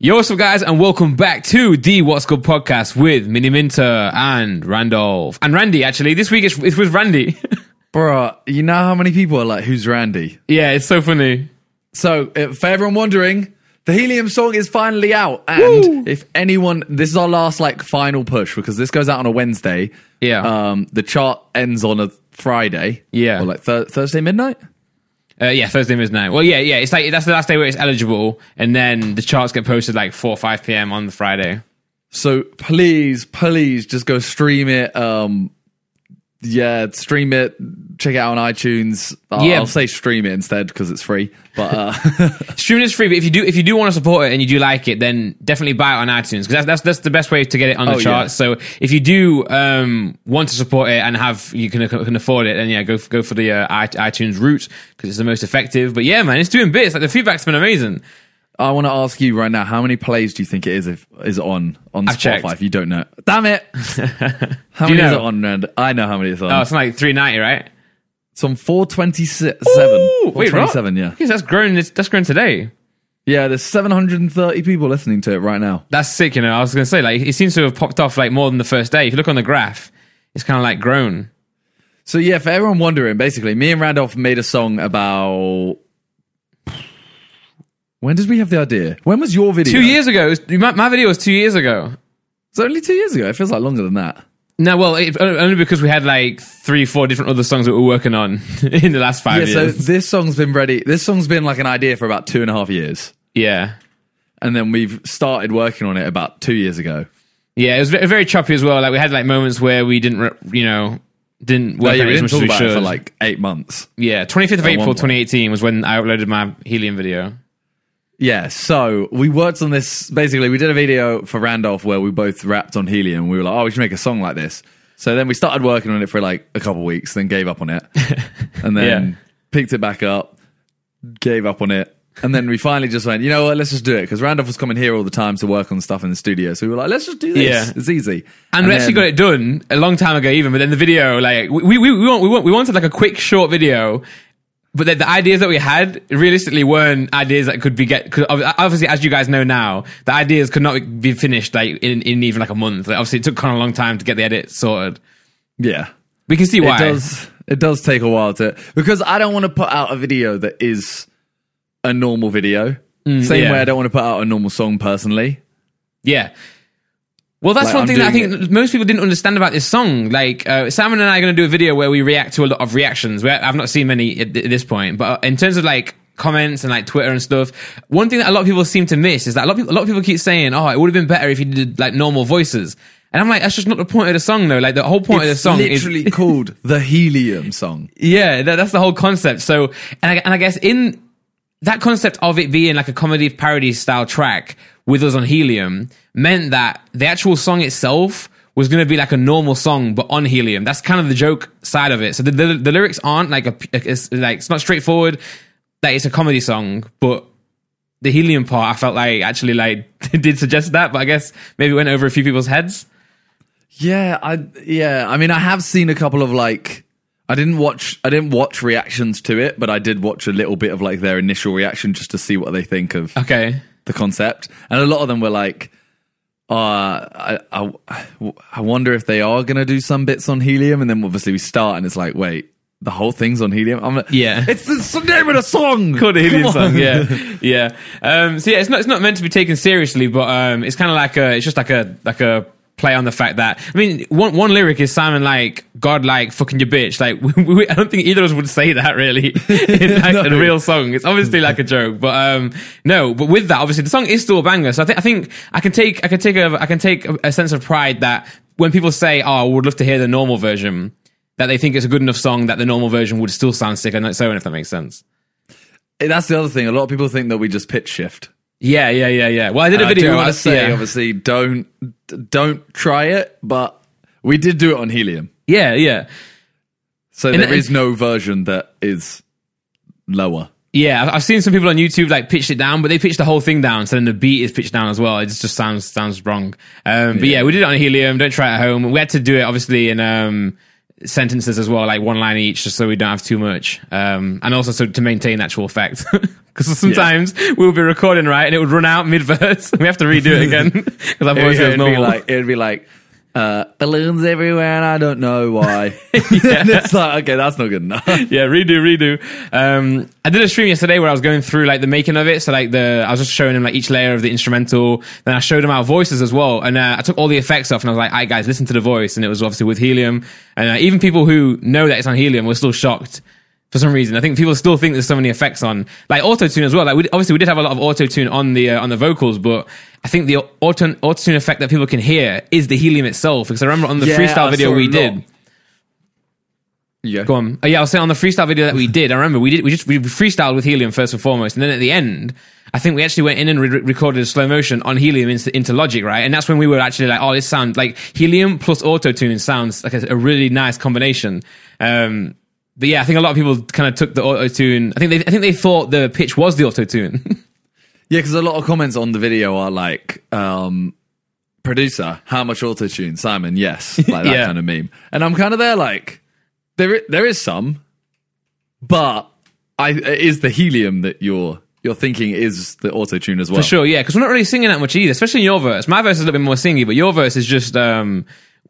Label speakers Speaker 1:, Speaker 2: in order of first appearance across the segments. Speaker 1: Yo, what's up, guys, and welcome back to the What's Good podcast with Mini Minter and Randolph and Randy. Actually, this week it's, it was Randy.
Speaker 2: Bruh, you know how many people are like, who's Randy?
Speaker 1: yeah, it's so funny.
Speaker 2: So, uh, for everyone wondering, the Helium song is finally out. And if anyone, this is our last like final push because this goes out on a Wednesday.
Speaker 1: Yeah.
Speaker 2: Um, the chart ends on a Friday.
Speaker 1: Yeah.
Speaker 2: Or like th- Thursday midnight.
Speaker 1: Uh, yeah, Thursday midnight. Well, yeah, yeah. It's like that's the last day where it's eligible, and then the charts get posted like four or five p.m. on the Friday.
Speaker 2: So please, please just go stream it. Um, yeah, stream it. Check it out on iTunes. I'll,
Speaker 1: Yeah.
Speaker 2: I'll say stream it instead because it's free. But uh,
Speaker 1: Streaming is free, but if you do if you do want to support it and you do like it, then definitely buy it on iTunes because that's, that's that's the best way to get it on the
Speaker 2: Oh, yeah.
Speaker 1: charts. So if you do um, want to support it and have you can, can afford it, then yeah, go for, go for the uh, i- iTunes route because it's the most effective. But yeah, man, it's doing bits. Like the feedback's been amazing.
Speaker 2: I want to ask you right now, how many plays do you think it is if is on on
Speaker 1: I've
Speaker 2: Spotify?
Speaker 1: checked.
Speaker 2: If you don't know, damn it! how
Speaker 1: Do you
Speaker 2: many is it
Speaker 1: know?
Speaker 2: on? Rand? I know how many it's on.
Speaker 1: Oh, it's on, like three ninety, right?
Speaker 2: it's on four twenty seven.
Speaker 1: Ooh,
Speaker 2: Four
Speaker 1: wait,
Speaker 2: twenty
Speaker 1: right?
Speaker 2: seven. Yeah,
Speaker 1: Yes, that's grown. That's that's grown today.
Speaker 2: yeah. There's seven hundred and thirty people listening to it right now.
Speaker 1: That's sick, you know. I was gonna say, like, it seems to have popped off like more than the first day. If you look on the graph, it's kind of like grown.
Speaker 2: So yeah, for everyone wondering, basically, me and Randolph made a song about. When did we have the idea? When was your video?
Speaker 1: Two years ago, it was- my, my video was two years ago.
Speaker 2: It's only two years ago. It feels like longer than that.
Speaker 1: No, well, it, only because we had like three, four different other songs that we were working on in the last
Speaker 2: Yeah.
Speaker 1: five
Speaker 2: So
Speaker 1: years.
Speaker 2: this song's been ready. This song's been like an idea for about two and a half years.
Speaker 1: yeah,
Speaker 2: and then we've started working on it about two years ago.
Speaker 1: yeah, it was ve- very choppy as well. Like we had like moments where we didn't, re- you know, didn't work
Speaker 2: Like,
Speaker 1: on it
Speaker 2: we
Speaker 1: as much as
Speaker 2: didn't talk
Speaker 1: we
Speaker 2: about
Speaker 1: should.
Speaker 2: it for like eight months.
Speaker 1: yeah, twenty fifth of
Speaker 2: one
Speaker 1: April,
Speaker 2: point.
Speaker 1: twenty eighteen was when I uploaded my helium video.
Speaker 2: Yeah, so we worked on this. Basically, we did a video for Randolph where we both rapped on helium. We were like, oh, we should make a song like this. So then we started working on it for like a couple weeks, then gave up on it, and then
Speaker 1: Yeah.
Speaker 2: picked it back up, gave up on it. And then we finally just went, you know what, let's just do it. Because Randolph was coming here all the time to work on stuff in the studio. So we were like, let's just do this.
Speaker 1: Yeah.
Speaker 2: It's easy.
Speaker 1: And, we actually
Speaker 2: then-
Speaker 1: got it done a long time ago, even. But then the video, like, we we we, want, we, want, we wanted like a quick, short video. But the, the ideas that we had realistically weren't ideas that could be get. Cause ob- obviously, as you guys know now, the ideas could not be finished like in, in even like a month. Like, obviously, it took kind of a long time to get the edit sorted.
Speaker 2: Yeah.
Speaker 1: We can see why.
Speaker 2: It does. It does take a while to because I don't want to put out a video that is a normal video. Same
Speaker 1: Mm, yeah.
Speaker 2: way I don't want to put out a normal song personally.
Speaker 1: Yeah. Well, that's
Speaker 2: Like,
Speaker 1: one
Speaker 2: I'm
Speaker 1: thing that I
Speaker 2: doing
Speaker 1: think most people didn't understand about this song. Like, uh, Simon and I are going to do a video where we react to a lot of reactions. Where I've not seen many at, th- at this point, but uh, in terms of like comments and like Twitter and stuff, one thing that a lot of people seem to miss is that a lot of people, a lot of people keep saying, "Oh, it would have been better if you did like normal voices." And I'm like, that's just not the point of the song, though. Like, the whole point of the
Speaker 2: It's
Speaker 1: song is
Speaker 2: literally called the Helium song.
Speaker 1: yeah, that, that's the whole concept. So, and I, and I guess in that concept of it being like a comedy parody style track with us on Helium meant that the actual song itself was going to be like a normal song, but on Helium. That's kind of the joke side of it. So the the, the lyrics aren't like a it's, like it's not straightforward. Like it's a comedy song, but the Helium part I felt like actually like did suggest that, but I guess maybe it went over a few people's heads.
Speaker 2: Yeah, I yeah. I mean, I have seen a couple of like. I didn't watch. I didn't watch reactions to it, but I did watch a little bit of like their initial reaction just to see what they think of
Speaker 1: Okay.
Speaker 2: the concept, and a lot of them were like, uh, I, I, I wonder if they are going to do some bits on helium, and then obviously we start, and it's like, wait, the whole thing's on helium. I'm like,
Speaker 1: Yeah.
Speaker 2: it's the s- name of the song
Speaker 1: called a helium
Speaker 2: Come
Speaker 1: song.
Speaker 2: on.
Speaker 1: Yeah, yeah. Um, so yeah, it's not it's not meant to be taken seriously, but um, it's kind of like a it's just like a like a play on the fact that I mean one one lyric is Simon like God like fucking your bitch. Like we, we, I don't think either of us would say that really in like a real song. It's obviously like a joke, but um, no. But with that, obviously the song is still a banger. So I think I think I can take I can take a I can take a, a sense of pride that when people say, "Oh, I would love to hear the normal version." That they think it's a good enough song that the normal version would still sound sick and so on, if that makes sense.
Speaker 2: That's the other thing. A lot of people think that we just pitch shift.
Speaker 1: Yeah, yeah, yeah, yeah. Well, I did a
Speaker 2: Uh, I
Speaker 1: video.
Speaker 2: do want
Speaker 1: I-
Speaker 2: to say,
Speaker 1: yeah.
Speaker 2: obviously, don't d- don't try it, but we did do it on helium,
Speaker 1: yeah, yeah,
Speaker 2: so
Speaker 1: And-
Speaker 2: there is no version that is lower.
Speaker 1: yeah. I've- I've seen some people on YouTube like pitched it down, but they pitched the whole thing down, so then the beat is pitched down as well. It just, just sounds sounds wrong. Um, but yeah. we did it on helium. Don't try it at home. We had to do it obviously in um, sentences as well, like one line each, just so we don't have too much, um, and also so to maintain the actual effect. Because sometimes we'll be recording right, and it would run out mid verse. We have to redo it again because I've always said
Speaker 2: It'd, be
Speaker 1: normal.
Speaker 2: like it'd be like uh, balloons everywhere, and I don't know why. and it's like okay, that's not good enough.
Speaker 1: yeah, redo, redo. Um, I did a stream yesterday where I was going through like the making of it. So like the, I was just showing him like each layer of the instrumental. Then I showed him our voices as well, and uh, I took all the effects off, and I was like, "All right, guys, listen to the voice." And it was obviously with helium, and uh, even people who know that it's on helium were still shocked. For some reason, I think people still think there's so many effects on, like auto tune as well. Like, we, obviously, we did have a lot of auto tune on the uh, on the vocals, but I think the auto auto tune effect that people can hear is the helium itself. Because I remember on the
Speaker 2: Yeah, I
Speaker 1: freestyle video
Speaker 2: saw a
Speaker 1: we
Speaker 2: lot.
Speaker 1: did,
Speaker 2: Yeah,
Speaker 1: Go on. Oh, yeah, I was saying on the freestyle video that we did. I remember we did. We just we freestyled with helium first and foremost, and then at the end, I think we actually went in and re- recorded a slow motion on helium into, into Logic, right? And that's when we were actually like, oh, this sound like helium plus auto tune sounds like a, a really nice combination. Um, but yeah, I think a lot of people kind of took the auto tune. I think they I think they thought the pitch was the auto tune.
Speaker 2: Yeah, because a lot of comments on the video are like, um, producer, how much auto tune? Simon, yes. Like that
Speaker 1: Yeah.
Speaker 2: kind of meme. And I'm kind of there like, there, i- there is some, but I, it is the helium that you're, you're thinking is the auto tune as well.
Speaker 1: For sure, yeah, because we're not really singing that much either, especially in your verse. My verse is a little bit more singy, but your verse is just, um,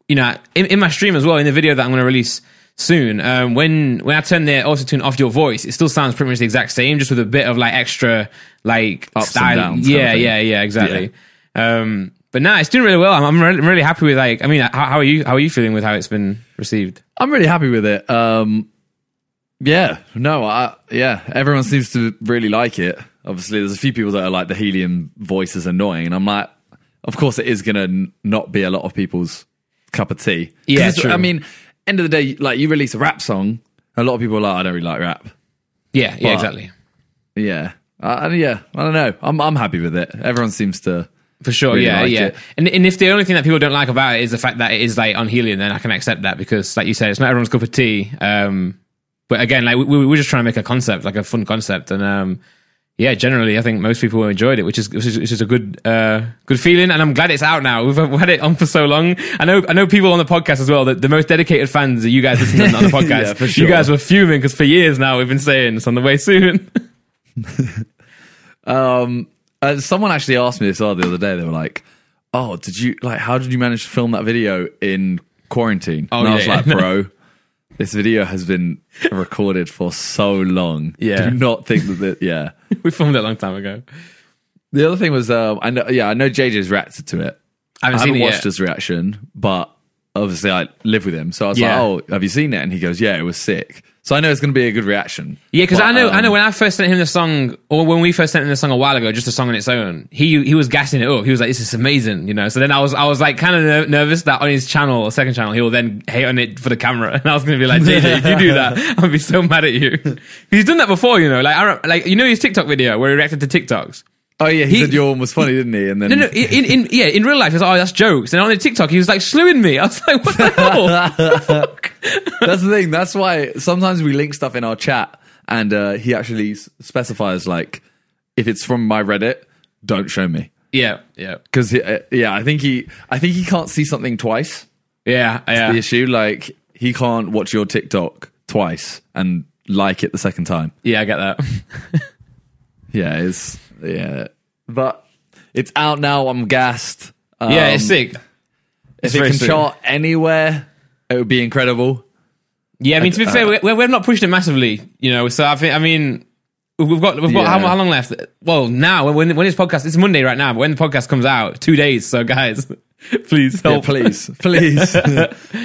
Speaker 1: you know, in, in my stream as well, in the video that I'm going to release soon. Um, when when I turn the auto tune off your voice, it still sounds pretty much the exact same, just with a bit of like extra like
Speaker 2: Ups and
Speaker 1: style.
Speaker 2: downs kind
Speaker 1: yeah,
Speaker 2: of thing.
Speaker 1: yeah, yeah, exactly. Um, but nah, it's doing really well. I'm, I'm really, really happy with like. I mean, how, how are you? How are you feeling with how it's been received?
Speaker 2: I'm really happy with it. Um, yeah, no, I, yeah, everyone seems to really like it. Obviously, there's a few people that are like the helium voice is annoying, and I'm like, of course, it is going to not be a lot of people's cup of tea. 'Cause
Speaker 1: Yeah,
Speaker 2: it's-
Speaker 1: true.
Speaker 2: I mean, end of the day, like you release a rap song, a lot of people are like, I don't really like rap.
Speaker 1: Yeah, yeah,
Speaker 2: Well,
Speaker 1: exactly.
Speaker 2: Yeah, uh, and yeah, I don't know. I'm I'm happy with it. Everyone seems to.
Speaker 1: For sure,
Speaker 2: really
Speaker 1: yeah,
Speaker 2: like
Speaker 1: yeah.
Speaker 2: it.
Speaker 1: And and if the only thing that people don't like about it is the fact that it is like on helium, then I can accept that because, like you said, it's not everyone's cup of tea. Um, but again, like we, we were just trying to make a concept, like a fun concept, and um, yeah, generally, I think most people enjoyed it, which is which is, which is a good uh, good feeling, and I'm glad it's out now. We've, we've had it on for so long. I know I know people on the podcast as well that the most dedicated fans are you guys listening on the podcast.
Speaker 2: Yeah, for sure.
Speaker 1: You guys were fuming because for years now we've been saying it's on the way soon.
Speaker 2: Um, uh, someone actually asked me this the other day. They were like, "Oh, did you like? How did you manage to film that video in quarantine?" and I
Speaker 1: yeah,
Speaker 2: was
Speaker 1: Oh, yeah.
Speaker 2: like, "Bro, this video has been recorded for so long.
Speaker 1: Yeah.
Speaker 2: do not think that. The, yeah."
Speaker 1: we filmed it a long time ago.
Speaker 2: The other thing was, um, I know, yeah, I know JJ's reacted to it.
Speaker 1: I haven't,
Speaker 2: I
Speaker 1: seen
Speaker 2: haven't
Speaker 1: it
Speaker 2: watched
Speaker 1: yet.
Speaker 2: his reaction, but obviously I live with him, so I was
Speaker 1: Yeah.
Speaker 2: like, "Oh, have you seen it?" And he goes, "Yeah, it was sick." So I know it's going to be a good reaction.
Speaker 1: Yeah, because
Speaker 2: But,
Speaker 1: I know, I
Speaker 2: um,
Speaker 1: know when I first sent him the song, or when we first sent him the song a while ago, just a song on its own. He he was gassing it up. He was like, "This is amazing," you know. So then I was I was like kind of ner- nervous that on his channel, or second channel, he will then hate on it for the camera, and I was gonna be like, "JJ, if you do that, I'll be so mad at you." he's done that before, you know. Like I re- like you know his TikTok video where he reacted to TikToks.
Speaker 2: Oh yeah, he,
Speaker 1: he-
Speaker 2: said your one was funny, didn't he? And then
Speaker 1: No, no, in, in yeah, in real life, he was like, "Oh, that's jokes," and on the TikTok, he was like slewing me. I was like, "What the hell?"
Speaker 2: That's the thing. That's why sometimes we link stuff in our chat, and uh, he actually s- specifies like, if it's from my Reddit, don't show me
Speaker 1: yeah, yeah,
Speaker 2: because uh, yeah, I think he, I think he can't see something twice.
Speaker 1: yeah, yeah.
Speaker 2: The issue, like, he can't watch your TikTok twice and like it the second time.
Speaker 1: yeah, I get that.
Speaker 2: Yeah, it's yeah, but it's out now. I'm gassed. Um,
Speaker 1: yeah, it's sick.
Speaker 2: If it
Speaker 1: very
Speaker 2: can
Speaker 1: sick.
Speaker 2: chart anywhere, it would be incredible.
Speaker 1: Yeah, I mean, to be fair, we're, we're not pushed it massively, you know. So I think, I mean, we've got we've got how,
Speaker 2: Yeah.
Speaker 1: how long left? Well, now when when this podcast, it's Monday right now, but when the podcast comes out, two days. So guys, please
Speaker 2: Yeah,
Speaker 1: help. Yeah,
Speaker 2: please, please,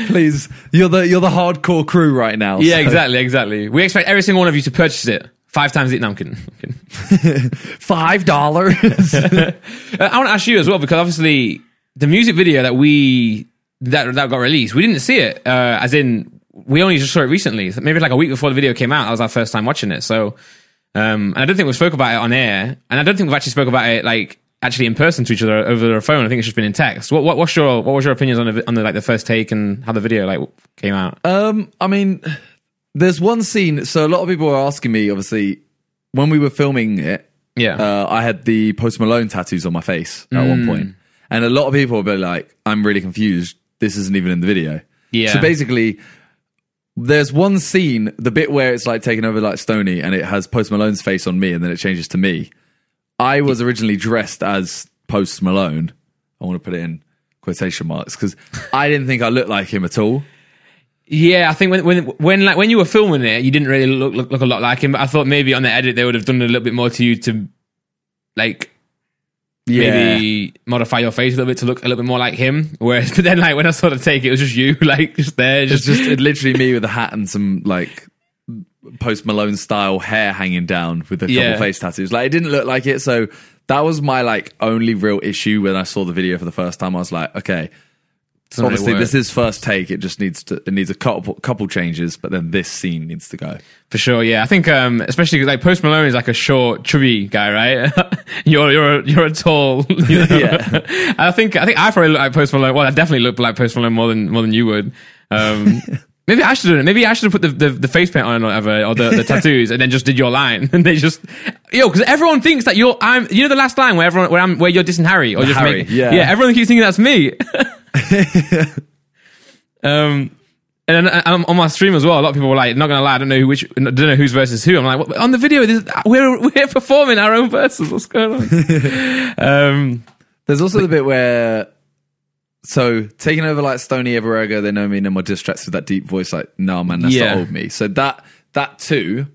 Speaker 2: please. You're the you're the hardcore crew right now. so
Speaker 1: exactly, exactly. We expect every single one of you to purchase it five times. It. No, I'm kidding. I'm kidding.
Speaker 2: Five dollars.
Speaker 1: Uh, I want to ask you as well because obviously the music video that we that that got released, we didn't see it. Uh, as in, we only just saw it recently. Maybe like a week before the video came out. That was our first time watching it. So, um, and I don't think we spoke about it on air, and I don't think we've actually spoke about it like actually in person to each other over the phone. I think it's just been in text. What, what what's your what was your opinions on the, vi- on the like the first take and how the video like came out?
Speaker 2: um, I mean, there's one scene. So a lot of people were asking me, obviously, when we were filming it.
Speaker 1: Yeah.
Speaker 2: uh, I had the Post Malone tattoos on my face at
Speaker 1: Mm.
Speaker 2: one point, and a lot of people were like, "I'm really confused. This isn't even in the video."
Speaker 1: Yeah.
Speaker 2: So basically, There's one scene, the bit where it's like taken over like Stony and it has Post Malone's face on me and then it changes to me. I was originally dressed as Post Malone. I want to put it in quotation marks because I didn't think I looked like him at all.
Speaker 1: Yeah, I think when when when like when you were filming it, you didn't really look look, look a lot like him. But I thought maybe on the edit they would have done a little bit more to you to like maybe modify your face a little bit to look a little bit more like him. Whereas but then like when I saw the take, it was just you like just there,
Speaker 2: It's
Speaker 1: just
Speaker 2: just it literally me with a hat and some like post Malone style hair hanging down with a couple
Speaker 1: Yeah.
Speaker 2: face tattoos. Like it didn't look like it. So that was my like only real issue when I saw the video for the first time. I was like, okay,
Speaker 1: doesn't really
Speaker 2: obviously
Speaker 1: work.
Speaker 2: this is first take. It just needs to it needs a couple couple changes, but then this scene needs to go.
Speaker 1: For sure, yeah. I think um, especially like Post Malone is like a short, chubby guy, right? you're you're a, you're a tall. You know?
Speaker 2: Yeah.
Speaker 1: I think I think I probably look like Post Malone. Well, I definitely look like Post Malone more than more than you would. Um, maybe I should have. Maybe I should have put the, the, the face paint on or whatever, or the, the tattoos, and then just did your line. And they just yo, because everyone thinks that you're I'm. You know the last line where everyone where I'm where you're dissing Harry or just
Speaker 2: Harry,
Speaker 1: make-
Speaker 2: yeah.
Speaker 1: yeah. Everyone keeps thinking that's me. Um, and then um, on my stream as well, a lot of people were like, "Not gonna lie, I don't know who which, don't know who's versus who." I'm like, "What- "On the video, this, we're we're performing our own verses. What's going on?" um,
Speaker 2: There's also the bit where so taking over like Stony everywhere I go, they know me, no more distracts with that deep voice, like, no man, that's
Speaker 1: Yeah.
Speaker 2: the old me. So that that too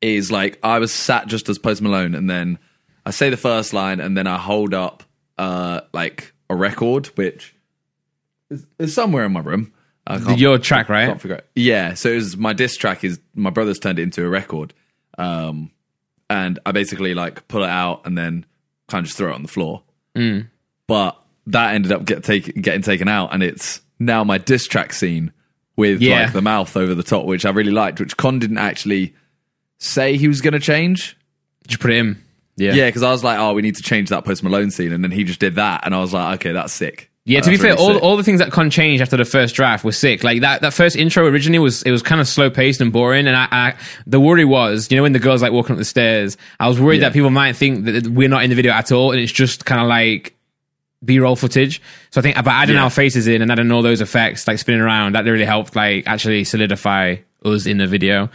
Speaker 2: is like I was sat just as Post Malone and then I say the first line and then I hold up uh like a record which is, is somewhere in my room. I can't
Speaker 1: your track,
Speaker 2: can't
Speaker 1: right?
Speaker 2: figure out. Yeah, so it was my diss track is my brother's turned it into a record, um, and I basically like pull it out and then kind of just throw it on the floor.
Speaker 1: Mm.
Speaker 2: But that ended up get take, getting taken out, and it's now my diss track scene with
Speaker 1: Yeah.
Speaker 2: like the mouth over the top, which I really liked. Which Con didn't actually say he was going to change.
Speaker 1: Just put it in. Yeah,
Speaker 2: Yeah, because I was like, oh, we need to change that Post Malone scene, and then he just did that, and I was like, okay, that's sick.
Speaker 1: Yeah, to be
Speaker 2: That's
Speaker 1: fair,
Speaker 2: really
Speaker 1: all,
Speaker 2: sick.
Speaker 1: all the things that Con changed after the first draft were sick. Like that, that first intro originally was it was kind of slow paced and boring. And I, I the worry was, you know, when the girls like walking up the stairs, I was worried
Speaker 2: Yeah.
Speaker 1: that people might think that we're not in the video at all, and it's just kind of like B roll footage. So I think by adding
Speaker 2: Yeah.
Speaker 1: our faces in and adding all those effects, like spinning around, that really helped like actually solidify us in the video.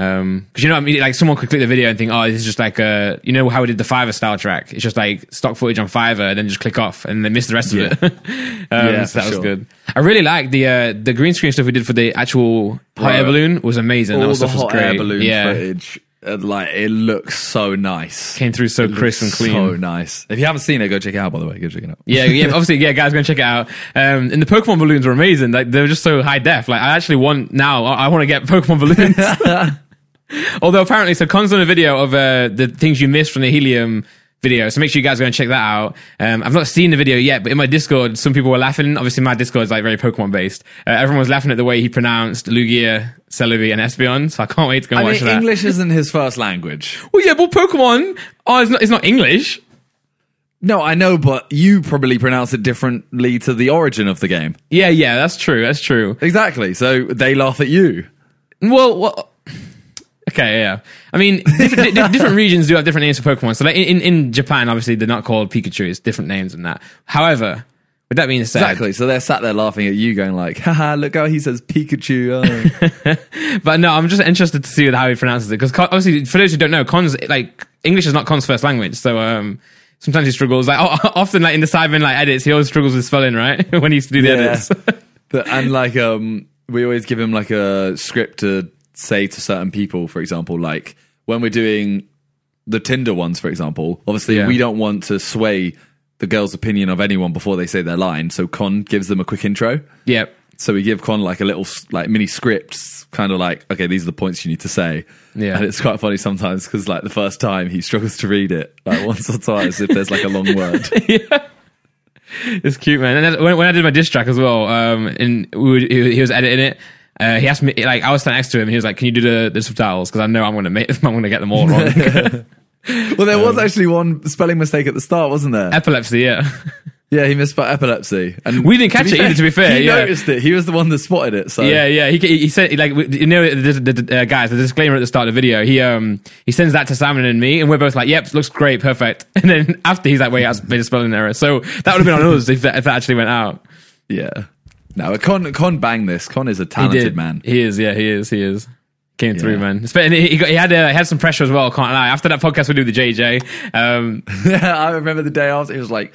Speaker 1: Um, cause you know what I mean? Like someone could click the video and think, oh, this is just like a, you know how we did the Fiverr style track? It's just like stock footage on Fiverr and then just click off and then miss the rest
Speaker 2: Yeah.
Speaker 1: of it. um,
Speaker 2: Yeah,
Speaker 1: so that was
Speaker 2: for sure.
Speaker 1: good. I really liked the, uh, the green screen stuff we did for the actual hot air
Speaker 2: Right.
Speaker 1: balloon was amazing. that
Speaker 2: all
Speaker 1: was,
Speaker 2: the
Speaker 1: stuff was
Speaker 2: hot air
Speaker 1: great.
Speaker 2: balloon
Speaker 1: yeah.
Speaker 2: footage. uh, Like it looks so nice.
Speaker 1: Came through so crisp and clean.
Speaker 2: So nice. If you haven't seen it, go check it out. By the way, go check it out.
Speaker 1: Yeah, yeah. Obviously, yeah, guys, go and check it out. Um, and the Pokemon balloons are amazing. Like they're just so high def. Like I actually want now. I, I want to get Pokemon balloons. Although apparently, so Con's done a video of uh, the things you missed from the helium video. So make sure you guys go and check that out. Um, I've not seen the video yet, but in my Discord, some people were laughing. Obviously, my Discord is like very Pokemon based. Uh, everyone was laughing at the way he pronounced Lugia, Celebi, and Espeon. So I can't wait to go and
Speaker 2: I
Speaker 1: watch
Speaker 2: mean,
Speaker 1: that.
Speaker 2: English isn't his first language.
Speaker 1: well, yeah, but Pokemon. Oh, it's not. It's not English.
Speaker 2: No, I know, but you probably pronounce it differently to the origin of the game.
Speaker 1: Yeah, yeah, that's true. That's true.
Speaker 2: Exactly. So they laugh at you.
Speaker 1: Well, well okay, yeah. I mean, different, di- different regions do have different names for Pokemon. So, like in, in- in Japan, obviously, they're not called Pikachu. It's different names than that. However, with that being said,
Speaker 2: Exactly. So they're sat there laughing at you, going like, "Haha, look how he says Pikachu." Oh.
Speaker 1: but no, I'm just interested to see how he pronounces it because obviously, for those who don't know, Con's like English is not Con's first language, so um. Sometimes he struggles. Like o- often, like in the Sidemen like edits, he always struggles with spelling. Right when he used to do the edits.
Speaker 2: But- and like, um, we always give him like a script to say to certain people. For example, like when we're doing the Tinder ones, for example, obviously
Speaker 1: Yeah.
Speaker 2: we don't want to sway the girl's opinion of anyone before they say their line. So Con gives them a quick intro.
Speaker 1: Yep.
Speaker 2: So we give Con like a little like mini scripts, kind of like, okay, these are the points you need to say.
Speaker 1: Yeah.
Speaker 2: and it's quite funny sometimes because like the first time he struggles to read it like once or twice if there's like a long word.
Speaker 1: It's cute, man. And then when, when I did my diss track as well, um, and we would, he, he was editing it. Uh, he asked me, like, I was standing next to him. And he was like, "Can you do the, the subtitles? Because I know I'm gonna make, I'm gonna get them all wrong.
Speaker 2: Well, there
Speaker 1: Um,
Speaker 2: was actually one spelling mistake at the start, wasn't there?
Speaker 1: Epilepsy, yeah.
Speaker 2: Yeah, he missed about epilepsy, and
Speaker 1: We didn't
Speaker 2: to
Speaker 1: catch
Speaker 2: be
Speaker 1: it either, to be fair,
Speaker 2: he
Speaker 1: yeah.
Speaker 2: noticed it. He was the one that spotted it. So
Speaker 1: Yeah, yeah. He, he said like we- you know the, the, the, uh, guys the disclaimer at the start of the video. He um he sends that to Simon and me, and we're both like, "Yep, looks great, perfect." And then after he's like, "Wait, that's been a spelling error." So that would have been on us if that, if that actually went out.
Speaker 2: yeah. No, Con Con banged this. Con is a talented man.
Speaker 1: He is, yeah, he is, he is. Came through,
Speaker 2: Yeah.
Speaker 1: man. It's been- He, got, he had uh, he had some pressure as well. Can't lie. After that podcast we do with the JJ, um,
Speaker 2: I remember the day after. It was like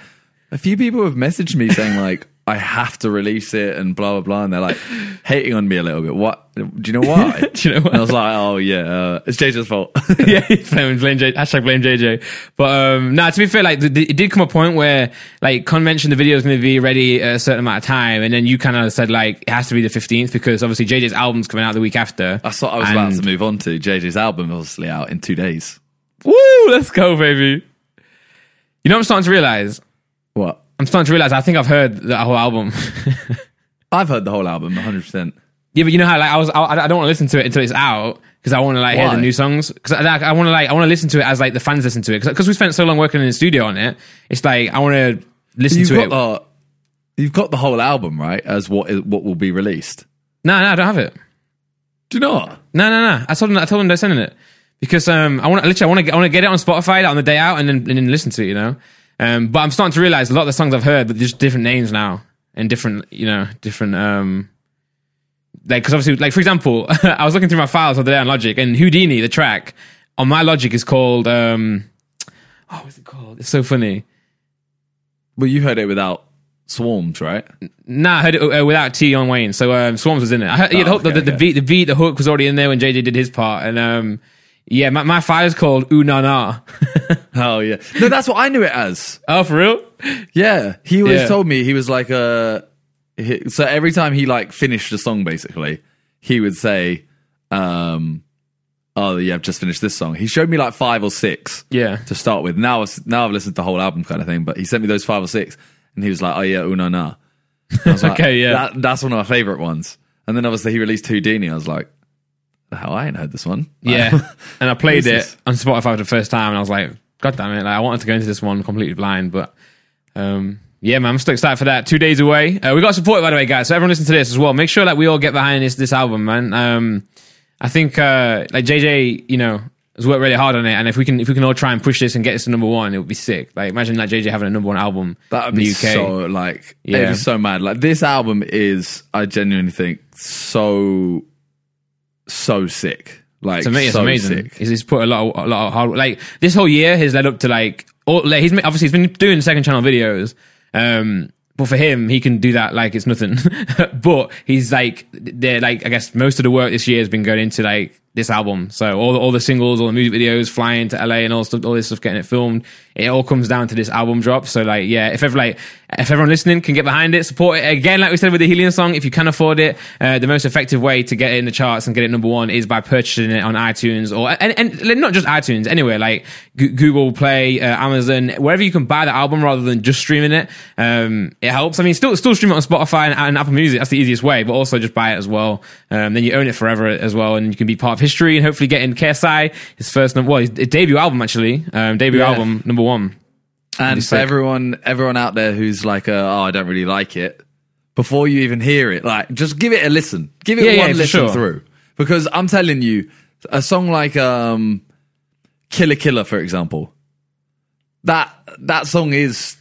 Speaker 2: a few people have messaged me saying like I have to release it and blah blah blah, and they're like hating on me a little bit. What do you know? Why?
Speaker 1: Do you know why?
Speaker 2: And I was like, oh yeah, uh, it's JJ's fault.
Speaker 1: yeah, he's blame, blame J, hashtag blame JJ. But um, nah, to be fair, like the, the- it did come a point where like Con mentioned the video is going to be ready at a certain amount of time, and then you kind of said like it has to be the fifteenth because obviously JJ's album's coming out the week after.
Speaker 2: That's what I was about
Speaker 1: And-
Speaker 2: to move on to. JJ's album obviously out in two days.
Speaker 1: Woo, let's go, baby. You know, what I'm starting to realize.
Speaker 2: What?
Speaker 1: I'm starting to realize. I think I've heard that whole album.
Speaker 2: I've heard the whole album, 100. percent
Speaker 1: yeah, but you know how like I was. I, I don't want to listen to it until it's out because I want to like hear
Speaker 2: Why?
Speaker 1: the new songs. Because I, like, I want to like I want to listen to it as like the fans listen to it. Because we spent so long working in the studio on it. It's like I want to listen
Speaker 2: You've
Speaker 1: to
Speaker 2: got uh,
Speaker 1: it.
Speaker 2: the you've got the whole album right as what is, what will be released.
Speaker 1: No, no, I don't have it.
Speaker 2: Do you know what?
Speaker 1: No, no, no. I told them. I told them they're sending it because um, I want literally I want to get, I want to get it on Spotify like, on the day out and then and then listen to it. You know, um, but I'm starting to realize a lot of the songs I've heard are just different names now and different you know different um. Like, because obviously, like for example, I was looking through my files the other day on Logic, and Houdini, the track on my Logic is called um, oh, what's it called? It's so funny.
Speaker 2: Well, you heard it without Swarms, right?
Speaker 1: Nah, I heard it uh, without T on Wayne, so um, Swarms was in it. I heard, yeah, the,
Speaker 2: Oh,
Speaker 1: hook- the,
Speaker 2: okay,
Speaker 1: the
Speaker 2: okay.
Speaker 1: beat, the beat, the hook was already in there when JJ did his part, and um, yeah, my, my fire's called Ooh Na Na.
Speaker 2: Oh yeah. No, that's what I knew it as.
Speaker 1: oh, for real?
Speaker 2: Yeah, he always
Speaker 1: Yeah.
Speaker 2: told me he was like a. He, so every time he like finished a song, basically, he would say, um, "Oh yeah, I've just finished this song." He showed me like five or six
Speaker 1: Yeah.
Speaker 2: to start with. Now, it's- now I've listened to the whole album kind of thing, but he sent me those five or six, and he was like, "Oh yeah, una na." I was like,
Speaker 1: Okay, yeah.
Speaker 2: that, that's one of my favorite ones. And then obviously he released Houdini. I was like, "The hell, I ain't heard this one."
Speaker 1: Yeah. and I played it
Speaker 2: This is-
Speaker 1: on Spotify for the first time, and I was like, God damn it! Like, I wanted to go into this one completely blind, but um, yeah, man, I'm still excited for that. Two days away. Uh, we got support by the way, guys. So everyone listen to this as well. Make sure that we all get behind this this album, man. Um, I think uh, like JJ, you know, has worked really hard on it, and if we can if we can all try and push this and get this to number one, it would be sick. Like imagine like JJ having a number one album
Speaker 2: That would
Speaker 1: in
Speaker 2: be
Speaker 1: the UK.
Speaker 2: so like
Speaker 1: Yeah.
Speaker 2: it'd be so mad. Like this album is, I genuinely think, so so sick. Like
Speaker 1: to me, it's
Speaker 2: so
Speaker 1: amazing.
Speaker 2: sick.
Speaker 1: He's, he's put a lot, of, a lot of hard. Like this whole year has led up to like. All, like he's ma- obviously he's been doing second channel videos, um, but for him, he can do that like it's nothing. but he's like, they're like, I guess most of the work this year has been going into like this album. So all the, all the singles, all the music videos, flying to LA and all stuff, all this stuff, getting it filmed. It all comes down to this album drop. So like, yeah, if ever like, if everyone listening can get behind it, support it again. Like we said with the Helium song, if you can afford it, uh, the most effective way to get it in the charts and get it number one is by purchasing it on iTunes or and, and not just iTunes anywhere, like G- Google Play, uh, Amazon, wherever you can buy the album rather than just streaming it. Um, it helps. I mean, still still stream it on Spotify and, and Apple Music. That's the easiest way, but also just buy it as well. Um, then you own it forever as well, and you can be part of history and hopefully get in KSI his first number, well, his debut album actually, um, debut
Speaker 2: Yeah.
Speaker 1: album number one.
Speaker 2: And for
Speaker 1: sick.
Speaker 2: everyone, everyone out there who's like, uh, "Oh, I don't really like it," before you even hear it, like just give it a listen. Give it
Speaker 1: Yeah, yeah,
Speaker 2: one
Speaker 1: for
Speaker 2: listen
Speaker 1: sure.
Speaker 2: through, because I'm telling you, a song like um, "Killer Killer," for example, that that song is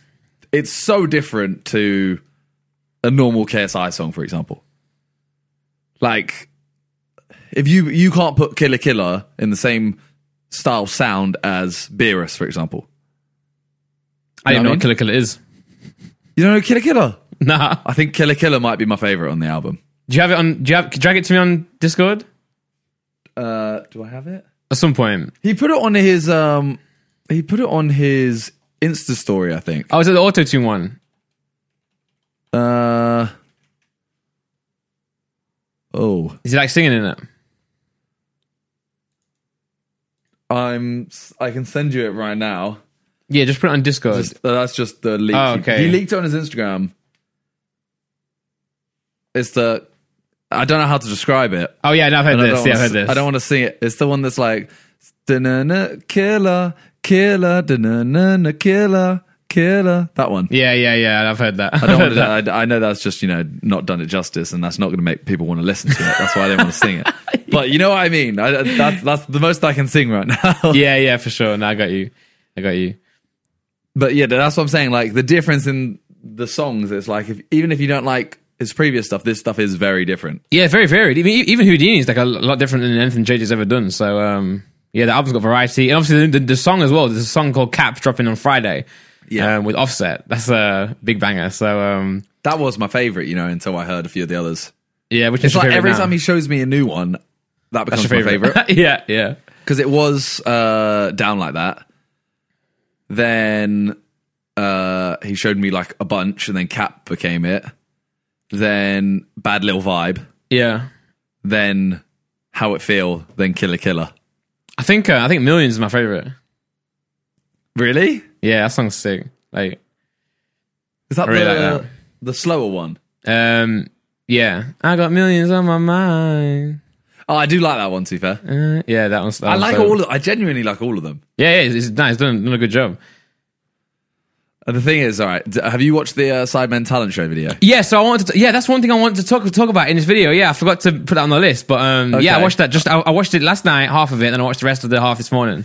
Speaker 2: it's so different to a normal KSI song, for example. Like, if you you can't put Killer Killer in the same style sound as Beerus, for example.
Speaker 1: I don't know
Speaker 2: know what I mean?
Speaker 1: what Killer Killer is.
Speaker 2: You don't know Killer Killer?
Speaker 1: Nah.
Speaker 2: I think Killer Killer might be my favorite on the album.
Speaker 1: Do you have it on? Do you have? Drag it to me on Discord
Speaker 2: Uh, do I have it?
Speaker 1: at some point.
Speaker 2: He put it on his um, he put it on his Insta story, I think.
Speaker 1: Oh, is it the auto tune one?
Speaker 2: Uh, oh,
Speaker 1: Is he like singing in it?
Speaker 2: I'm I can send you it right now.
Speaker 1: Yeah, just put it on Discord.
Speaker 2: Just- uh, that's just the leak.
Speaker 1: Oh, okay.
Speaker 2: He leaked it on his Instagram. It's the I don't know how to describe it.
Speaker 1: oh yeah, no, I've heard
Speaker 2: And I
Speaker 1: this.
Speaker 2: don't
Speaker 1: Yeah, I've
Speaker 2: wanna
Speaker 1: heard
Speaker 2: s-
Speaker 1: this.
Speaker 2: I don't want to sing it. It's the one that's like "Da-na-na, killer, killer, da-na-na-na, killer, killer. That one.
Speaker 1: Yeah, yeah, yeah. I've heard that.
Speaker 2: I don't want to. I, I know that's just you know not done it justice, and that's not going to make people want to listen to it. That's why I don't want to sing it. But you know what I mean. I, I- that's that's the most I can sing right now.
Speaker 1: yeah, yeah, for sure. No, I got you. I got you.
Speaker 2: But yeah, that's what I'm saying. Like the difference in the songs. It's like if, even if you don't like his previous stuff, this stuff is very different.
Speaker 1: Yeah, very varied. Even e-, even Houdini is like a lot different than anything JJ's ever done. So um, yeah, the album's got variety, and obviously the, the, the song as well. There's a song called "Cap" dropping on Friday.
Speaker 2: Yeah.
Speaker 1: um, with Offset. That's a big banger. So um,
Speaker 2: That was my favorite, you know, until I heard a few of the others.
Speaker 1: yeah, which is
Speaker 2: It's
Speaker 1: your
Speaker 2: like
Speaker 1: favorite
Speaker 2: every
Speaker 1: now?
Speaker 2: time he shows me a new one, that becomes
Speaker 1: That's
Speaker 2: my favorite.
Speaker 1: yeah, yeah.
Speaker 2: because it was uh, down like that. Then uh, he showed me like a bunch, and then Cap became it. Then Bad Little Vibe.
Speaker 1: Yeah.
Speaker 2: Then How It Feel. Then Killer Killer.
Speaker 1: I think uh, I think Millions is my favorite.
Speaker 2: Really?
Speaker 1: Yeah, that song's sick. Like
Speaker 2: Is that
Speaker 1: I really
Speaker 2: the
Speaker 1: like that.
Speaker 2: the slower one?
Speaker 1: um yeah, I got millions on my mind.
Speaker 2: Oh, I do like that one. To be fair,
Speaker 1: Uh, yeah, that one's. That
Speaker 2: I
Speaker 1: one's
Speaker 2: like
Speaker 1: dope.
Speaker 2: all. Of, I genuinely like all of them.
Speaker 1: Yeah, yeah, it's, it's nice. Done, done a good job.
Speaker 2: And the thing is, all right, d- have you watched the uh, Sidemen Talent Show video?
Speaker 1: Yeah, so I wanted to. Yeah, that's one thing I wanted to talk talk about in this video. Yeah, I forgot to put that on the list, but um, yeah, I
Speaker 2: Okay.
Speaker 1: watched that. Just I, I watched it last night, half of it, and I watched the rest of the half this morning.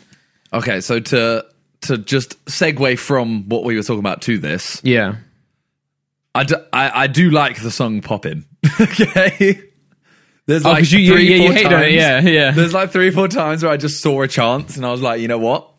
Speaker 2: Okay, so to to just segue from what we were talking about to this,
Speaker 1: Yeah,
Speaker 2: I do, I, I do like the song Poppin'. okay. There's like
Speaker 1: Oh, 'cause you- you-
Speaker 2: three,
Speaker 1: yeah, you
Speaker 2: four
Speaker 1: hate on it,
Speaker 2: times.
Speaker 1: yeah, yeah.
Speaker 2: There's like three, four times where I just saw a chance and I was like, you know what?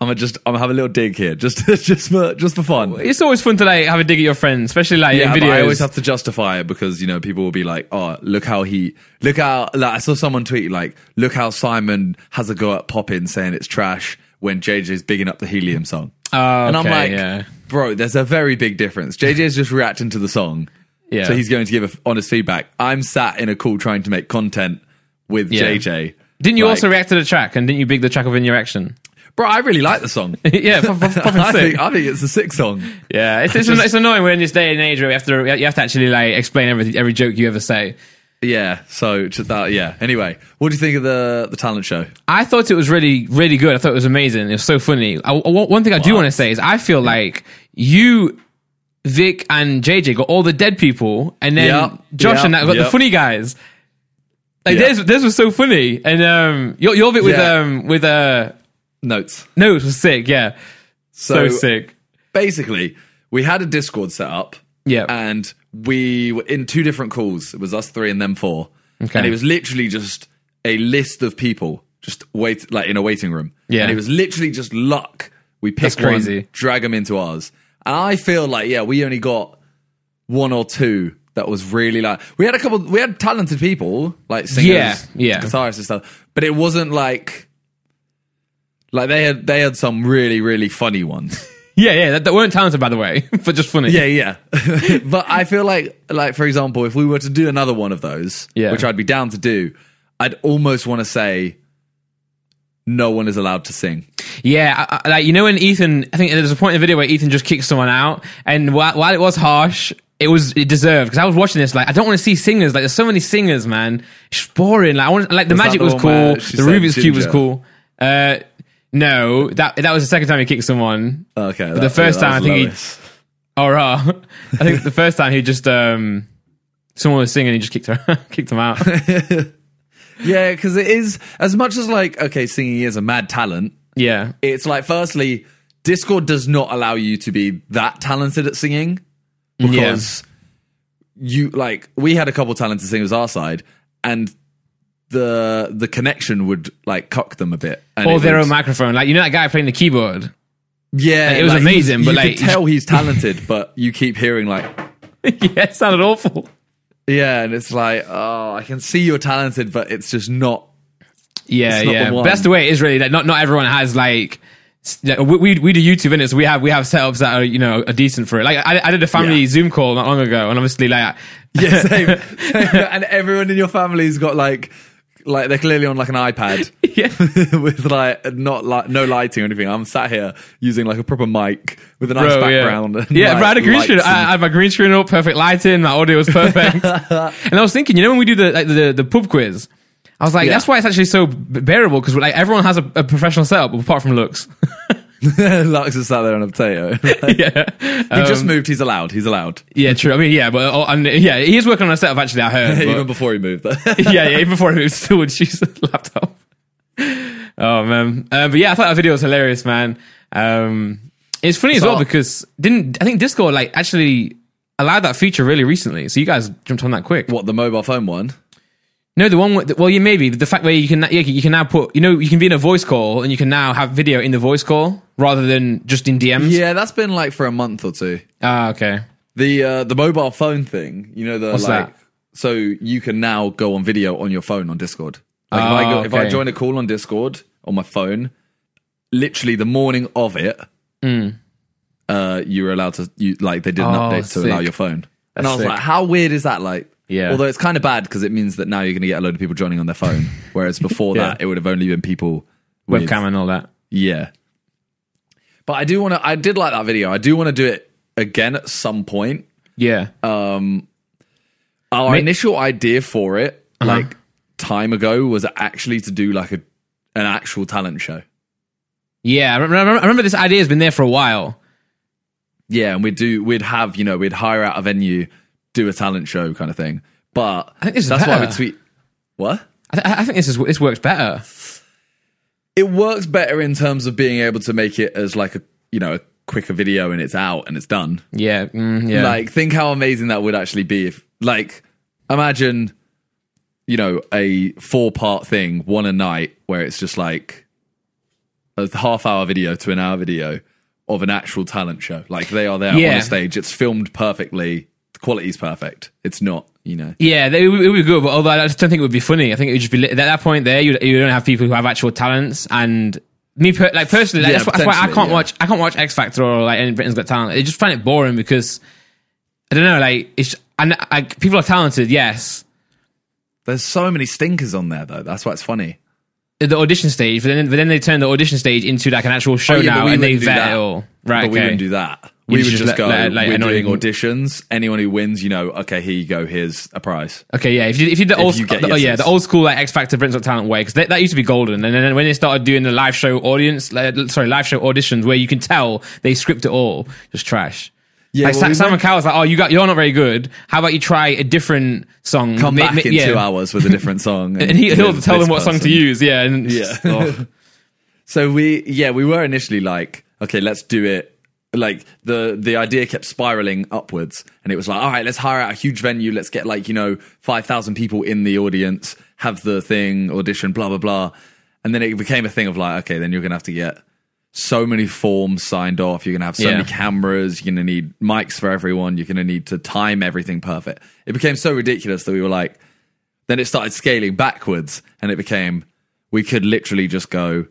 Speaker 2: I'm gonna just I'm gonna have a little dig here, just just for just for fun.
Speaker 1: it's always fun to like have a dig at your friends, especially like
Speaker 2: yeah,
Speaker 1: in
Speaker 2: but
Speaker 1: videos.
Speaker 2: I always have to justify it because you know people will be like, "Oh, look how he, look how." Like I saw someone tweet like, "Look how Simon has a go at Poppin saying it's trash when JJ's bigging up the Helium song,"
Speaker 1: Oh,
Speaker 2: and I'm
Speaker 1: okay,
Speaker 2: like,
Speaker 1: yeah.
Speaker 2: "Bro, there's a very big difference. JJ's just reacting to the song,
Speaker 1: Yeah.
Speaker 2: So he's going to give a f- honest feedback. I'm sat in a call trying to make content with
Speaker 1: Yeah.
Speaker 2: JJ.
Speaker 1: Didn't you
Speaker 2: Like,
Speaker 1: also react to the track, and didn't you big the track up in your action?
Speaker 2: bro? I really like the song.
Speaker 1: yeah, pop, pop, pop
Speaker 2: I,
Speaker 1: and
Speaker 2: think,
Speaker 1: sick.
Speaker 2: I think it's a sick song.
Speaker 1: Yeah, it's it's, it's annoying when in this day and age where we have to you have to actually like explain every every joke you ever say.
Speaker 2: Yeah. So just that. Yeah. Anyway, what do you think of the the talent show?
Speaker 1: I thought it was really, really good. I thought it was amazing. It was so funny. I, I- one thing I do want to say is I feel like you, Vic, and JJ got all the dead people, and then
Speaker 2: Yeah,
Speaker 1: Josh
Speaker 2: yeah,
Speaker 1: and that got
Speaker 2: yeah.
Speaker 1: the funny guys. Like
Speaker 2: Yeah.
Speaker 1: this, theirs, theirs was so funny, and um, your your bit with
Speaker 2: Yeah.
Speaker 1: um with uh
Speaker 2: Notes.
Speaker 1: no, it was sick. Yeah, so, sick.
Speaker 2: basically, we had a Discord set up.
Speaker 1: Yeah.
Speaker 2: And we were in two different calls. It was us three and them four.
Speaker 1: Okay.
Speaker 2: And it was literally just a list of people just wait like in a waiting room.
Speaker 1: Yeah.
Speaker 2: And it was literally just luck. We
Speaker 1: That's
Speaker 2: picked
Speaker 1: crazy.
Speaker 2: one, drag them into ours. And I feel like, yeah, we only got one or two that was really like we had a couple we had talented people, like singers,
Speaker 1: Yeah, yeah.
Speaker 2: guitarists and stuff. But it wasn't like like they had they had some really, really funny ones.
Speaker 1: Yeah, yeah, that, that weren't talented by the way, but just funny.
Speaker 2: Yeah, yeah. but I feel like, like for example, if we were to do another one of those,
Speaker 1: Yeah.
Speaker 2: which I'd be down to do, I'd almost want to say, no one is allowed to sing.
Speaker 1: Yeah, I, I, like you know when Ethan, I think there's a point in the video where Ethan just kicks someone out, and while, while it was harsh, it was it deserved because I was watching this like I don't want to see singers like there's so many singers, man. It's just boring. Like I want like the
Speaker 2: that
Speaker 1: magic
Speaker 2: the
Speaker 1: was
Speaker 2: one
Speaker 1: cool,
Speaker 2: where she
Speaker 1: the
Speaker 2: said
Speaker 1: Rubik's cube was
Speaker 2: ginger?
Speaker 1: cool. Uh, no, that that was the second time he kicked someone.
Speaker 2: Okay,
Speaker 1: the first time I think he- Or uh, I think the first time he just um someone was singing, he just kicked her kicked him out.
Speaker 2: he, yeah, because it is as much as like okay, singing is a mad talent.
Speaker 1: yeah,
Speaker 2: It's like firstly, Discord does not allow you to be that talented at singing because you like we had a couple talented singers our side and the the connection would like cock them a bit. And
Speaker 1: or
Speaker 2: it
Speaker 1: their
Speaker 2: would-
Speaker 1: own microphone. Like you know that guy playing the keyboard.
Speaker 2: Yeah,
Speaker 1: it was
Speaker 2: like,
Speaker 1: amazing,
Speaker 2: you
Speaker 1: but,
Speaker 2: could
Speaker 1: like,
Speaker 2: tell he's talented, but you keep hearing like
Speaker 1: yeah, it sounded awful.
Speaker 2: yeah, and it's like oh, I can see you're talented, but it's just not.
Speaker 1: Yeah,
Speaker 2: It's not
Speaker 1: yeah.
Speaker 2: the
Speaker 1: But
Speaker 2: one.
Speaker 1: that's the way it is, really. That not not everyone has like. s- like, We, we we do YouTube in it, so we have we have setups that are you know are decent for it. Like I, I did a family
Speaker 2: Yeah.
Speaker 1: Zoom call not long ago, and obviously like
Speaker 2: Yeah, same. same. and everyone in your family's got like like they're clearly on like an iPad.
Speaker 1: yeah,
Speaker 2: with like not like no lighting or anything. I'm sat here using like a proper mic with a nice
Speaker 1: Bro,
Speaker 2: background. and,
Speaker 1: Yeah, yeah
Speaker 2: like,
Speaker 1: but I had a green
Speaker 2: lights
Speaker 1: screen.
Speaker 2: and-
Speaker 1: I, I had my green screen up, perfect lighting, my audio was perfect. and I was thinking, you know, when we do the like, the, the pub quiz, I was like,
Speaker 2: Yeah.
Speaker 1: that's why it's actually so b- bearable because like everyone has a, a professional setup apart from looks.
Speaker 2: Lux is sat there on a potato.
Speaker 1: yeah, Uh,
Speaker 2: he
Speaker 1: Um,
Speaker 2: just moved. He's allowed. He's allowed.
Speaker 1: yeah, true. I mean, yeah, but oh, and, yeah, he is working on a setup actually. I heard but-
Speaker 2: Even before he moved.
Speaker 1: yeah, yeah, even before it was still would choose a laptop. Oh man, uh, but yeah, I thought that video was hilarious, man. Um, it's funny as
Speaker 2: So-
Speaker 1: well because didn't I think Discord like actually allowed that feature really recently, so you guys jumped on that quick.
Speaker 2: What the mobile phone one?
Speaker 1: No, the one. With, well, yeah, maybe the fact where you can yeah, you can now put you know you can be in a voice call and you can now have video in the voice call rather than just in DMs.
Speaker 2: Yeah, that's been like for a month or two.
Speaker 1: Ah, okay.
Speaker 2: The uh, the mobile phone thing, you know, the
Speaker 1: What's
Speaker 2: like
Speaker 1: that?
Speaker 2: so you can now go on video on your phone on Discord. Like if I
Speaker 1: Oh,
Speaker 2: go, if I
Speaker 1: okay.
Speaker 2: join a call on Discord on my phone, literally the morning of it, uh, you were allowed to you like they did an
Speaker 1: Mm. Oh,
Speaker 2: update to allow
Speaker 1: sick.
Speaker 2: your phone. and I was
Speaker 1: sick.
Speaker 2: like, how weird is that? Like,
Speaker 1: Yeah.
Speaker 2: Although it's kind of bad because it means that now you're going to get a load of people joining on their phone, whereas before
Speaker 1: Yeah.
Speaker 2: that it would have only been people with-
Speaker 1: Webcam and all that.
Speaker 2: yeah. But I do want to. I did like that video. I do want to do it again at some point.
Speaker 1: Yeah.
Speaker 2: Our
Speaker 1: Ma-
Speaker 2: initial idea for it,
Speaker 1: Uh-huh.
Speaker 2: like time ago, was actually to do like a an actual talent show.
Speaker 1: yeah. I remember, I remember this idea has been there for a while.
Speaker 2: Yeah, and we'd do we'd have you know we'd hire out a venue, do a talent show kind of thing. But
Speaker 1: think this is
Speaker 2: that's why we
Speaker 1: better.
Speaker 2: tweet. What?
Speaker 1: I, th- I think this is this works better.
Speaker 2: It works better in terms of being able to make it as like a you know a quicker video and it's out and it's done.
Speaker 1: Yeah. Mm, yeah.
Speaker 2: Like, think how amazing that would actually be if, like, imagine, you know, a four part thing, one a night, where it's just like a half hour video to an hour video of an actual talent show. Like, they are there on
Speaker 1: Yeah.
Speaker 2: a stage. It's filmed perfectly. The quality's perfect. It's not, you know.
Speaker 1: Yeah, that- it would, it would be good, but although I just don't think it would be funny. I think it would just be li- at that point there. You you don't have people who have actual talents, and me per, like personally, like,
Speaker 2: Yeah,
Speaker 1: that's, why, that's why I
Speaker 2: potentially,
Speaker 1: can't
Speaker 2: yeah.
Speaker 1: watch. I can't watch X Factor or like any Britain's Got Talent. I just find it boring because I don't know. Like it's and like people are talented, yes,
Speaker 2: There's so many stinkers on there, though. That's why it's funny.
Speaker 1: at the audition stage, but then but then they turn the audition stage into like an actual show
Speaker 2: Oh, yeah, but
Speaker 1: now,
Speaker 2: we
Speaker 1: and they
Speaker 2: wouldn't do
Speaker 1: vet
Speaker 2: that.
Speaker 1: it all. Right,
Speaker 2: But we
Speaker 1: okay.
Speaker 2: wouldn't do that. We would
Speaker 1: should
Speaker 2: just,
Speaker 1: just let-
Speaker 2: go,
Speaker 1: let- like,
Speaker 2: we're
Speaker 1: anyone
Speaker 2: doing
Speaker 1: who-
Speaker 2: auditions. Anyone who wins, you know, okay, here you go. Here's a prize.
Speaker 1: Okay, yeah. If you, if you did the old,
Speaker 2: you get
Speaker 1: the- oh yeah,
Speaker 2: yeses.
Speaker 1: the old school like X Factor Britain's Got Talent way, because that used to be golden, and then when they started doing the live show audience, like, sorry, live show auditions, where you can tell they script it all, just trash.
Speaker 2: Yeah,
Speaker 1: like
Speaker 2: well,
Speaker 1: Sa-
Speaker 2: we
Speaker 1: Simon
Speaker 2: went-
Speaker 1: Cowell's like, oh, you got, you're not very good. How about you try a different song?
Speaker 2: come
Speaker 1: Ma-
Speaker 2: back
Speaker 1: ma-
Speaker 2: in
Speaker 1: yeah.
Speaker 2: two hours with a different song,
Speaker 1: and he, he'll
Speaker 2: with
Speaker 1: tell
Speaker 2: this
Speaker 1: them what song to
Speaker 2: person.
Speaker 1: use. Yeah, and it's just- oh.
Speaker 2: So we, yeah, we were initially like, okay, let's do it. Like the the idea kept spiraling upwards, and it was like, all right, let's hire out a huge venue. Let's get like you know five thousand people in the audience, have the thing, audition, blah blah blah, and then it became a thing of like, okay, then you're gonna have to get so many forms signed off. You're gonna have so
Speaker 1: Yeah.
Speaker 2: many cameras. You're gonna need mics for everyone. You're gonna need to time everything perfect. It became so ridiculous that we were like, then it started scaling backwards and it became we could literally just go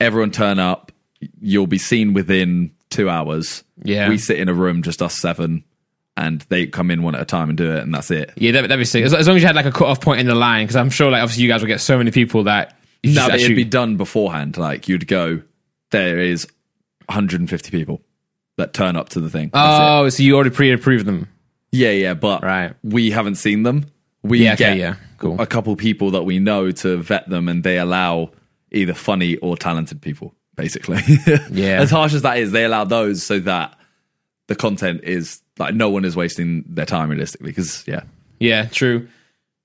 Speaker 2: everyone turn up you'll be seen within two hours
Speaker 1: Yeah.
Speaker 2: we sit in a room just us seven and they come in one at a time and do it and that's it
Speaker 1: yeah, that'd, that'd be sick. As, as long as you had like a cut off point in the line, because I'm sure like obviously you guys will get so many people that you
Speaker 2: no
Speaker 1: just
Speaker 2: but it'd
Speaker 1: actually-
Speaker 2: be done beforehand like you'd go there is 150 people that turn up to the thing That's it.
Speaker 1: oh, so you already pre-approved them.
Speaker 2: yeah yeah but
Speaker 1: Right.
Speaker 2: we haven't seen them we
Speaker 1: Yeah, okay,
Speaker 2: get
Speaker 1: yeah, cool.
Speaker 2: a couple people that we know to vet them and they allow either funny or talented people basically
Speaker 1: Yeah.
Speaker 2: as harsh as that is they allow those so that the content is like no one is wasting their time realistically because yeah
Speaker 1: Yeah, true.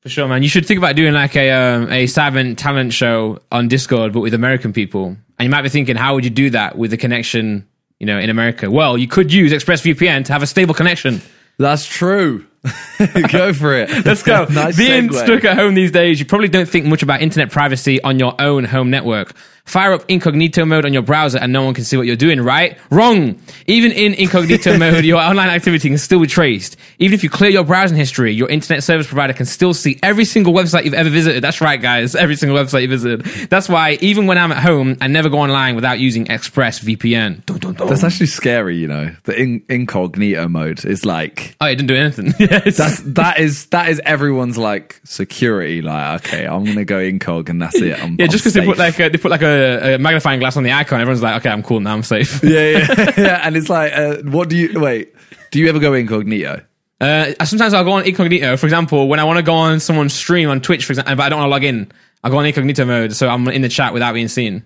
Speaker 1: For sure, man. You should think about doing like a um, a Simon talent show on Discord, but with American people. And you might be thinking, how would you do that with the connection, you know, in America? Well, you could use ExpressVPN to have a stable connection.
Speaker 2: that's true go for it
Speaker 1: Let's go.
Speaker 2: nice
Speaker 1: Being
Speaker 2: segue.
Speaker 1: stuck at home these days, you probably don't think much about internet privacy on your own home network. Fire up incognito mode on your browser and no one can see what you're doing, right? Wrong. Even in incognito mode, your online activity can still be traced. Even if you clear your browsing history, your internet service provider can still see every single website you've ever visited. That's right, guys. Every single website you visited. That's why even when I'm at home, I never go online without using ExpressVPN. Dun, dun, dun.
Speaker 2: that's actually scary you know the in- incognito mode is like
Speaker 1: oh, it didn't do anything. Yes.
Speaker 2: that's that is that is everyone's like security like okay i'm gonna go incog and that's it I'm,
Speaker 1: Yeah,
Speaker 2: I'm
Speaker 1: just because they put
Speaker 2: safe.
Speaker 1: like a, they put like a, a magnifying glass on the icon, everyone's like, okay, I'm cool now, I'm safe.
Speaker 2: yeah, yeah, yeah. And it's like, uh, what do you wait? Do you ever go incognito?
Speaker 1: Uh, sometimes I'll go on incognito. For example, when I want to go on someone's stream on Twitch, for example, but I don't want to log in, I go on incognito mode, so I'm in the chat without being seen.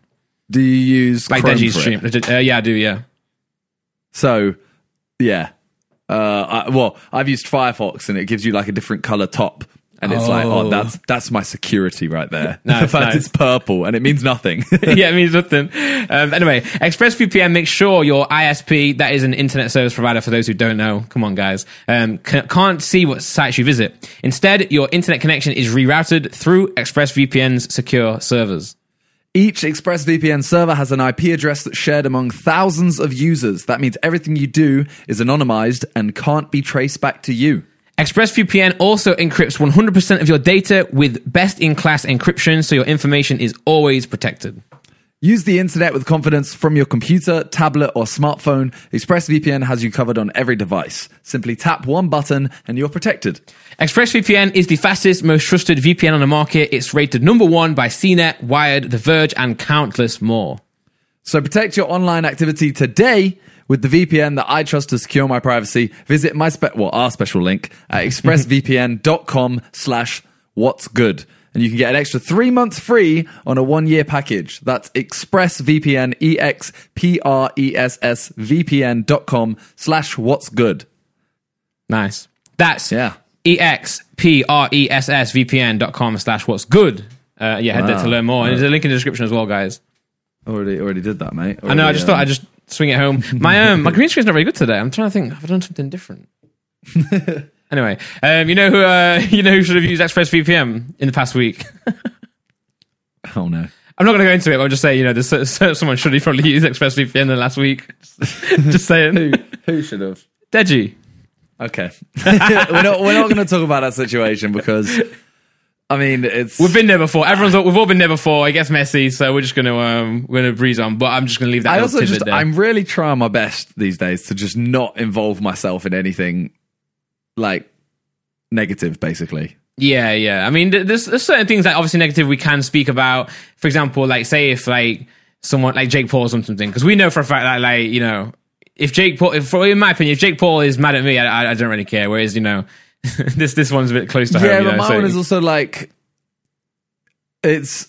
Speaker 2: Do you use
Speaker 1: Like
Speaker 2: Chrome
Speaker 1: Deji's
Speaker 2: for it?
Speaker 1: stream. Uh, yeah, I do. Yeah.
Speaker 2: So, yeah. Uh, I, well, I've used Firefox, and it gives you like a different color top, and it's like,
Speaker 1: Oh.
Speaker 2: oh, that's that's my security right there.
Speaker 1: No,
Speaker 2: the fact
Speaker 1: no.
Speaker 2: it's purple and it means nothing.
Speaker 1: yeah, it means nothing. Um, anyway, ExpressVPN makes sure your ISP, that is an internet service provider for those who don't know, come on guys, um, ca- can't see what sites you visit. Instead, your internet connection is rerouted through ExpressVPN's secure servers.
Speaker 2: Each ExpressVPN server has an IP address that's shared among thousands of users. That means everything you do is anonymized and can't be traced back to you.
Speaker 1: ExpressVPN also encrypts 100% of your data with best in class encryption, so your information is always protected.
Speaker 2: Use the internet with confidence from your computer, tablet, or smartphone. ExpressVPN has you covered on every device. Simply tap one button and you're protected.
Speaker 1: ExpressVPN is the fastest, most trusted VPN on the market. It's rated number one by CNET, Wired, The Verge, and countless more.
Speaker 2: So protect your online activity today with the VPN that I trust to secure my privacy. Visit my spe- well, our special link at expressvpn.com slash what's good. And you can get an extra three months free on a one year package. That's expressvpn, E E-X-P-R-E-S-S VPN dot com slash what's good.
Speaker 1: Nice. That's
Speaker 2: Yeah.
Speaker 1: E X P R E S S V P N dot com slash what's good. Uh, yeah, head there to
Speaker 2: Wow.
Speaker 1: learn more. And there's a link in the description as well, guys.
Speaker 2: Already, already um, did that, mate.
Speaker 1: I know. I just thought I'd just swing it home. My um, my green screen's not very good today. I'm trying to think. Have I done something different? anyway, um, you know who uh, you know who should have used ExpressVPN in the past week.
Speaker 2: Oh no.
Speaker 1: I'm not going to go into it. But I'll just say you know there's so, so, someone should have probably used ExpressVPN in the last week. just saying,
Speaker 2: who should have?
Speaker 1: Deji.
Speaker 2: Okay. we're not, we're not going to talk about that situation because, I mean, it's.
Speaker 1: We've been there before. Everyone's all, we've all been there before. It gets messy, so we're just gonna um, we're gonna breeze on. But I'm just gonna leave that.
Speaker 2: I
Speaker 1: little
Speaker 2: also
Speaker 1: tidbit
Speaker 2: just
Speaker 1: there.
Speaker 2: I'm really trying my best these days to just not involve myself in anything like negative, basically.
Speaker 1: Yeah, yeah. I mean, th- there's, there's certain things that obviously negative we can speak about. For example, like say if like someone like Jake Paul or something, because we know for a fact that like you know if Jake Paul, if, in my opinion, if Jake Paul is mad at me, I, I, I don't really care. Whereas you know this this one's a bit close to
Speaker 2: yeah,
Speaker 1: home. you
Speaker 2: but
Speaker 1: know,
Speaker 2: my
Speaker 1: so-
Speaker 2: one is also like it's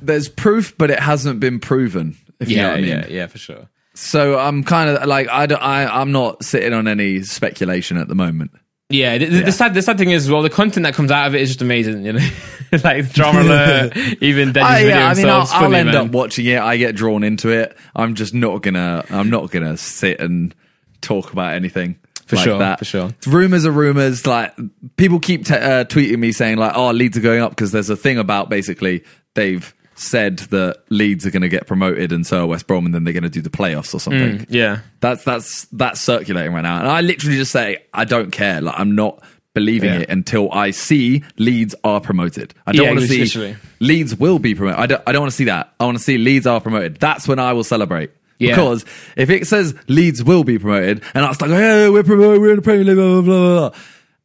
Speaker 2: there's proof, but it hasn't been proven. If you know
Speaker 1: yeah,
Speaker 2: what I mean.
Speaker 1: yeah, yeah, for sure.
Speaker 2: So I'm kind of like I, don't, I I'm not sitting on any speculation at the moment.
Speaker 1: Yeah, the, the- the sad the sad thing is, well, the content that comes out of it is just amazing. You know, like drama alert, even Deji's
Speaker 2: I,
Speaker 1: video
Speaker 2: yeah, I mean, I'll,
Speaker 1: himself's
Speaker 2: I'll
Speaker 1: funny,
Speaker 2: end
Speaker 1: man.
Speaker 2: up watching it. I get drawn into it. I'm just not gonna. I'm not gonna sit and talk about anything for like
Speaker 1: sure,
Speaker 2: That.
Speaker 1: for sure.
Speaker 2: rumors are rumors. Like people keep t- uh, tweeting me saying like, "Oh, Leeds are going up" because there's a thing about basically they've said that Leeds are going to get promoted and so are West Brom, and then they're going to do the playoffs or something.
Speaker 1: Yeah,
Speaker 2: That's that's that's circulating right now, and I literally just say I don't care. Like I'm not believing
Speaker 1: Yeah.
Speaker 2: it until I see Leeds are promoted. I don't
Speaker 1: Yeah,
Speaker 2: want to see
Speaker 1: literally.
Speaker 2: Leeds will be promoted. I don't, I don't want to see that. I want to see Leeds are promoted. That's when I will celebrate.
Speaker 1: Yeah.
Speaker 2: Because if it says Leeds will be promoted, and I start going, "Hey, we're promoted, we're in the Premier League," blah blah blah, blah,"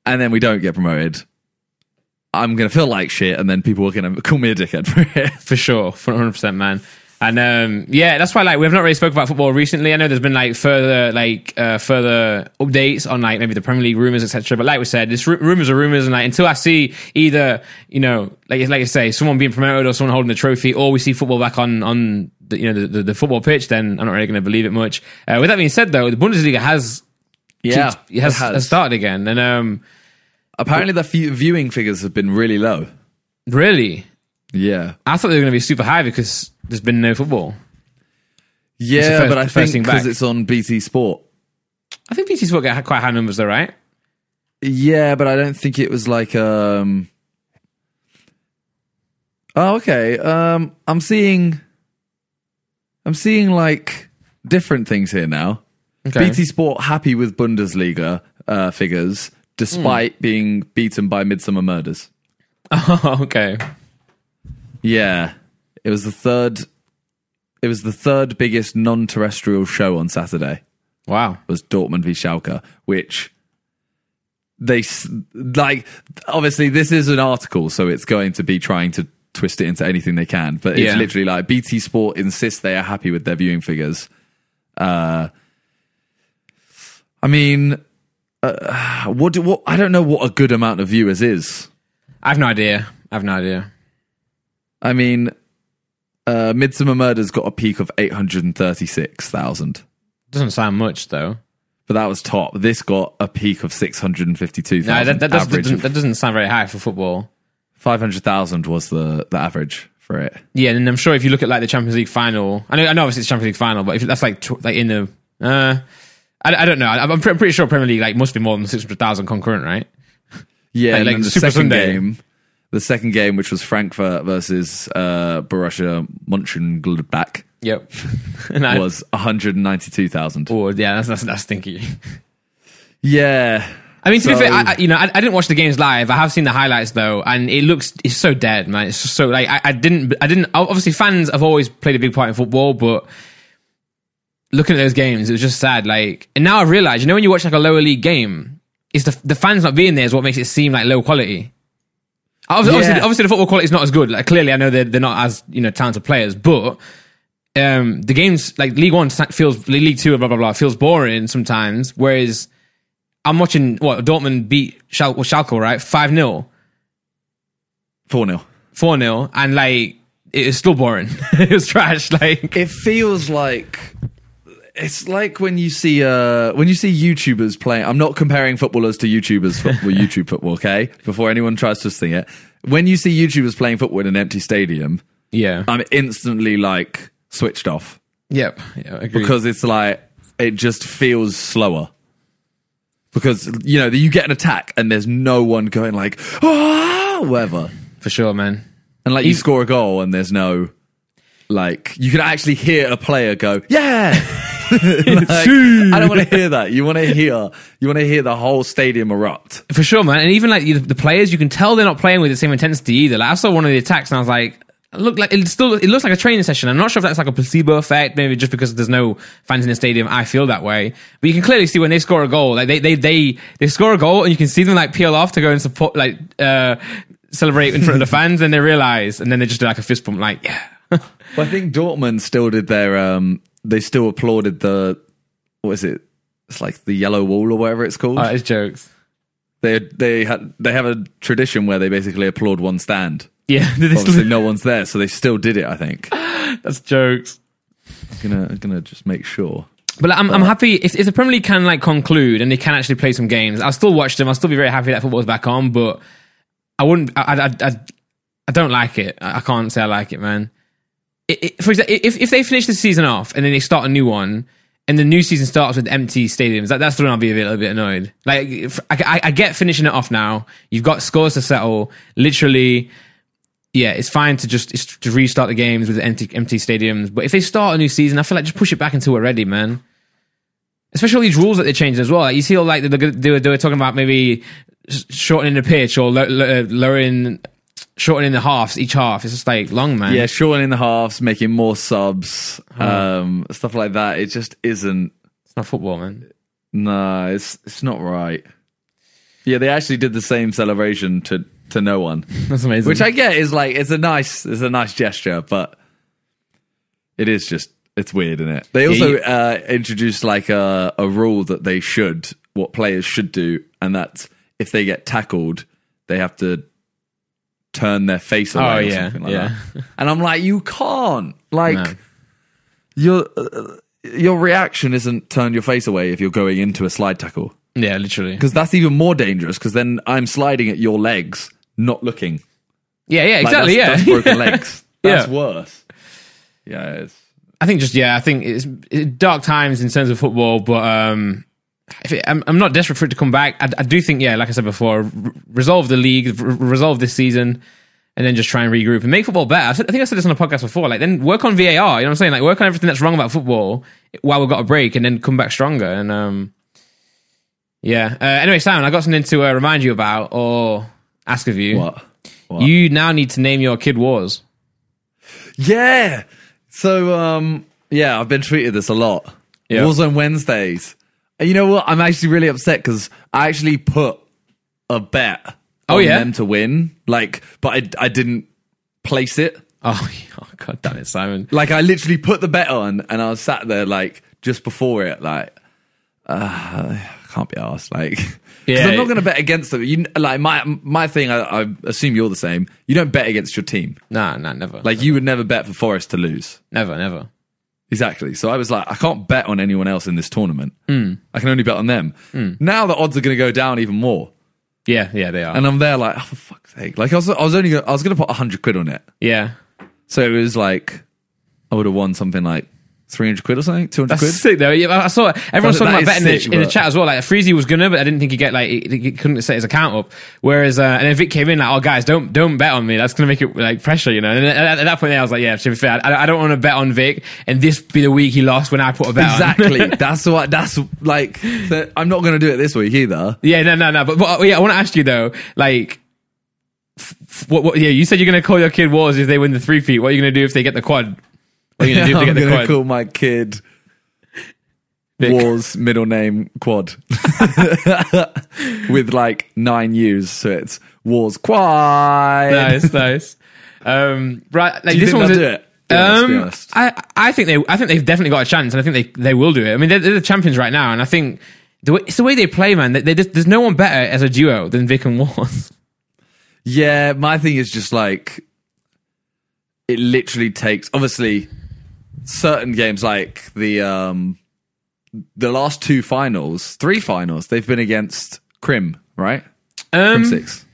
Speaker 2: and then we don't get promoted, I'm gonna feel like shit, and then people are gonna call me a dickhead for it.
Speaker 1: for sure, one hundred percent, man. And um, yeah, that's why like we've not really spoke about football recently. I know there's been like further like uh, further updates on like maybe the Premier League rumors, etc. But like we said, this ru- rumors are rumors, and like until I see either you know like like you say someone being promoted or someone holding the trophy, or we see football back on on the, you know the, the, the football pitch, then I'm not really going to believe it much. Uh, with that being said, though, the Bundesliga has
Speaker 2: it
Speaker 1: has, has started again, and um,
Speaker 2: Apparently, the few viewing figures have been really low.
Speaker 1: really,
Speaker 2: Yeah.
Speaker 1: I thought they were going to be super high because there's been no football. the
Speaker 2: Yeah,
Speaker 1: first-
Speaker 2: but I
Speaker 1: first thing
Speaker 2: think because
Speaker 1: back.
Speaker 2: it's on BT Sport.
Speaker 1: I think BT Sport get quite high numbers though, right?
Speaker 2: Yeah, but I don't think it was like um. Oh, okay. Um, I'm seeing. I'm seeing like different things here now.
Speaker 1: Okay.
Speaker 2: BT Sport happy with Bundesliga uh, figures despite being beaten by Midsummer Murders.
Speaker 1: Oh, okay.
Speaker 2: Yeah, it was the third. It was the third biggest non-terrestrial show on Saturday.
Speaker 1: Wow.
Speaker 2: was Dortmund v Schalke, which they s- like. Obviously, this is an article, so it's going to be trying to twist it into anything they can. But it's
Speaker 1: Yeah.
Speaker 2: literally like BT Sport insists they are happy with their viewing figures. Uh, I mean, uh, what? do- What? I don't know what a good amount of viewers is.
Speaker 1: I've no idea. I've no idea.
Speaker 2: I mean, uh, Midsummer Murders got a peak of eight hundred and thirty-six thousand.
Speaker 1: Doesn't sound much though.
Speaker 2: but that was top. This got a peak of six hundred and fifty-two
Speaker 1: No,
Speaker 2: thousand.
Speaker 1: that, that, doesn't-
Speaker 2: average
Speaker 1: doesn't, that doesn't sound very high for football.
Speaker 2: five hundred thousand was the the average for it.
Speaker 1: Yeah, and I'm sure if you look at like the Champions League final, I know, I know obviously it's Champions League final, but if that's like tw- like in the, uh, I, I don't know. I, I'm pre- pretty sure Premier League like must be more than six hundred thousand concurrent, right?
Speaker 2: Yeah,
Speaker 1: Like-
Speaker 2: and
Speaker 1: like
Speaker 2: then the
Speaker 1: Super
Speaker 2: second
Speaker 1: Sunday.
Speaker 2: game, the second game, which was Frankfurt versus uh, Borussia Mönchengladbach,
Speaker 1: Yep. and I,
Speaker 2: was one hundred and ninety-two thousand.
Speaker 1: Oh, yeah, that's that's, that's stinky.
Speaker 2: Yeah,
Speaker 1: I mean, to be
Speaker 2: So-
Speaker 1: fair, I, I, you know, I, I didn't watch the games live. I have seen the highlights though, and it looks it's so dead, man. It's so like I, I didn't, I didn't. Obviously, fans have always played a big part in football, but looking at those games, it was just sad. Like, and now I realize, you know, when you watch like a lower league game, it's the the fans not being there is what makes it seem like low quality. Obviously, obviously,
Speaker 2: Yeah.
Speaker 1: obviously the football quality is not as good. Like, clearly, I know they're they're not as you know talented players, but um, the games like League One sa- feels League Two and blah blah blah feels boring sometimes. Whereas I'm watching what Dortmund beat Schal- well, Schalke right five 0
Speaker 2: four 0
Speaker 1: four 0 and like it was still boring. it was trash. Like
Speaker 2: It feels like it's like when you see uh when you see YouTubers playing. I'm not comparing footballers to YouTubers football, YouTube football. Okay, before anyone tries to sing it, when you see YouTubers playing football in an empty stadium,
Speaker 1: yeah,
Speaker 2: I'm instantly like switched off.
Speaker 1: yep, yeah, agree.
Speaker 2: because it's like it just feels slower. Because you know you get an attack and there's no one going like ah whatever,
Speaker 1: for sure, man.
Speaker 2: and like you score a goal and there's no like you can actually hear a player go yeah. Like, I don't want to hear that. You want to hear you want to hear the whole stadium erupt.
Speaker 1: For sure, man. And even like you- the players, you can tell they're not playing with the same intensity either. Like I saw one of the attacks, and I was like, look, like it still it looks like a training session. I'm not sure if that's like a placebo effect, maybe just because there's no fans in the stadium. I feel that way, but you can clearly see when they score a goal, like they they they they score a goal, and you can see them like peel off to go and support, like uh celebrate in front of the fans, and they realize, and then they just do like a fist bump, like yeah.
Speaker 2: Well, I think Dortmund still did their um they still applauded the what is it? It's like the yellow wall or whatever it's called.
Speaker 1: Oh, it's jokes.
Speaker 2: they they had they have a tradition where they basically applaud one stand.
Speaker 1: Yeah, they still-
Speaker 2: Obviously, no one's there, so they still did it. I think. I'm
Speaker 1: that's jokes.
Speaker 2: gonna I'm gonna just make sure.
Speaker 1: But like, I'm, I'm happy if, if the Premier League can like conclude and they can actually play some games. I'll still watch them. I'll still be very happy that football's back on. But I wouldn't. I I I, I- I don't like it. I I can't say I like it, man. It, it, for example, if if they finish the season off and then they start a new one. And the new season starts with empty stadiums. That, that's the one I'll be a, bit, a little bit annoyed. Like, if- I, I, I get finishing it off now. You've got scores to settle. Literally, yeah, it's fine to just it's to restart the games with empty empty stadiums. But if they start a new season, I feel like just push it back until we're ready, man especially all these rules that they're changing as well. Like you see, all like they, they, were, they were talking about maybe sh- shortening the pitch or lo- lo- uh, lowering, shortening the halves each half. It's just like long, man.
Speaker 2: Yeah, Sean in the halves, making more subs, um, stuff like that. It just isn't.
Speaker 1: it's not football, man.
Speaker 2: No, it's it's not right. Yeah, they actually did the same celebration to to no one,
Speaker 1: That's amazing.
Speaker 2: which I get is like it's a nice it's a nice gesture, but it is just it's weird, isn't it? They also
Speaker 1: you-
Speaker 2: uh, introduced like a a rule that they should what players should do, and that's if they get tackled, they have to turn their face away.
Speaker 1: Oh,
Speaker 2: or
Speaker 1: yeah,
Speaker 2: something like
Speaker 1: yeah.
Speaker 2: That. And I'm like, you can't like
Speaker 1: No.
Speaker 2: your. Uh, your reaction isn't turn your face away if you're going into a slide tackle
Speaker 1: yeah, literally.
Speaker 2: because that's even more dangerous because then I'm sliding at your legs, not looking.
Speaker 1: Yeah, yeah,
Speaker 2: Like,
Speaker 1: exactly.
Speaker 2: that's-
Speaker 1: yeah,
Speaker 2: that's broken legs. That's
Speaker 1: Yeah.
Speaker 2: worse. Yeah, it's
Speaker 1: I think just yeah, I think it's, it's dark times in terms of football, but um, if it, I'm I'm not desperate for it to come back. I, I do think yeah, like I said before, r- resolve the league, r- resolve this season, and then just try and regroup and make football better. I said- I think I said this on a podcast before. Like then work on VAR. You know what I'm saying? Like work on everything that's wrong about football while we've got a break, and then come back stronger. And um, yeah. Uh, anyway, Simon, I got something to uh, remind you about or ask of you.
Speaker 2: what? What?
Speaker 1: You now need to name your kid wars.
Speaker 2: yeah. So um, yeah, I've been tweeted this a lot.
Speaker 1: Yeah.
Speaker 2: Warzone Wednesdays. And you know what? I'm actually really upset because I actually put a bet
Speaker 1: Oh,
Speaker 2: on
Speaker 1: yeah?
Speaker 2: them to win. Like, but I I didn't place it.
Speaker 1: Oh, oh god damn it, Simon.
Speaker 2: Like I literally put the bet on, and I was sat there like just before it, like uh, I can't be asked. Like, 'cause
Speaker 1: Yeah.
Speaker 2: I'm not going to bet against them. You like my my thing. I, I assume you're the same. You don't bet against your team.
Speaker 1: Nah, nah, never.
Speaker 2: Like you would never bet for Forest to lose.
Speaker 1: never, never.
Speaker 2: Exactly. So I was like, I can't bet on anyone else in this tournament.
Speaker 1: Hmm.
Speaker 2: I can only bet on them. Now the odds are going to go down even more.
Speaker 1: Yeah, yeah, they are.
Speaker 2: And I'm there like, oh, for fuck's sake. Like I was, I was only, gonna, I was going to put 100 quid on it.
Speaker 1: yeah,
Speaker 2: So it was like, I would have won something like 300 quid or something, 200
Speaker 1: that's
Speaker 2: quid.
Speaker 1: sick though. Yeah, I saw everyone's
Speaker 2: That-
Speaker 1: talking about
Speaker 2: that
Speaker 1: betting
Speaker 2: is
Speaker 1: in,
Speaker 2: sick,
Speaker 1: the, in the
Speaker 2: but-
Speaker 1: chat as well. Like Freezy was gonna, but I didn't think he get like he, he couldn't set his account up. Whereas uh, and then Vic came in like, oh guys, don't don't bet on me. That's gonna make it like pressure, you know. And then at, at that point, there, I was like, yeah, to be fair, I, I don't want to bet on Vic, and this be the week he lost when I put a bet. on.
Speaker 2: Exactly. that's what, that's like, so I'm not going to do it this week either.
Speaker 1: Yeah, no, no, no. But, but uh, yeah, I want to ask you though, like, f- f- what, what? Yeah, you said you're gonna call your kid Wars if they win the three feet. What are you gonna do if they get the quad? What are you gonna do if they
Speaker 2: I'm
Speaker 1: get the
Speaker 2: going to
Speaker 1: quad?
Speaker 2: call my kid
Speaker 1: Vic.
Speaker 2: Wars middle name Quad with like nine U's. So it's Wars Quad.
Speaker 1: nice, nice. Um, right, like
Speaker 2: you
Speaker 1: this
Speaker 2: think
Speaker 1: one's
Speaker 2: they'll
Speaker 1: a-
Speaker 2: do it? Yeah, let's be
Speaker 1: um,
Speaker 2: honest.
Speaker 1: I, I think they, I think they've definitely got a chance, and I think they, they will do it. I mean, they're, they're the champions right now, and I think the way, it's the way they play, man. They, they just, there's no one better as a duo than Vic and Wars.
Speaker 2: Yeah, my thing is just like it literally takes obviously certain games like the um the last two finals, three finals, they've been against Crim, right? Crim
Speaker 1: Um,
Speaker 2: six.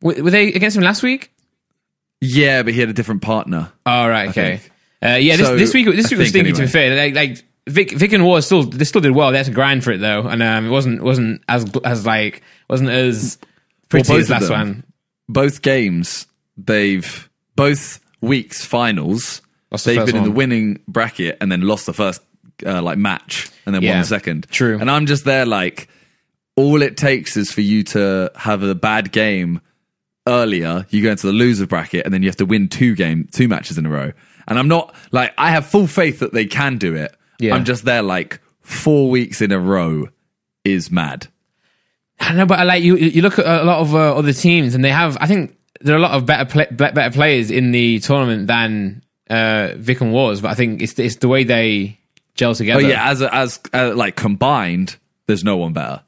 Speaker 1: were, were they against him last week?
Speaker 2: Yeah, but he had a different partner.
Speaker 1: All right, okay.
Speaker 2: think.
Speaker 1: Uh, yeah, this,
Speaker 2: So,
Speaker 1: this week this
Speaker 2: I
Speaker 1: week was
Speaker 2: think
Speaker 1: stinky. To be fair, like, like Vic, Vic and Wars still they still did well. They had to grind for it though, and um, it wasn't wasn't as gl- as like wasn't as pretty
Speaker 2: both
Speaker 1: as
Speaker 2: of
Speaker 1: last
Speaker 2: them.
Speaker 1: one.
Speaker 2: Both games, they've both weeks finals,
Speaker 1: Lost the
Speaker 2: they've
Speaker 1: first
Speaker 2: been in the
Speaker 1: one.
Speaker 2: winning bracket and then lost the first uh, like match and then won
Speaker 1: Yeah,
Speaker 2: the second.
Speaker 1: true.
Speaker 2: And I'm just there like all it takes is for you to have a bad game earlier, you go into the loser bracket, and then you have to win two game two matches in a row. And I'm not like I have full faith that they can do it.
Speaker 1: Yeah.
Speaker 2: I'm just there like four weeks in a row is mad.
Speaker 1: I know, but uh, like you, you look at a lot of uh, other teams, and they have. I think there are a lot of better pla be- better players in the tournament than uh, Vic and Wars, but I think it's it's the way they gel together.
Speaker 2: But Oh, yeah, as a, as uh, like combined, there's no one better.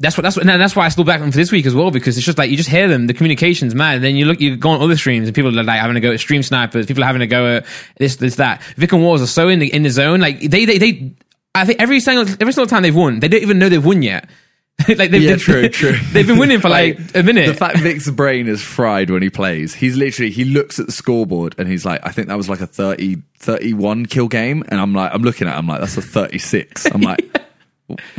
Speaker 1: That's what that's what, and that's why I still back them for this week as well because it's just like you just hear them the communications mad and then you look you go on other streams and people are like having to go at stream snipers people are having to go at this this that Vic and Wars are so in the in the zone like they they they I think every single every single time they've won they don't even know they've won yet like they've,
Speaker 2: Yeah,
Speaker 1: they've-
Speaker 2: true, true.
Speaker 1: they've been winning for like, a minute
Speaker 2: The fact Vic's brain is fried when he plays. He's literally he looks at the scoreboard and he's like, I think that was like a 30, 31 kill game, and I'm like, I'm looking at, it, I'm like, that's a thirty six. I'm like,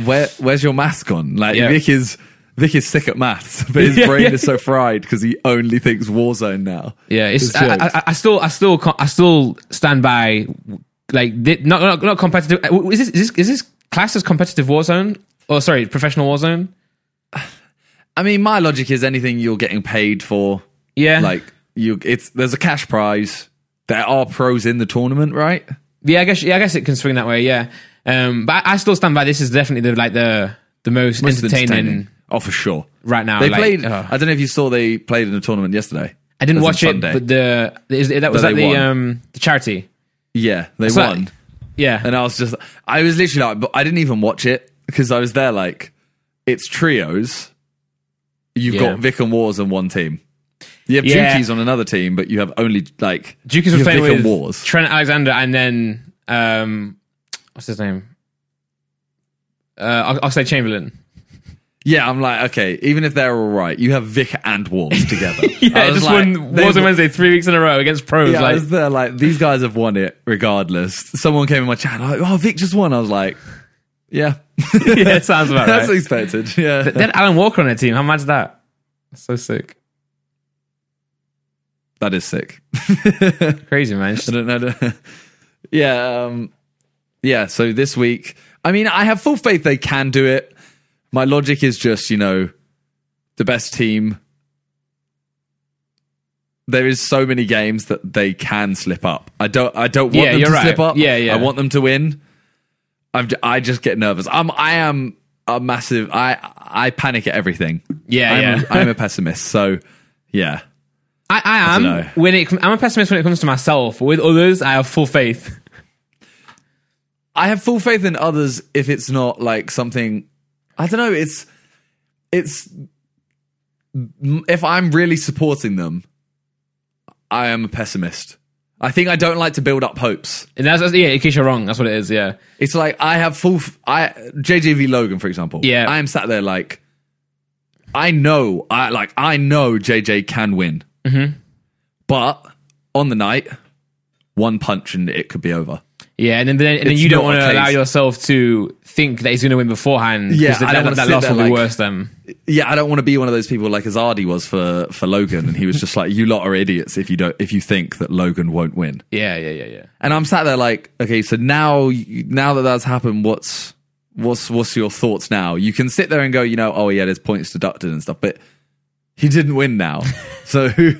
Speaker 2: where where's your mask gone? Like
Speaker 1: Yeah.
Speaker 2: Vic is Vic is sick at maths, but his
Speaker 1: Yeah,
Speaker 2: brain
Speaker 1: yeah.
Speaker 2: is so fried because he only thinks Warzone now.
Speaker 1: Yeah, it's,
Speaker 2: It's
Speaker 1: I,
Speaker 2: jokes.
Speaker 1: I, I- I still, I still, con- I still stand by like thi- not not, not competitive. Is this, is this is this class as competitive Warzone? Oh, sorry, professional Warzone.
Speaker 2: I mean, my logic is anything you're getting paid for,
Speaker 1: Yeah,
Speaker 2: like you, it's there's a cash prize. There are pros in the tournament, right?
Speaker 1: yeah, I guess yeah, I guess it can swing that way. Yeah, um, but I, I still stand by this is definitely the like the the most,
Speaker 2: It's
Speaker 1: entertaining,
Speaker 2: Oh, for sure.
Speaker 1: right now.
Speaker 2: They
Speaker 1: like,
Speaker 2: played.
Speaker 1: ugh.
Speaker 2: I don't know if you saw they played in a tournament yesterday.
Speaker 1: I didn't
Speaker 2: As in
Speaker 1: watch it,
Speaker 2: Sunday.
Speaker 1: but the is, that was
Speaker 2: But
Speaker 1: that
Speaker 2: they
Speaker 1: the
Speaker 2: won.
Speaker 1: um the charity.
Speaker 2: yeah, they
Speaker 1: So-
Speaker 2: won.
Speaker 1: Yeah,
Speaker 2: and I was just, I was literally like, but I didn't even watch it because I was there like, it's trios. You've
Speaker 1: Yeah.
Speaker 2: got Vic and Wars on one team. You have
Speaker 1: Yeah.
Speaker 2: Dukies on another team, but you have only like
Speaker 1: Jukis
Speaker 2: you
Speaker 1: was
Speaker 2: have
Speaker 1: playing
Speaker 2: Vic
Speaker 1: with
Speaker 2: and Wars.
Speaker 1: Trent Alexander, and then um, what's his name? Uh, I'll, I'll say Chamberlain.
Speaker 2: Yeah, I'm like, okay, even if they're all right, you have Vic and Wars together.
Speaker 1: Yeah, just won
Speaker 2: they-
Speaker 1: Warzone Wednesday three weeks in a row against pros.
Speaker 2: Yeah, I
Speaker 1: like,
Speaker 2: was there like these guys have won it regardless. Someone came in my chat like, "Oh, Vic just won." I was like, "Yeah,
Speaker 1: yeah, it sounds about
Speaker 2: that's
Speaker 1: right.
Speaker 2: expected." Yeah,
Speaker 1: They had Alan Walker on their team. How mad's that? That's so sick,
Speaker 2: that is sick. I
Speaker 1: crazy man. It's just-
Speaker 2: don't know. yeah, um, yeah. So this week, I mean, I have full faith they can do it. My logic is just, you know, the best team. There is so many games that they can slip up. I don't. I don't want
Speaker 1: Yeah,
Speaker 2: them
Speaker 1: you're
Speaker 2: to
Speaker 1: right.
Speaker 2: slip up.
Speaker 1: Yeah, yeah.
Speaker 2: I want them to win. I'm. j- I just get nervous. I'm. I am a massive. I. I panic at everything.
Speaker 1: Yeah,
Speaker 2: I'm
Speaker 1: yeah.
Speaker 2: A, I'm a pessimist. So, yeah.
Speaker 1: I, I am
Speaker 2: dunno.
Speaker 1: when it. I'm a pessimist when it comes to myself. With others, I have full faith.
Speaker 2: I have full faith in others if it's not like something I don't know, it's it's if I'm really supporting them, I am a pessimist. I think I don't like to build up hopes.
Speaker 1: And that's, that's- yeah, in case you're wrong, that's what it is. Yeah,
Speaker 2: It's like I have full. F- I JJV Logan, for example.
Speaker 1: Yeah.
Speaker 2: I am sat there like, I know, I like, I know JJ can win, mm-hmm. but on the night, one punch and it could be over.
Speaker 1: yeah, and then then, and then
Speaker 2: It's
Speaker 1: you don't
Speaker 2: not
Speaker 1: want
Speaker 2: a
Speaker 1: to
Speaker 2: case.
Speaker 1: allow yourself to think that he's going to win beforehand. 'cause
Speaker 2: Yeah,
Speaker 1: that,
Speaker 2: I don't
Speaker 1: that,
Speaker 2: wanna
Speaker 1: that
Speaker 2: sit
Speaker 1: loss
Speaker 2: there
Speaker 1: will be
Speaker 2: like-
Speaker 1: worse than
Speaker 2: Yeah, I don't want to be one of those people like Azardi was for for Logan, and he was just like, "You lot are idiots if you don't if you think that Logan won't win."
Speaker 1: yeah, yeah, yeah, yeah.
Speaker 2: And I'm sat there like, okay, so now you- now that that's happened, what's what's what's your thoughts now? You can sit there and go, you know, oh yeah, there's points deducted and stuff, but he didn't win now, so who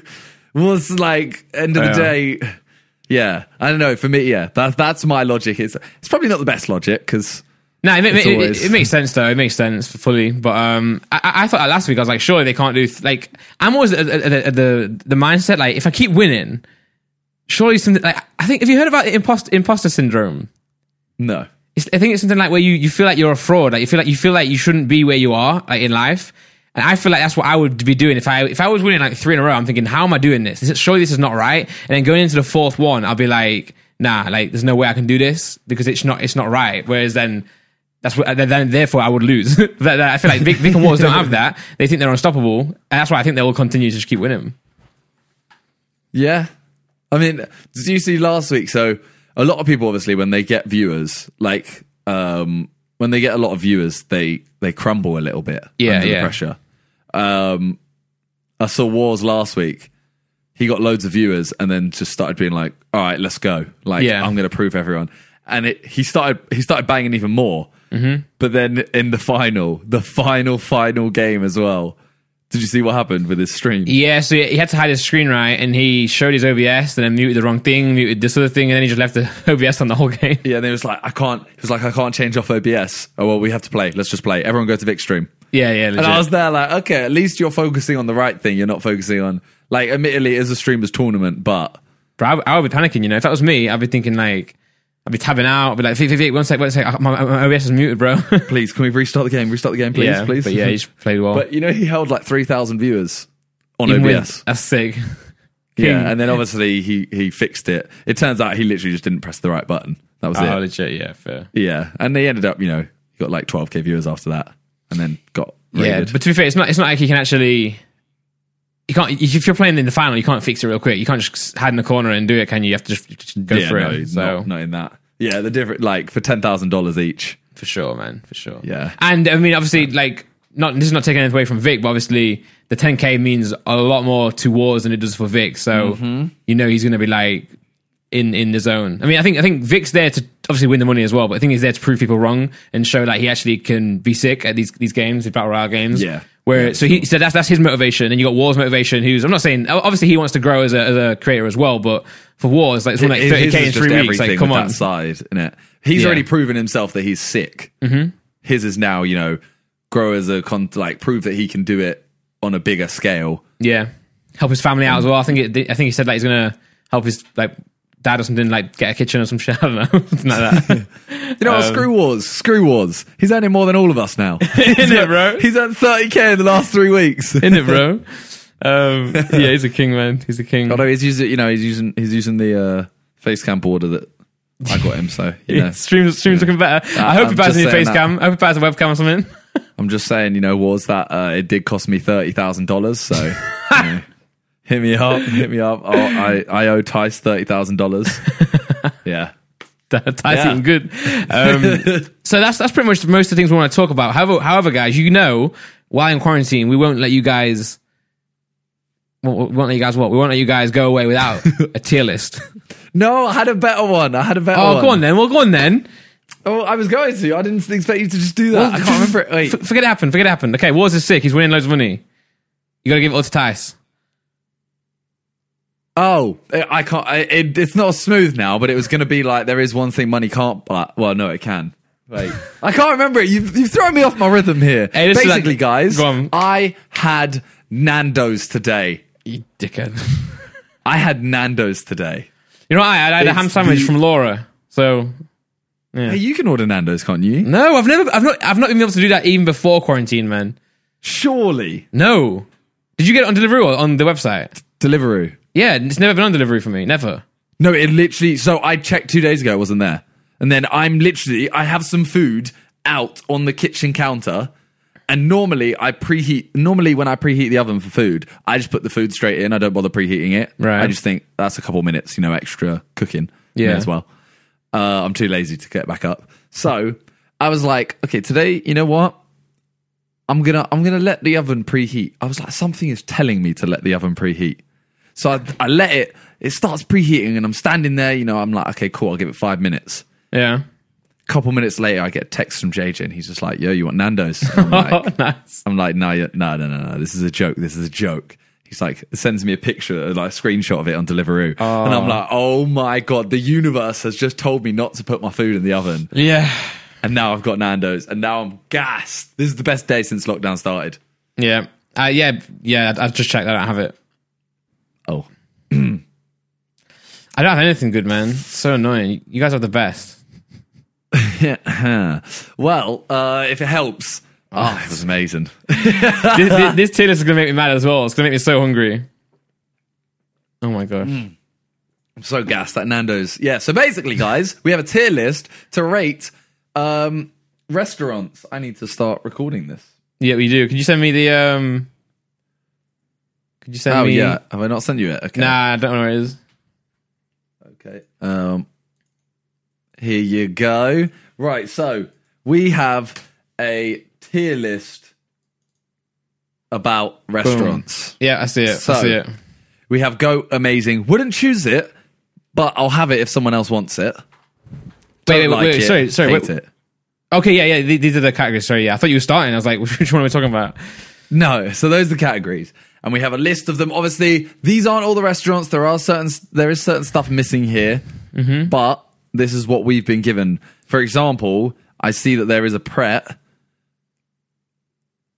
Speaker 2: was like end of
Speaker 1: Yeah.
Speaker 2: the day? Yeah, I don't know. For me, yeah, that that's my logic. It's it's probably not the best logic because
Speaker 1: No, it, ma- it,
Speaker 2: always-
Speaker 1: it, it makes sense though. It makes sense fully. But um, I- I, I thought last week I was like, surely they can't do th- like I'm always at, at, at- at the the mindset like if I keep winning, surely something like I think have you heard about imposter imposter syndrome?
Speaker 2: no,
Speaker 1: It's, I think it's something like where you, you feel like you're a fraud. Like you feel like you feel like you shouldn't be where you are like in life. And I feel like that's what I would be doing if I if I was winning like three in a row. I'm thinking, how am I doing this? This is, surely this is not right. And then going into the fourth one, I'll be like, nah, like there's no way I can do this because it's not it's not right. Whereas then that's what then- then therefore I would lose. that, that- I feel like Vic, Vic and Walls don't have that. They think they're unstoppable, and that's why I think they will continue to just keep winning.
Speaker 2: Yeah. I mean, did you see last week? So a lot of people obviously when they get viewers, like um when they get a lot of viewers, they they crumble a little bit
Speaker 1: Yeah,
Speaker 2: under
Speaker 1: yeah.
Speaker 2: the pressure. Um I saw Wars last week. He got loads of viewers and then just started being like, "All right, let's go. Like
Speaker 1: Yeah.
Speaker 2: I'm going to prove everyone." And it he started he started banging even more. Mm-hmm. But then in the final, the final final game as well. Did you see what happened with his stream?
Speaker 1: Yeah, so he had to hide his screen right, and he showed his OBS, and then muted the wrong thing, muted this other thing, and then he just left the OBS on the whole game.
Speaker 2: Yeah, and it was like, I can't. It was like, I can't change off OBS. Oh well, we have to play. Let's just play. Everyone go to Vic stream.
Speaker 1: Yeah, yeah, legit.
Speaker 2: And I was there like, okay, at least you're focusing on the right thing. You're not focusing on like, admittedly, it is a streamers tournament, but
Speaker 1: Bro, I, would- I would be panicking. You know, if that was me, I'd be thinking like, I'd be tabbing out. I'd be like, Vic, Vic, Vic, one sec, one sec. My, my OBS is muted, bro. please,
Speaker 2: please, can we restart the game? Restart the game, please,
Speaker 1: yeah,
Speaker 2: please.
Speaker 1: But yeah, he just played well.
Speaker 2: But you know, he held like three thousand viewers on
Speaker 1: Even with-
Speaker 2: OBS.
Speaker 1: that's sick. King.
Speaker 2: yeah, and then obviously he he fixed it. It turns out he literally just didn't press the right button. That was
Speaker 1: Oh,
Speaker 2: it.
Speaker 1: legit. Yeah, fair.
Speaker 2: Yeah, and they ended up, you know, got like twelve k viewers after that, and then got raided.
Speaker 1: Yeah, but to be fair, it's not. It's not like you can actually. You can't. If you're playing in the final, you can't fix it real quick. You can't just hide in the corner and do it, can you? You have to just, just go for
Speaker 2: no,
Speaker 1: it. So
Speaker 2: not, not in that. Yeah, the different like for ten thousand dollars each.
Speaker 1: For sure, man. For sure.
Speaker 2: Yeah.
Speaker 1: And I mean, obviously, like, not this is not taking anything away from Vic, but obviously, the 10k means a lot more to Wars than it does for Vic. So
Speaker 2: Mm-hmm.
Speaker 1: you know he's going to be like in in the zone. I mean, I think I think Vic's there to obviously win the money as well, but I think he's there to prove people wrong and show like he actually can be sick at these these games, these battle royale games.
Speaker 2: Yeah.
Speaker 1: Where so he so that's that's his motivation, and you got Wars motivation. Who's I'm not saying obviously he wants to grow as a as a creator as well, but for Wars like it's only like
Speaker 2: His- his
Speaker 1: 30k in
Speaker 2: is
Speaker 1: three
Speaker 2: just
Speaker 1: weeks. Like
Speaker 2: everything
Speaker 1: come
Speaker 2: with
Speaker 1: on,
Speaker 2: that side in it. He's
Speaker 1: Yeah.
Speaker 2: already proven himself that he's sick. Mm-hmm. His is now, you know, grow as a con- like prove that he can do it on a bigger scale.
Speaker 1: Yeah, help his family out as well. I think it, I think he said like he's gonna help his like dad or something, like get a kitchen or some shit. I don't know, something like that.
Speaker 2: You know, what? screw wars, screw wars. He's earning more than all of us now,
Speaker 1: In it, bro.
Speaker 2: He's earned thirty k in the last three weeks.
Speaker 1: In it, bro. Um, yeah, he's a king, man. He's a king.
Speaker 2: Although he's using, you know, he's using he's using the uh, face cam border that I got him. So you know,
Speaker 1: Streams, streams looking better. I hope he
Speaker 2: I'm
Speaker 1: buys
Speaker 2: just
Speaker 1: a new
Speaker 2: saying
Speaker 1: face
Speaker 2: that.
Speaker 1: cam. I hope he buys a webcam or something.
Speaker 2: I'm just saying, you know, was that uh, it did cost me thirty thousand dollars. So you know, hit me up, hit me up. I'll, I I owe Tice thirty thousand dollars. Yeah,
Speaker 1: That's
Speaker 2: Yeah.
Speaker 1: eating good. Um, so that's that's pretty much most of the things we want to talk about. However, however, guys, you know, while in quarantine, we won't let you guys. We won't let you guys what? We won't let you guys go away without a tier list.
Speaker 2: no, I had a better one. I had a better
Speaker 1: Oh,
Speaker 2: one.
Speaker 1: go on then. Well, go on then.
Speaker 2: Oh, I was going to. I didn't expect you to just do that. I can't
Speaker 1: just-
Speaker 2: remember it. Wait,
Speaker 1: F- forget it happened. Forget it happened. Okay, Wars is sick. He's winning loads of money. You got to give it all to Tice.
Speaker 2: oh, I I can't. I, it, it's not smooth now, but it was going to be like there is one thing money can't. But well, no, it can. Wait, I can't remember it. You've you've thrown me off my rhythm here.
Speaker 1: Hey, this is like-
Speaker 2: Basically, guys,
Speaker 1: Go on.
Speaker 2: I had Nando's today.
Speaker 1: You dickhead.
Speaker 2: I had Nando's today.
Speaker 1: you know what? I had, I had a
Speaker 2: It's
Speaker 1: ham sandwich
Speaker 2: the-
Speaker 1: from Laura. So
Speaker 2: Hey, you can order Nando's, can't you?
Speaker 1: no, I've never, I've not, I've not been able to do that even before quarantine, man.
Speaker 2: Surely.
Speaker 1: No. Did you get it on delivery or on the website?
Speaker 2: Deliveroo.
Speaker 1: Yeah, it's never been on delivery for me. Never.
Speaker 2: No, it literally. So I checked two days ago, it wasn't there. And then I'm literally, I have some food out on the kitchen counter. And normally I preheat, normally when I preheat the oven for food, I just put the food straight in. I don't bother preheating it.
Speaker 1: Right.
Speaker 2: I just think that's a couple minutes, you know, extra cooking.
Speaker 1: Yeah.
Speaker 2: May As well. Uh, I'm too lazy to get back up. So I was like, okay, today, you know what? I'm gonna I'm gonna let the oven preheat. I was like, something is telling me to let the oven preheat. So I, I let it. It starts preheating, and I'm standing there. You know, I'm like, okay, cool. I'll give it five minutes.
Speaker 1: Yeah.
Speaker 2: couple minutes later, I get a text from JJ, and he's just like, "Yo, you want Nando's?" And I'm like,
Speaker 1: Oh, nice.
Speaker 2: I'm like, no, you're- no, no, no, no. This is a joke. This is a joke. He's like, sends me a picture, like a screenshot of it on Deliveroo, and I'm like, oh my god, the universe has just told me not to put my food in the oven,
Speaker 1: Yeah.
Speaker 2: and now I've got Nando's, and now I'm gassed. This is the best day since lockdown started.
Speaker 1: Yeah. Uh, yeah. Yeah. I, I just checked. I don't have it.
Speaker 2: Oh,
Speaker 1: I don't have anything good, man. It's so annoying. You guys are the best.
Speaker 2: yeah. well, uh, if it helps. Oh, it was amazing.
Speaker 1: this, this, this tier list is gonna make me mad as well. It's gonna make me so hungry. Oh my gosh.
Speaker 2: I'm so gassed at Nando's. Yeah, so basically, guys, we have a tier list to rate um, restaurants. I need to start recording this.
Speaker 1: Yeah, we do. Could you send me the um? Could you send
Speaker 2: Oh
Speaker 1: me?
Speaker 2: yeah, have I not sent you it? Okay.
Speaker 1: Nah, I don't know where it is.
Speaker 2: Okay. Um, here you go. Right. So we have a tier list about restaurants.
Speaker 1: Yeah, I see it. I
Speaker 2: So-
Speaker 1: see it.
Speaker 2: We have Go Amazing. Wouldn't choose it, but I'll have it if someone else wants it. Don't
Speaker 1: wait, wait,
Speaker 2: like
Speaker 1: wait,
Speaker 2: it,
Speaker 1: sorry, sorry,
Speaker 2: hate
Speaker 1: wait.
Speaker 2: it.
Speaker 1: Okay, yeah, yeah. th- These are the categories. Sorry, yeah. I thought you were starting. I was like, which one are we talking about?
Speaker 2: No, so those are the categories, and we have a list of them. Obviously, these aren't all the restaurants. There are certain, there is certain stuff missing here, but this is what we've been given. For example, I see that there is a Pret.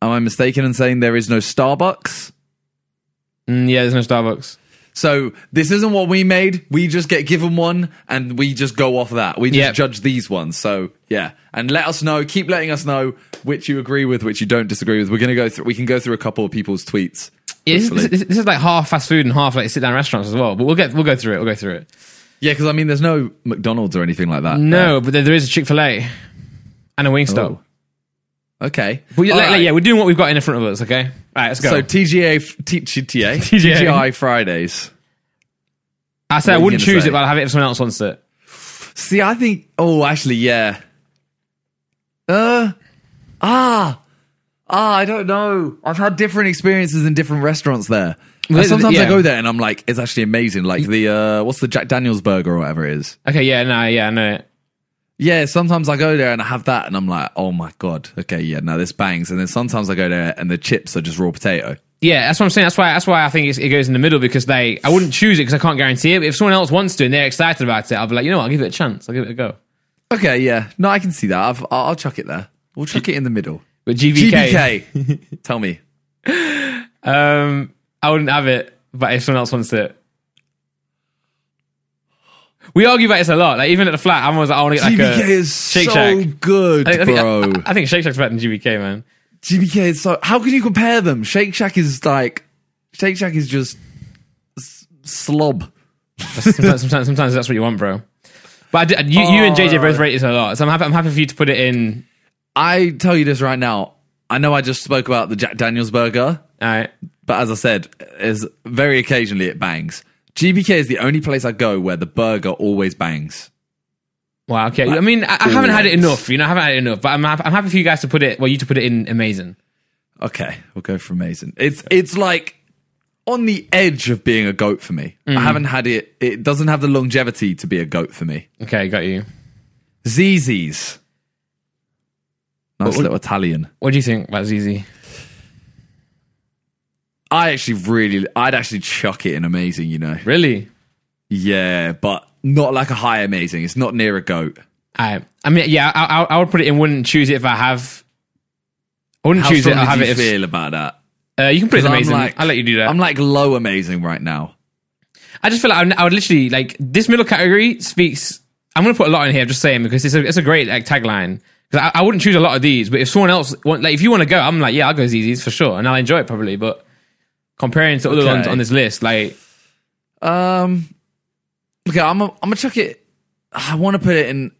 Speaker 2: Am I mistaken in saying there is no Starbucks?
Speaker 1: Mm, yeah, there's no Starbucks.
Speaker 2: So this isn't what we made. We just get given one, and we just go off that. We just
Speaker 1: Yep.
Speaker 2: judge these ones. So yeah, and let us know. Keep letting us know which you agree with, which you don't disagree with. We're gonna go through. We can go through a couple of people's tweets.
Speaker 1: Yeah, this,
Speaker 2: hopefully.
Speaker 1: this, this is like half fast food and half like sit down restaurants as well. But we'll get we'll go through it. We'll go through it.
Speaker 2: Yeah, because I mean, there's no McDonald's or anything like that.
Speaker 1: No, but there, there is a Chick Fil A and a Wingstop.
Speaker 2: Oh. Okay.
Speaker 1: We, like,
Speaker 2: All
Speaker 1: like,
Speaker 2: right.
Speaker 1: yeah, we're doing what we've got in front of us. Okay, all right, let's go.
Speaker 2: So TGA, f- T- TGA,
Speaker 1: TGA.
Speaker 2: TGI Fridays.
Speaker 1: I said I
Speaker 2: what are you
Speaker 1: wouldn't
Speaker 2: gonna
Speaker 1: choose
Speaker 2: say?
Speaker 1: it, but I'll have it if someone else wants it.
Speaker 2: See, I think. Oh, actually, yeah. Uh, ah, ah. I don't know. I've had different experiences in different restaurants there. And
Speaker 1: Well,
Speaker 2: sometimes I
Speaker 1: yeah.
Speaker 2: go there and I'm like, it's actually amazing. Like the uh, what's the Jack Daniel's burger or whatever it is.
Speaker 1: Okay, yeah, no, yeah, I know it.
Speaker 2: Yeah, sometimes I go there and I have that and I'm like, oh my god, okay, yeah, now this bangs. And then sometimes I go there and the chips are just raw potato.
Speaker 1: Yeah, that's what I'm saying. That's why. That's why I think it's, it goes in the middle because they. I wouldn't choose it because I can't guarantee it. But if someone else wants to and they're excited about it, I'll be like, you know what, I'll give it a chance. I'll give it a go.
Speaker 2: Okay, yeah. No, I can see that. I've, I'll, I'll chuck it there. We'll chuck it in the middle.
Speaker 1: But GBK,
Speaker 2: GBK. Tell me.
Speaker 1: um, I wouldn't have it. But if someone else wants it, we argue about this a lot. Like even at the flat, I'm always like, I want to get like
Speaker 2: GBK
Speaker 1: a
Speaker 2: is
Speaker 1: Shake
Speaker 2: so
Speaker 1: Shack.
Speaker 2: good,
Speaker 1: I think, I,
Speaker 2: bro.
Speaker 1: I- I think Shake Shack's better than GBK, man.
Speaker 2: GBK is so. How can you compare them? Shake Shack is like. Shake Shack is just s- slob.
Speaker 1: sometimes, sometimes, sometimes that's what you want, bro. But I did- you, you and JJ
Speaker 2: Oh.
Speaker 1: both rate this a lot, so I'm happy. I'm happy for you to put it in.
Speaker 2: I tell you this right now. I know I just spoke about the Jack Daniels burger,
Speaker 1: All right.
Speaker 2: but as I said, is very occasionally it bangs. GBK is the only place I go where the burger always bangs.
Speaker 1: Wow. Okay. I mean, I, I haven't had it
Speaker 2: always.
Speaker 1: enough. You know, I haven't had it enough. But I'm happy, I'm happy for you guys to put it. Well, you to put it in amazing.
Speaker 2: Okay, we'll go for amazing. It's it's like on the edge of being a goat for me.
Speaker 1: Mm.
Speaker 2: I haven't had it. It doesn't have the longevity to be a goat for me.
Speaker 1: Okay, got you.
Speaker 2: ZZ's. Nice little Italian.
Speaker 1: What do you think about Zizi?
Speaker 2: I actually really, I'd actually chuck it in amazing, you know.
Speaker 1: Really?
Speaker 2: Yeah, but not like a high amazing. It's not near a goat.
Speaker 1: I. I mean, yeah. I, I, I would put it in. Wouldn't choose it if I have. I wouldn't
Speaker 2: How
Speaker 1: choose it.
Speaker 2: strongly
Speaker 1: I'll have
Speaker 2: do you
Speaker 1: it if.
Speaker 2: feel about that?
Speaker 1: Uh, you can put it in
Speaker 2: 'Cause I'm
Speaker 1: amazing.
Speaker 2: like-
Speaker 1: I'll let you do that.
Speaker 2: I'm like low amazing right now.
Speaker 1: I just feel like I would, I would literally like this middle category speaks. I'm gonna put a lot in here. I'm just saying because it's a it's a great like tagline. Because I, I wouldn't choose a lot of these, but if someone else want like if you want to go, I'm like yeah, I'll go ZZ's for sure, and I'll enjoy it probably. But comparing to other
Speaker 2: Okay.
Speaker 1: ones on this list, like
Speaker 2: Um, Okay, I'm gonna- I'm gonna chuck it. I want to put it in.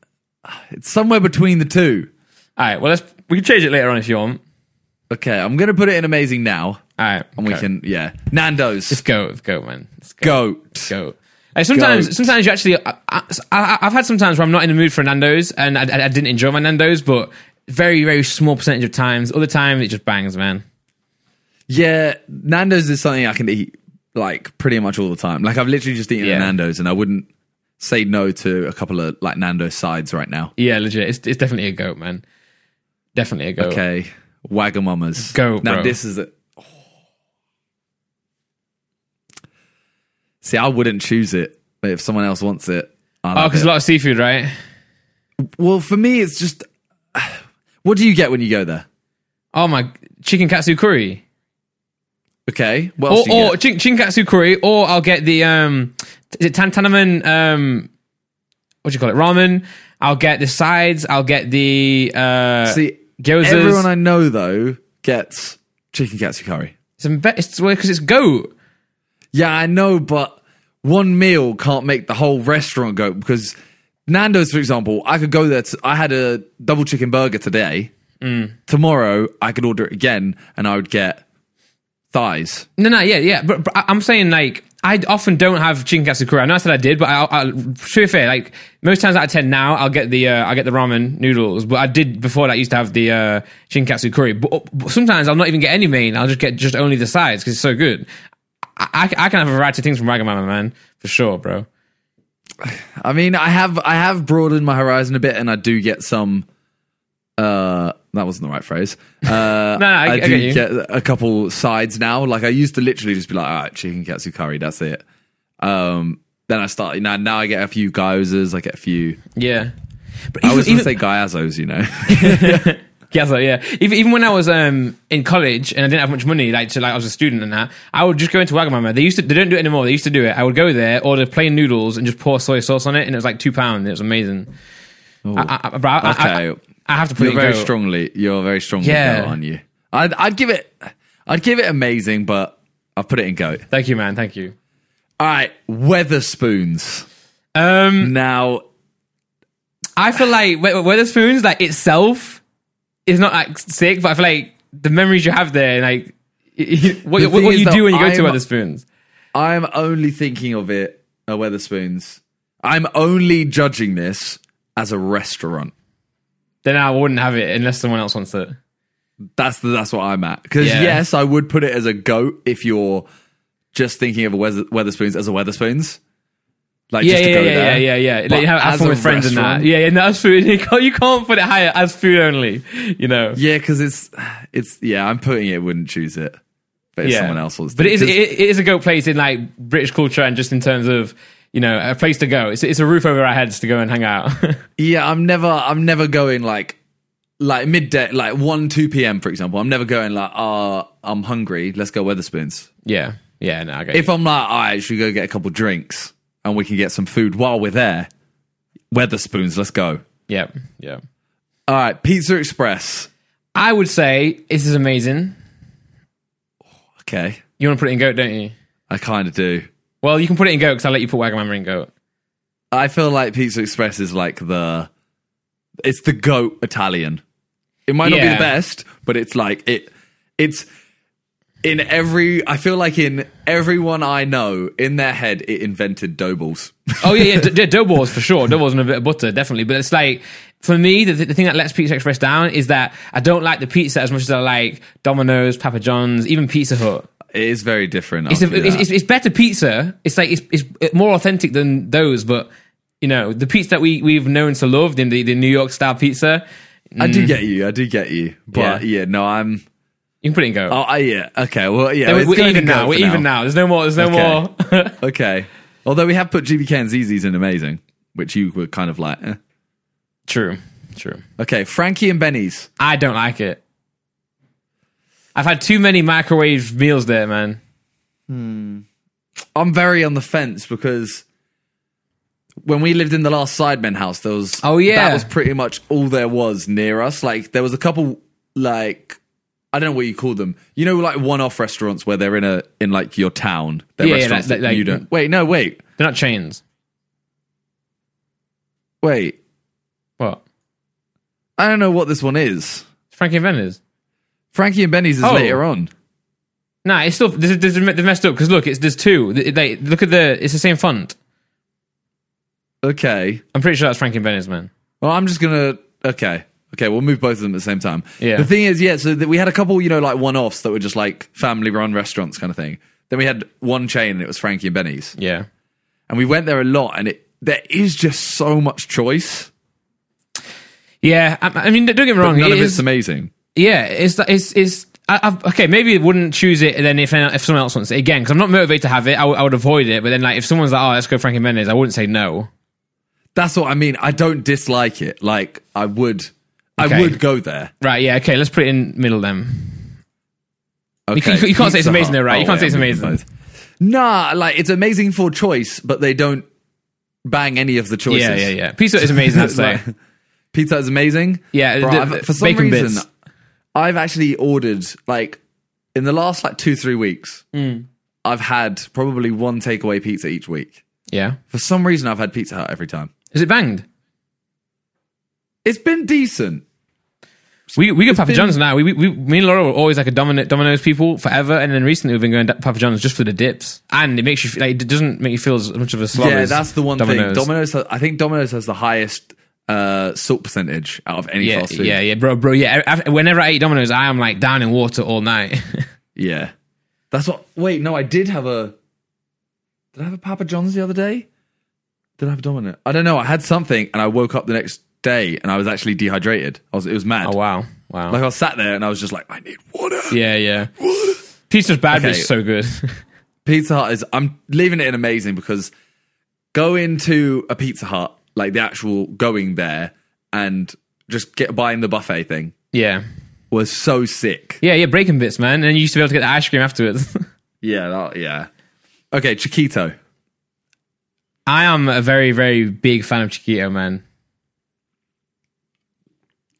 Speaker 2: It's somewhere between the two.
Speaker 1: All right. Well, let's we can change it later on if you want.
Speaker 2: Okay, I'm gonna put it in amazing now,
Speaker 1: All right.
Speaker 2: and we
Speaker 1: okay.
Speaker 2: can yeah. Nando's
Speaker 1: Let's go. Let's go, man. Let's go.
Speaker 2: goat.
Speaker 1: Go. Like, sometimes,
Speaker 2: Goat.
Speaker 1: sometimes you actually. I, I, I- I've had some times where I'm not in the mood for Nando's, and I, I- I didn't enjoy my Nando's, but very, very small percentage of times. Other times, it just bangs, man.
Speaker 2: Yeah, Nando's is something I can eat like pretty much all the time. Like I've literally just eaten
Speaker 1: Yeah.
Speaker 2: at Nando's, and I wouldn't say no to a couple of like Nando's sides right now.
Speaker 1: Yeah, legit. It's, it's definitely a goat, man. Definitely a goat.
Speaker 2: Okay, Wagamama's
Speaker 1: Goat,
Speaker 2: Now
Speaker 1: Oh. bro.
Speaker 2: this is a. See, I wouldn't choose it but if someone else wants it. I
Speaker 1: Oh,
Speaker 2: love
Speaker 1: because
Speaker 2: it.
Speaker 1: a lot of seafood, right?
Speaker 2: Well, for me, it's just what do you get when you go there?
Speaker 1: Oh my, chicken katsu curry,
Speaker 2: Okay, what
Speaker 1: or
Speaker 2: else do you
Speaker 1: or
Speaker 2: get?
Speaker 1: chicken, chicken katsu curry, or I'll get the um, is it tan tanaman um, what do you call it ramen? I'll get the sides. I'll get the uh,
Speaker 2: See,
Speaker 1: gyozas.
Speaker 2: everyone I know though gets chicken katsu curry.
Speaker 1: it's because it's, well, 'cause it's goat.
Speaker 2: Yeah, I know, but one meal can't make the whole restaurant go because Nando's, for example, I could go there. To, I had a double chicken burger today.
Speaker 1: Mm.
Speaker 2: Tomorrow, I could order it again, and I would get thighs.
Speaker 1: No, no, yeah, yeah. But, but I- I'm saying like I often don't have chicken katsu curry. I know I said I did, but I, I, to be fair, like most times out of ten now, I'll get the uh, I get the ramen noodles. But I did before that. I used to have the uh, chicken katsu curry. But, but sometimes I'll not even get any main. I'll just get just only the sides because it's so good. I, I, I can have a variety of things from Ragamama, man, for sure, bro.
Speaker 2: I mean, I have I have broadened my horizon a bit, and I do get some. Uh, that wasn't the right phrase. Uh,
Speaker 1: no, I- I
Speaker 2: do
Speaker 1: get you.
Speaker 2: a couple sides now. Like I used to literally just be like, all right, chicken katsu curry, that's it. Um, then I start now. Now I get a few gyozas. I get a few.
Speaker 1: Yeah. But
Speaker 2: I always want to say gyazos, you know.
Speaker 1: Yeah, so yeah. Even, even when I was um, in college and I didn't have much money, like so, like I was a student and that, I would just go into Wagamama. They used to they don't do it anymore. They used to do it. I would go there, order plain noodles, and just pour soy sauce on it, and it was like two pounds. It was amazing. I, I, bro, I, I, I,
Speaker 2: Okay.
Speaker 1: I have to put
Speaker 2: you're
Speaker 1: it
Speaker 2: very
Speaker 1: in goat.
Speaker 2: strongly. You're very strongly
Speaker 1: Yeah.
Speaker 2: goat, aren't you? I'd, I'd give it. I'd give it amazing, but I'll put it in goat.
Speaker 1: Thank you, man. Thank you.
Speaker 2: All right, Weatherspoons.
Speaker 1: Um,
Speaker 2: Now,
Speaker 1: I feel like Wet- Wet- Weatherspoons, like itself, is not like sick, but I feel like the memories you have there, and like what,
Speaker 2: The
Speaker 1: what,
Speaker 2: thing
Speaker 1: what
Speaker 2: is
Speaker 1: you
Speaker 2: that
Speaker 1: do when you go to
Speaker 2: I'm-
Speaker 1: Weatherspoons.
Speaker 2: I'm only thinking of it at Weatherspoons. I'm only judging this as a restaurant.
Speaker 1: Then I wouldn't have it unless someone else wants it.
Speaker 2: That's the, that's what I'm at. Because
Speaker 1: Yeah.
Speaker 2: yes, I would put it as a goat if you're just thinking of a Weather, Weatherspoons as a Weatherspoons. Like
Speaker 1: Yeah,
Speaker 2: just to
Speaker 1: yeah,
Speaker 2: go
Speaker 1: yeah,
Speaker 2: there.
Speaker 1: yeah, yeah, yeah. Like,
Speaker 2: But
Speaker 1: you have, have
Speaker 2: as
Speaker 1: fun
Speaker 2: a
Speaker 1: with friends and that.
Speaker 2: restaurant-
Speaker 1: Yeah, yeah. No, as food, you can't, you can't put it higher as food only. You know.
Speaker 2: Yeah, because it's it's yeah. I'm putting it. Wouldn't choose it, but if
Speaker 1: Yeah.
Speaker 2: someone else wants.
Speaker 1: But it is it,
Speaker 2: 'cause
Speaker 1: it is a goat place in like British culture and just in terms of you know a place to go. It's it's a roof over our heads to go and hang out.
Speaker 2: yeah, I'm never. I'm never going like like midday, like one two p.m. For example, I'm never going like. Uh, I'm hungry. Let's go Weatherspoons.
Speaker 1: yeah, yeah. No, I get
Speaker 2: If I'm like, all right, should we go get a couple drinks and we can get some food while we're there. Weatherspoons, let's go.
Speaker 1: you. yeah, yeah.
Speaker 2: All right, Pizza Express.
Speaker 1: I would say this is amazing.
Speaker 2: Okay,
Speaker 1: You want to put it in goat, don't you?
Speaker 2: I kind of do.
Speaker 1: Well, you can put it in goat because I'll let you put Wagamama in goat.
Speaker 2: I feel like Pizza Express is like the it's the goat Italian. It might not be
Speaker 1: Yeah.
Speaker 2: the best, but it's like it it's in every I feel like in everyone I know in their head it invented dough balls.
Speaker 1: Oh yeah, yeah, d- yeah, dough balls for sure. Dough balls and a bit of butter, definitely. But it's like for me, the, the thing that lets Pizza Express down is that I don't like the pizza as much as I like Domino's, Papa John's, even Pizza Hut.
Speaker 2: it is very different.
Speaker 1: It's, a, it's, it's, it's better pizza. It's like it's, it's more authentic than those. But you know, the pizza that we we've known to love, the the, the New York style pizza,
Speaker 2: I
Speaker 1: mm.
Speaker 2: do get you. I do get you. But yeah, no, I'm
Speaker 1: you can put it in go.
Speaker 2: Oh, I, yeah. Okay. Well, yeah.
Speaker 1: we're
Speaker 2: it's
Speaker 1: we're
Speaker 2: going to
Speaker 1: even
Speaker 2: go
Speaker 1: now.
Speaker 2: for
Speaker 1: We're even now. There's no more. There's no
Speaker 2: Okay.
Speaker 1: more.
Speaker 2: Okay. Although we have put GBK and ZZ's in amazing, which you were kind of like. eh.
Speaker 1: true, true.
Speaker 2: Okay, Frankie and Benny's.
Speaker 1: I don't like it. I've had too many microwave meals there, man.
Speaker 2: I'm very on the fence because when we lived in the last Sidemen house, there was
Speaker 1: Oh, yeah.
Speaker 2: that was pretty much all there was near us. Like there was a couple like I don't know what you call them. You know, like one-off restaurants where they're in a in like your town. They're
Speaker 1: Yeah, yeah,
Speaker 2: restaurants
Speaker 1: like-
Speaker 2: that
Speaker 1: like-
Speaker 2: you don't. Wait, no, wait.
Speaker 1: They're not chains.
Speaker 2: Wait,
Speaker 1: What?
Speaker 2: I don't know what this one is.
Speaker 1: Frankie and Vendors.
Speaker 2: Frankie and Benny's is
Speaker 1: Oh.
Speaker 2: later on.
Speaker 1: Nah, it's still this, this, they messed up because look, it's there's two. They, they- look at the it's the same font.
Speaker 2: Okay.
Speaker 1: I'm pretty sure that's Frankie and Venice, man.
Speaker 2: Well, I'm just gonna. Okay. Okay, we'll move both of them at the same time.
Speaker 1: Yeah.
Speaker 2: The thing is, yeah, so that we had a couple, you know, like one offs that were just like family run restaurants kind of thing. Then we had one chain and it was Frankie and Benny's.
Speaker 1: Yeah.
Speaker 2: And we went there a lot and it there is just so much choice.
Speaker 1: Yeah, I, I mean, don't get me wrong. it
Speaker 2: None of it's
Speaker 1: Oh, is-
Speaker 2: amazing.
Speaker 1: Yeah, it's it's it's. I, I've, okay, maybe I wouldn't choose it. And then if if someone else wants it again, because I'm not motivated to have it, I would- I would avoid it. But then like if someone's like, oh, let's go Frankie Mendes, I wouldn't say no.
Speaker 2: That's what I mean. I don't dislike it. Like I would I
Speaker 1: Okay.
Speaker 2: would go there.
Speaker 1: Right? Yeah. Okay. Let's put it in middle then.
Speaker 2: Okay.
Speaker 1: You can't- you can't say it's
Speaker 2: Pizza
Speaker 1: amazing
Speaker 2: Hut. Oh,
Speaker 1: though, right? You can't say
Speaker 2: wait,
Speaker 1: it's
Speaker 2: I'm
Speaker 1: amazing.
Speaker 2: both. Nah, like it's amazing for choice, but they don't bang any of the choices.
Speaker 1: Yeah, yeah, yeah. Pizza is amazing. That's like,
Speaker 2: Like, pizza is amazing.
Speaker 1: Yeah,
Speaker 2: Bro,
Speaker 1: the-
Speaker 2: I've-
Speaker 1: the
Speaker 2: for some
Speaker 1: bacon
Speaker 2: reason,
Speaker 1: bits.
Speaker 2: I've actually ordered like in the last like two three weeks.
Speaker 1: Mm.
Speaker 2: I've had probably one takeaway pizza each week.
Speaker 1: yeah.
Speaker 2: For some reason, I've had Pizza Hut every time.
Speaker 1: Is it banged?
Speaker 2: It's been decent.
Speaker 1: We we go Papa
Speaker 2: been-
Speaker 1: John's now. We, we we me and Laura were always like a Domino, Domino's people forever, and then recently we've been going to Papa John's just for the dips, and it makes you feel, like it doesn't make you feel as much of a slob.
Speaker 2: yeah,
Speaker 1: as
Speaker 2: that's the one
Speaker 1: Domino's.
Speaker 2: thing. Domino's, has- I think Domino's has the highest uh, salt percentage out of any
Speaker 1: Yeah,
Speaker 2: fast food.
Speaker 1: yeah, yeah, bro, bro. Yeah, I- I- whenever I eat Domino's, I am like down in water all night.
Speaker 2: Yeah. That's what. Wait, no, I did have a. Did I have a Papa John's the other day? Did I have a Domino? I don't know. I had something and I woke up the next day and I was actually dehydrated. I was, it was mad.
Speaker 1: oh wow, wow.
Speaker 2: Like I was sat there and I was just like, I need water.
Speaker 1: yeah, yeah. Pizza's bad, but
Speaker 2: Okay.
Speaker 1: it's so good.
Speaker 2: Pizza Hut is. I'm leaving it in amazing because going to a Pizza Hut, like the actual going there and just get buying the buffet thing
Speaker 1: yeah,
Speaker 2: was so sick.
Speaker 1: yeah, yeah. Breaking bits, man, and you used to be able to get the ice cream afterwards.
Speaker 2: Yeah. That, yeah. Okay. Chiquito.
Speaker 1: I am a very, very big fan of Chiquito, man.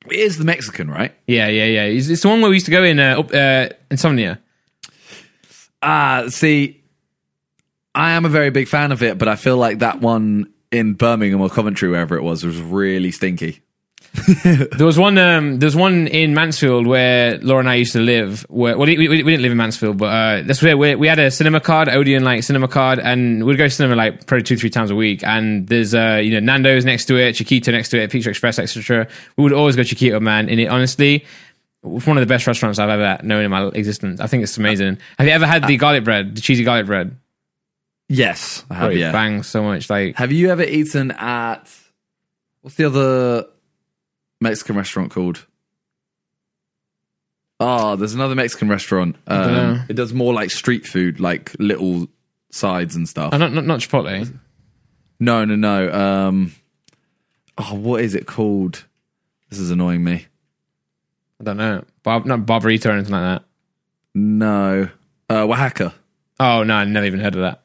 Speaker 2: It is the Mexican, right?
Speaker 1: Yeah, yeah, yeah. It's, it's the one where we used to go in uh, up, uh, insomnia.
Speaker 2: Ah, see, I am a very big fan of it, but I feel like that one in Birmingham or Coventry, wherever it was, was really stinky.
Speaker 1: There was one. Um, there was one in Mansfield where Laura and I used to live. Where, well, we, we, we didn't live in Mansfield, but uh, that's where we, we had a cinema card, Odeon like cinema card, and we'd go to cinema like probably two, three times a week. And there's uh, you know Nando's next to it, Chiquito next to it, Pizza Express, etc. We would always go Chiquito, man. And it honestly, was one of the best restaurants I've ever known in my existence. I think it's amazing. Have you ever had the garlic bread, the cheesy garlic bread?
Speaker 2: Yes, I have.
Speaker 1: Bro, it
Speaker 2: oh, yeah.
Speaker 1: bangs so much. Like
Speaker 2: Have you ever eaten at what's the other Mexican restaurant called? Ah, there's another Mexican restaurant.
Speaker 1: dunno.
Speaker 2: Um, it does more like street food, like little sides and stuff.
Speaker 1: oh, not not not Chipotle.
Speaker 2: No, no, no. Um, oh, what is it called? This is annoying me.
Speaker 1: I don't know. Bob, not Barbarito or anything like that.
Speaker 2: No, uh, Oaxaca.
Speaker 1: Oh no, I never even heard of that.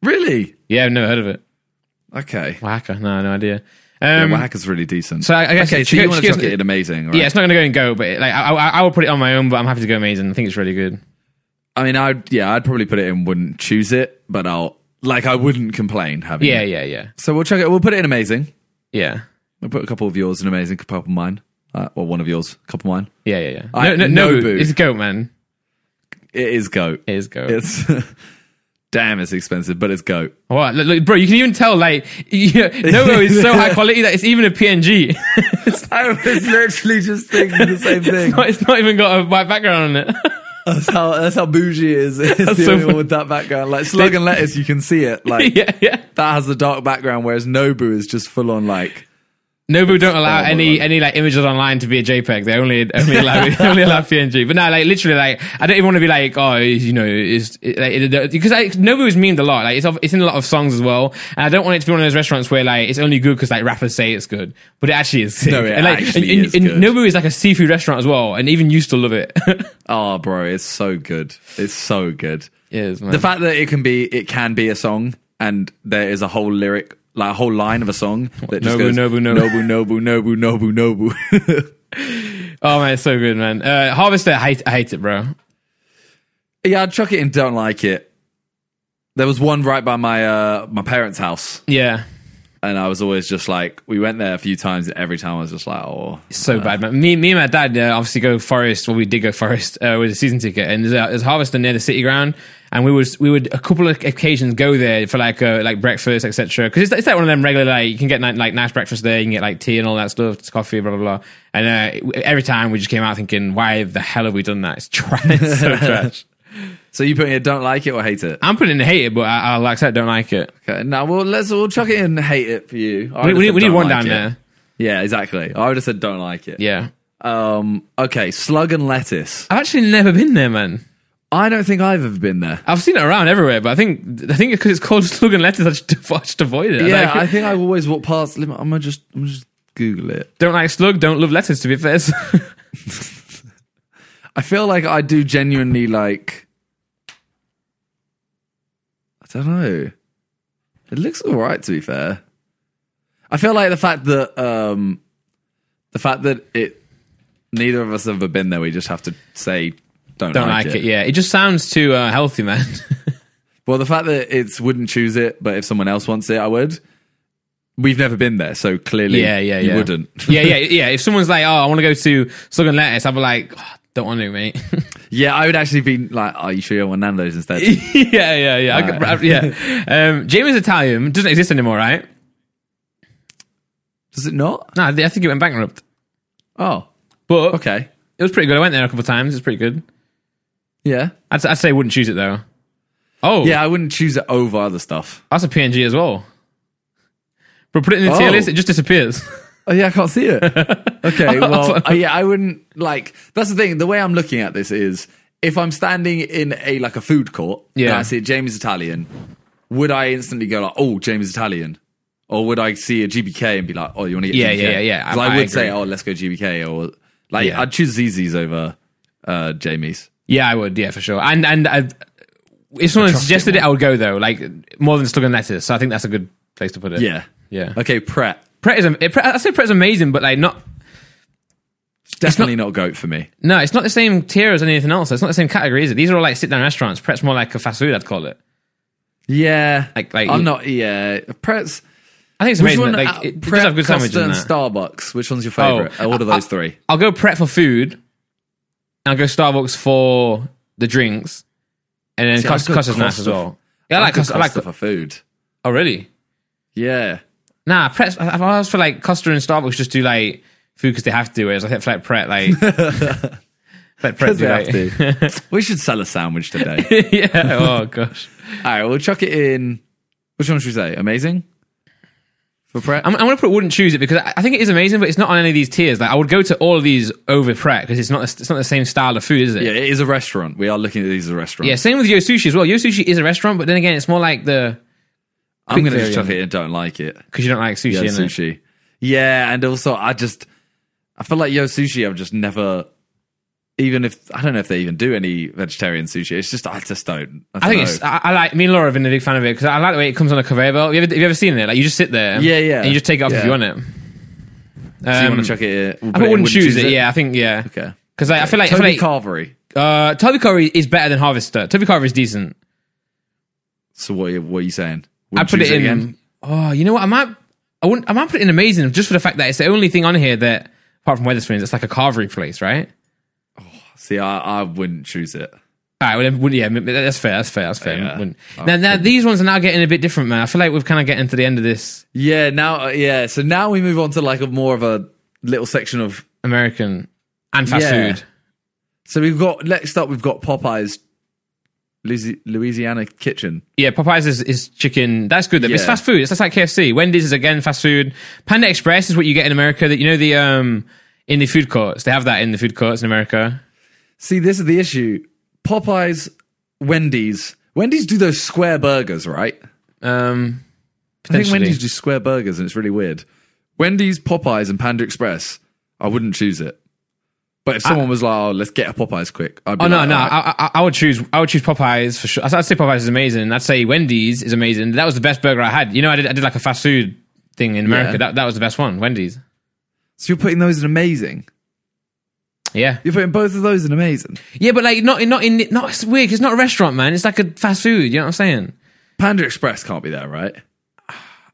Speaker 2: Really?
Speaker 1: Yeah, I've never heard of it.
Speaker 2: Okay.
Speaker 1: Oaxaca. No, no idea.
Speaker 2: Yeah,
Speaker 1: Um, yeah,
Speaker 2: Oaxaca's really decent.
Speaker 1: so I- I guess
Speaker 2: okay,
Speaker 1: it's-
Speaker 2: so you
Speaker 1: it's-
Speaker 2: want to
Speaker 1: it's-
Speaker 2: chuck it in amazing, right?
Speaker 1: it's not going to go and go, but like I, I, I will put it on my own. But I'm happy to go amazing. I think it's really
Speaker 2: Hmm.
Speaker 1: good.
Speaker 2: I mean, I'd yeah, I'd probably put it in. Wouldn't choose it, but I'll like I wouldn't complain having.
Speaker 1: Yeah,
Speaker 2: it.
Speaker 1: yeah, yeah,
Speaker 2: So we'll chuck it. We'll put it in amazing.
Speaker 1: yeah,
Speaker 2: We'll put a couple of yours in amazing, a couple of mine. Uh, well, one of yours, a couple of mine.
Speaker 1: yeah, yeah. yeah.
Speaker 2: I-
Speaker 1: no, no, no,
Speaker 2: Nobu.
Speaker 1: it's goat man.
Speaker 2: It is goat.
Speaker 1: It is goat.
Speaker 2: It's damn, it's expensive, but it's goat.
Speaker 1: what, look, look, bro? You can even tell like yeah, Nobu is so high quality that it's even a PNG.
Speaker 2: I was literally just thinking the same thing.
Speaker 1: it's not even got a white background on it.
Speaker 2: That's how that's how bougie it is. It's the
Speaker 1: so
Speaker 2: only one
Speaker 1: funny.
Speaker 2: with that background. Like slug and lettuce, you can see it. Like
Speaker 1: yeah, yeah.
Speaker 2: that has the dark background, whereas Nobu is just full on like
Speaker 1: Nobu don't allow
Speaker 2: horrible,
Speaker 1: any
Speaker 2: man.
Speaker 1: any like images online to be a JPEG. They only only allow they only allow PNG. But no, like literally, like I don't even want to be like, oh, you know, is like, because like, Nobu is memed a lot. Like it's off, it's in a lot of songs as well, and I don't want it to be one of those restaurants where like it's only good because like rappers say it's good, but it actually is. Sick.
Speaker 2: No, it
Speaker 1: and, like,
Speaker 2: actually
Speaker 1: and, and,
Speaker 2: is
Speaker 1: and
Speaker 2: good.
Speaker 1: Nobu is like a seafood restaurant as well, and even you still love it. it
Speaker 2: Oh, bro, it's so good. It's so good.
Speaker 1: is man.
Speaker 2: The fact that it can be, it can be a song, and there is a whole lyric, like a whole line of a song that just
Speaker 1: Nobu,
Speaker 2: goes
Speaker 1: Nobu,
Speaker 2: nobu,
Speaker 1: Nobu.
Speaker 2: nobu, nobu, nobu, nobu.
Speaker 1: oh man, it's so good, man. Uh, Harvester, I hate I hate it, bro.
Speaker 2: yeah, I'd chuck it in. Don't like it. There was one right by my uh, my parents' house,
Speaker 1: Yeah,
Speaker 2: And I was always just like, we went there a few times. And every time I was just like, oh,
Speaker 1: so bad, man. Me, me and my dad uh, obviously go forest. Well, we did go forest uh, with a season ticket, and there's a, there's a harvester near the city ground, and we was we would a couple of occasions go there for like uh, like breakfast, etc. Because it's, it's like one of them regular like you can get ni- like nice breakfast there, you can get like tea and all that stuff, it's coffee, blah blah blah. And uh, every time we just came out thinking, why the hell have we done that? It's trash, it's so trash.
Speaker 2: so you put in don't like it or hate it?
Speaker 1: I'm putting in hate it, but I, I like I said, don't like it.
Speaker 2: Okay, now well, let's we'll chuck it in hate it for you. I
Speaker 1: We,
Speaker 2: would've
Speaker 1: we,
Speaker 2: said
Speaker 1: we need
Speaker 2: don't
Speaker 1: one
Speaker 2: like
Speaker 1: down
Speaker 2: it.
Speaker 1: there.
Speaker 2: Yeah, exactly. I would have said don't like it.
Speaker 1: Yeah,
Speaker 2: Um. Okay, slug and lettuce.
Speaker 1: I've actually never been there, man.
Speaker 2: I don't think I've ever been there.
Speaker 1: I've seen it around everywhere, but I think I think because it's called slug and letters, I just, I just avoid it.
Speaker 2: Yeah,
Speaker 1: Like,
Speaker 2: I think I've always walked past. I'm gonna just, I'm gonna just Google it.
Speaker 1: don't like slug, don't love letters. To be fair, So-
Speaker 2: I feel like I do genuinely like. I don't know. It looks all right, to be fair. I feel like the fact that um, the fact that it neither of us have ever been there, we just have to say don't,
Speaker 1: don't like, it. Yeah, it just sounds too uh, healthy, man.
Speaker 2: Well, the fact that it's wouldn't choose it, but if someone else wants it, I would. We've never been there, so clearly,
Speaker 1: yeah, yeah,
Speaker 2: you
Speaker 1: yeah.
Speaker 2: wouldn't.
Speaker 1: yeah, yeah, yeah. If someone's like, "Oh, I want to go to slug and lettuce," I'd be like, oh, "Don't want to, mate."
Speaker 2: yeah, I would actually be like, "Are you sure you want Nando's instead?"
Speaker 1: yeah, yeah, yeah. I could-
Speaker 2: Right.
Speaker 1: yeah. Um, Jamie's Italian doesn't exist anymore, right?
Speaker 2: Does it not?
Speaker 1: No, I think it went bankrupt.
Speaker 2: Oh,
Speaker 1: But
Speaker 2: okay,
Speaker 1: it was pretty good. I went there a couple of times. It's pretty good.
Speaker 2: yeah.
Speaker 1: I'd, I'd say I wouldn't choose it though. Oh,
Speaker 2: Yeah, I wouldn't choose it over other stuff.
Speaker 1: That's a PNG as well. But put it in the tier
Speaker 2: Oh.
Speaker 1: list, it just disappears.
Speaker 2: Oh yeah, I can't see it. Okay, well,
Speaker 1: thought-
Speaker 2: uh, yeah, I wouldn't like. That's the thing. The way I'm looking at this is, if I'm standing in a like a food court, and
Speaker 1: Yeah.
Speaker 2: I see a James Italian, would I instantly go like, "Oh, James Italian," or would I see a GBK and be like, "Oh, you want to get
Speaker 1: Yeah,
Speaker 2: GBK?
Speaker 1: yeah, yeah, yeah.
Speaker 2: 'Cause I,
Speaker 1: I- I
Speaker 2: would say,
Speaker 1: agree.
Speaker 2: "Oh, let's go GBK," or like
Speaker 1: Yeah.
Speaker 2: I'd choose ZZ's over uh, Jamie's.
Speaker 1: yeah, I would. Yeah, for sure. And and I, if someone suggested it, I would go though. Like more than slug and lettuce. So I think that's a good place to put it.
Speaker 2: Yeah,
Speaker 1: yeah.
Speaker 2: Okay, Pret
Speaker 1: Pret is. am- Pret, I say Pret's amazing, but like not.
Speaker 2: definitely not goat for me.
Speaker 1: No, it's not the same tier as anything else. It's not the same category, is it? These are all like sit down restaurants. Pret's more like a fast food. I'd call it.
Speaker 2: Yeah,
Speaker 1: Like- like-
Speaker 2: I'm not. Yeah, Pret's.
Speaker 1: I think it's
Speaker 2: Which
Speaker 1: amazing.
Speaker 2: one?
Speaker 1: that,
Speaker 2: uh,
Speaker 1: like, it, it does
Speaker 2: Pret,
Speaker 1: have good sandwiches.
Speaker 2: Costa
Speaker 1: in
Speaker 2: and
Speaker 1: that.
Speaker 2: Starbucks. Which one's your favorite?
Speaker 1: Oh,
Speaker 2: All of those three.
Speaker 1: I'll go Pret for food, and I'll go Starbucks for the drinks, and then
Speaker 2: I'd
Speaker 1: Costa,
Speaker 2: go
Speaker 1: Costa's nice
Speaker 2: Costa
Speaker 1: as
Speaker 2: for-
Speaker 1: well. Yeah, I like Costa. I like.
Speaker 2: for food.
Speaker 1: Oh, really?
Speaker 2: Yeah.
Speaker 1: Nah, Pret's. I- I've always feel like Costa and Starbucks just do like food because they have to. Whereas I think like Pret, like. Pret, Pret do, like-
Speaker 2: we should sell a sandwich today.
Speaker 1: yeah. Oh gosh.
Speaker 2: All right, we'll chuck it in. Which one should we say? Amazing? For Pret?
Speaker 1: I'm, I'm gonna put wouldn't choose it because I, I think it is amazing, but it's not on any of these tiers. Like I would go to all of these over Pret because it's not it's not the same style of food, is it?
Speaker 2: yeah, it is a restaurant. We are looking at these as a restaurant.
Speaker 1: Yeah. Same with Yo Sushi as well. Yo Sushi is a restaurant, but then again, it's more like the
Speaker 2: I'm going to
Speaker 1: quick
Speaker 2: just chuck
Speaker 1: variant.
Speaker 2: it in. Don't like it.
Speaker 1: because you don't like sushi.
Speaker 2: Yeah,
Speaker 1: innit?
Speaker 2: sushi. Yeah, and also I just, I feel like Yo Sushi, I've just never, even if, I don't know if they even do any vegetarian sushi. It's just, I just don't. I,
Speaker 1: I
Speaker 2: don't
Speaker 1: think
Speaker 2: know.
Speaker 1: it's. I, I like. Me and Laura have been a big fan of it because I like the way it comes on a conveyor belt. Have you ever, have you ever seen it? Like you just sit there.
Speaker 2: Yeah, yeah.
Speaker 1: And you just take it off
Speaker 2: Yeah.
Speaker 1: if you want it. Um,
Speaker 2: So you want to chuck it in? We'll
Speaker 1: I
Speaker 2: put it in,
Speaker 1: wouldn't, choose, it. Yeah, I think yeah.
Speaker 2: Okay.
Speaker 1: Because I feel like
Speaker 2: Toby
Speaker 1: I feel like
Speaker 2: Carvery.
Speaker 1: uh, Toby Curry is better than Harvester. Toby Curry is decent.
Speaker 2: So what are you, what are you saying?
Speaker 1: I
Speaker 2: Wouldn't
Speaker 1: put
Speaker 2: choose
Speaker 1: it in. Oh, you know what? I might. I wouldn't. I might put it in amazing just for the fact that it's the only thing on here that apart from Weatherspoons, it's like a carvery place, right?
Speaker 2: See, I, I wouldn't choose it.
Speaker 1: All right, well, then, well, yeah, m- that's fair. That's fair. That's fair.
Speaker 2: Yeah. Oh,
Speaker 1: Wouldn't- Now, now these ones are now getting a bit different, man. I feel like we've kind of getting to the end of this
Speaker 2: Yeah, now, uh, yeah. So now we move on to like a more of a little section of.
Speaker 1: American and fast
Speaker 2: Yeah.
Speaker 1: food.
Speaker 2: So we've got next up, we've got Popeyes, Luisi- Louisiana Kitchen.
Speaker 1: Yeah, Popeyes is, is chicken. That's good. though. It's
Speaker 2: Yeah.
Speaker 1: fast food. It's just like KFC. Wendy's is again fast food. Panda Express is what you get in America. That you know the um in the food courts. They have that in the food courts in America.
Speaker 2: See, this is the issue. Popeyes, Wendy's. Wendy's do those square burgers, right?
Speaker 1: Um,
Speaker 2: I think
Speaker 1: Potentially.
Speaker 2: Wendy's do square burgers, and it's really weird. Wendy's, Popeyes, and Panda Express. I wouldn't choose it. But if someone was like, "Oh, let's get a Popeyes quick," I'd be
Speaker 1: oh no,
Speaker 2: like,
Speaker 1: no,
Speaker 2: "All right."
Speaker 1: I, I, I would choose. I would choose Popeyes for sure. I'd say Popeyes is amazing. I'd say Wendy's is amazing. That was the best burger I had. You know, I did. I did like a fast food thing in America.
Speaker 2: Yeah.
Speaker 1: That that was the best one. Wendy's.
Speaker 2: So you're putting those in amazing.
Speaker 1: Yeah,
Speaker 2: You're putting both of those in amazing.
Speaker 1: yeah, but like not in not in not. It's weird. 'cause It's not a restaurant, man. It's like a fast food. You know what I'm saying?
Speaker 2: Panda Express can't be there, right?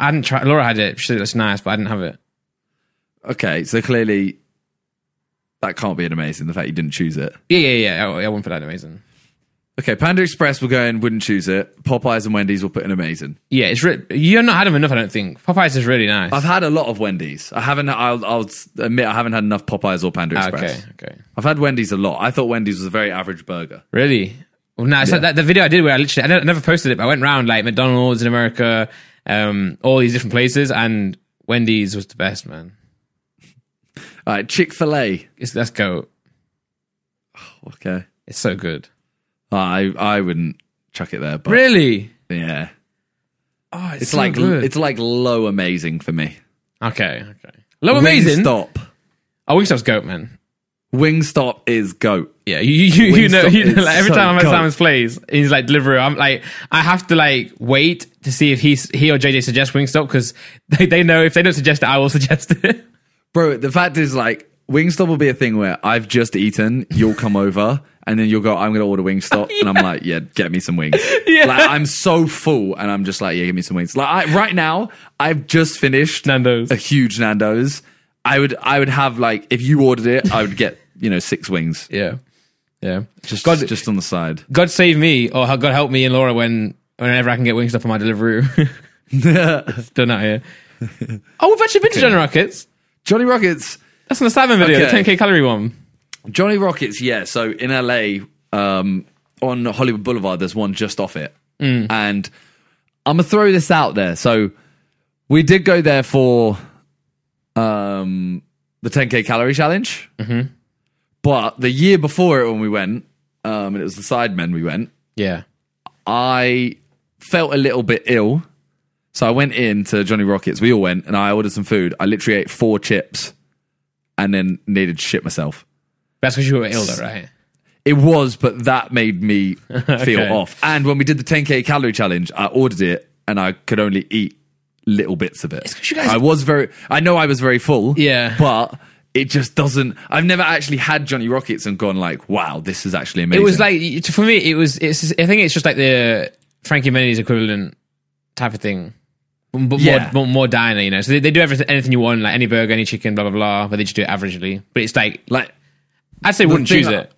Speaker 1: I didn't try. Laura had it. She said it's nice, but I didn't have it.
Speaker 2: Okay, so clearly that can't be an amazing. The fact you didn't choose it.
Speaker 1: Yeah, yeah, yeah. I, I went for that amazing.
Speaker 2: Okay, Panda Express will go in, wouldn't choose it. Popeyes and Wendy's will put in amazing.
Speaker 1: Yeah, it's re- you're not had them enough. I don't think Popeyes is really nice.
Speaker 2: I've had a lot of Wendy's. I haven't. I'll, I'll admit I haven't had enough Popeyes or Panda
Speaker 1: Ah,
Speaker 2: Express.
Speaker 1: okay, okay.
Speaker 2: I've had Wendy's a lot. I thought Wendy's was a very average burger.
Speaker 1: Really? Well, no, it's like that, the video I did where I literally, I, don't- I never posted it, but I went round like McDonald's in America, um, all these different places, and Wendy's was the best, man.
Speaker 2: All right, Chick Fil A.
Speaker 1: It's, let's go.
Speaker 2: Okay,
Speaker 1: It's so good.
Speaker 2: I I wouldn't chuck it there, but
Speaker 1: Really?
Speaker 2: yeah,
Speaker 1: Oh, it's,
Speaker 2: it's like
Speaker 1: good.
Speaker 2: it's like low amazing for me.
Speaker 1: okay, okay. Low amazing.
Speaker 2: Stop.
Speaker 1: Oh, Wingstop's goat, man.
Speaker 2: Wingstop is goat.
Speaker 1: Yeah, you you, you know,
Speaker 2: Wingstop
Speaker 1: you know
Speaker 2: is
Speaker 1: like, every
Speaker 2: so
Speaker 1: time I'm at
Speaker 2: goat.
Speaker 1: Simon's place, he's like delivery. I'm like, I have to like wait to see if he's he or JJ suggests Wingstop because they, they know if they don't suggest it, I will suggest it.
Speaker 2: Bro, the fact is like Wingstop will be a thing where I've just eaten, you'll come over, and then you'll go, I'm gonna order Wingstop, and I'm like, yeah, get me some wings.
Speaker 1: Yeah.
Speaker 2: Like I'm so full, and I'm just like, yeah, give me some wings. Like I, right now, I've just finished
Speaker 1: Nando's.
Speaker 2: a huge Nando's. I would, I would have like if you ordered it, I would get you know six wings
Speaker 1: Yeah, yeah.
Speaker 2: just
Speaker 1: God-
Speaker 2: just on the side.
Speaker 1: God save me, or God help me and Laura when whenever I can get Wingstop on my delivery. Done out here. Oh, we've actually been to Johnny Rockets.
Speaker 2: Johnny Rockets,
Speaker 1: That's on the Simon video,
Speaker 2: Okay.
Speaker 1: the 10k calorie one.
Speaker 2: Johnny Rockets, yeah. So in LA, um, on Hollywood Boulevard, there's one just off it. And I'm gonna throw this out there. So we did go there for um, the 10k calorie challenge, mm-hmm. but the year before it, when we went, um, and it was the Sidemen we went.
Speaker 1: Yeah,
Speaker 2: I felt a little bit ill, so I went in to Johnny Rockets. We all went, and I ordered some food. I literally ate four chips, and then needed to shit myself.
Speaker 1: that's because you were ill, though, right?
Speaker 2: It was, but that made me feel
Speaker 1: Okay.
Speaker 2: off. And when we did the 10k calorie challenge, I ordered it and I could only eat little bits of it.
Speaker 1: 'cause you guys-
Speaker 2: I was very, I know I was very full.
Speaker 1: Yeah.
Speaker 2: But it just doesn't, I've never actually had Johnny Rockets and gone like, wow, this is actually amazing.
Speaker 1: It was like for me, it was. It's. I think it's just like the Frankie Mendes equivalent type of thing, but
Speaker 2: Yeah.
Speaker 1: more, more more diner, you know. So they, they do everything, anything you want, like any burger, any chicken, blah blah blah. But they just do it averagely. But it's like
Speaker 2: like,
Speaker 1: I'd say wouldn't
Speaker 2: thing
Speaker 1: choose
Speaker 2: I-
Speaker 1: it.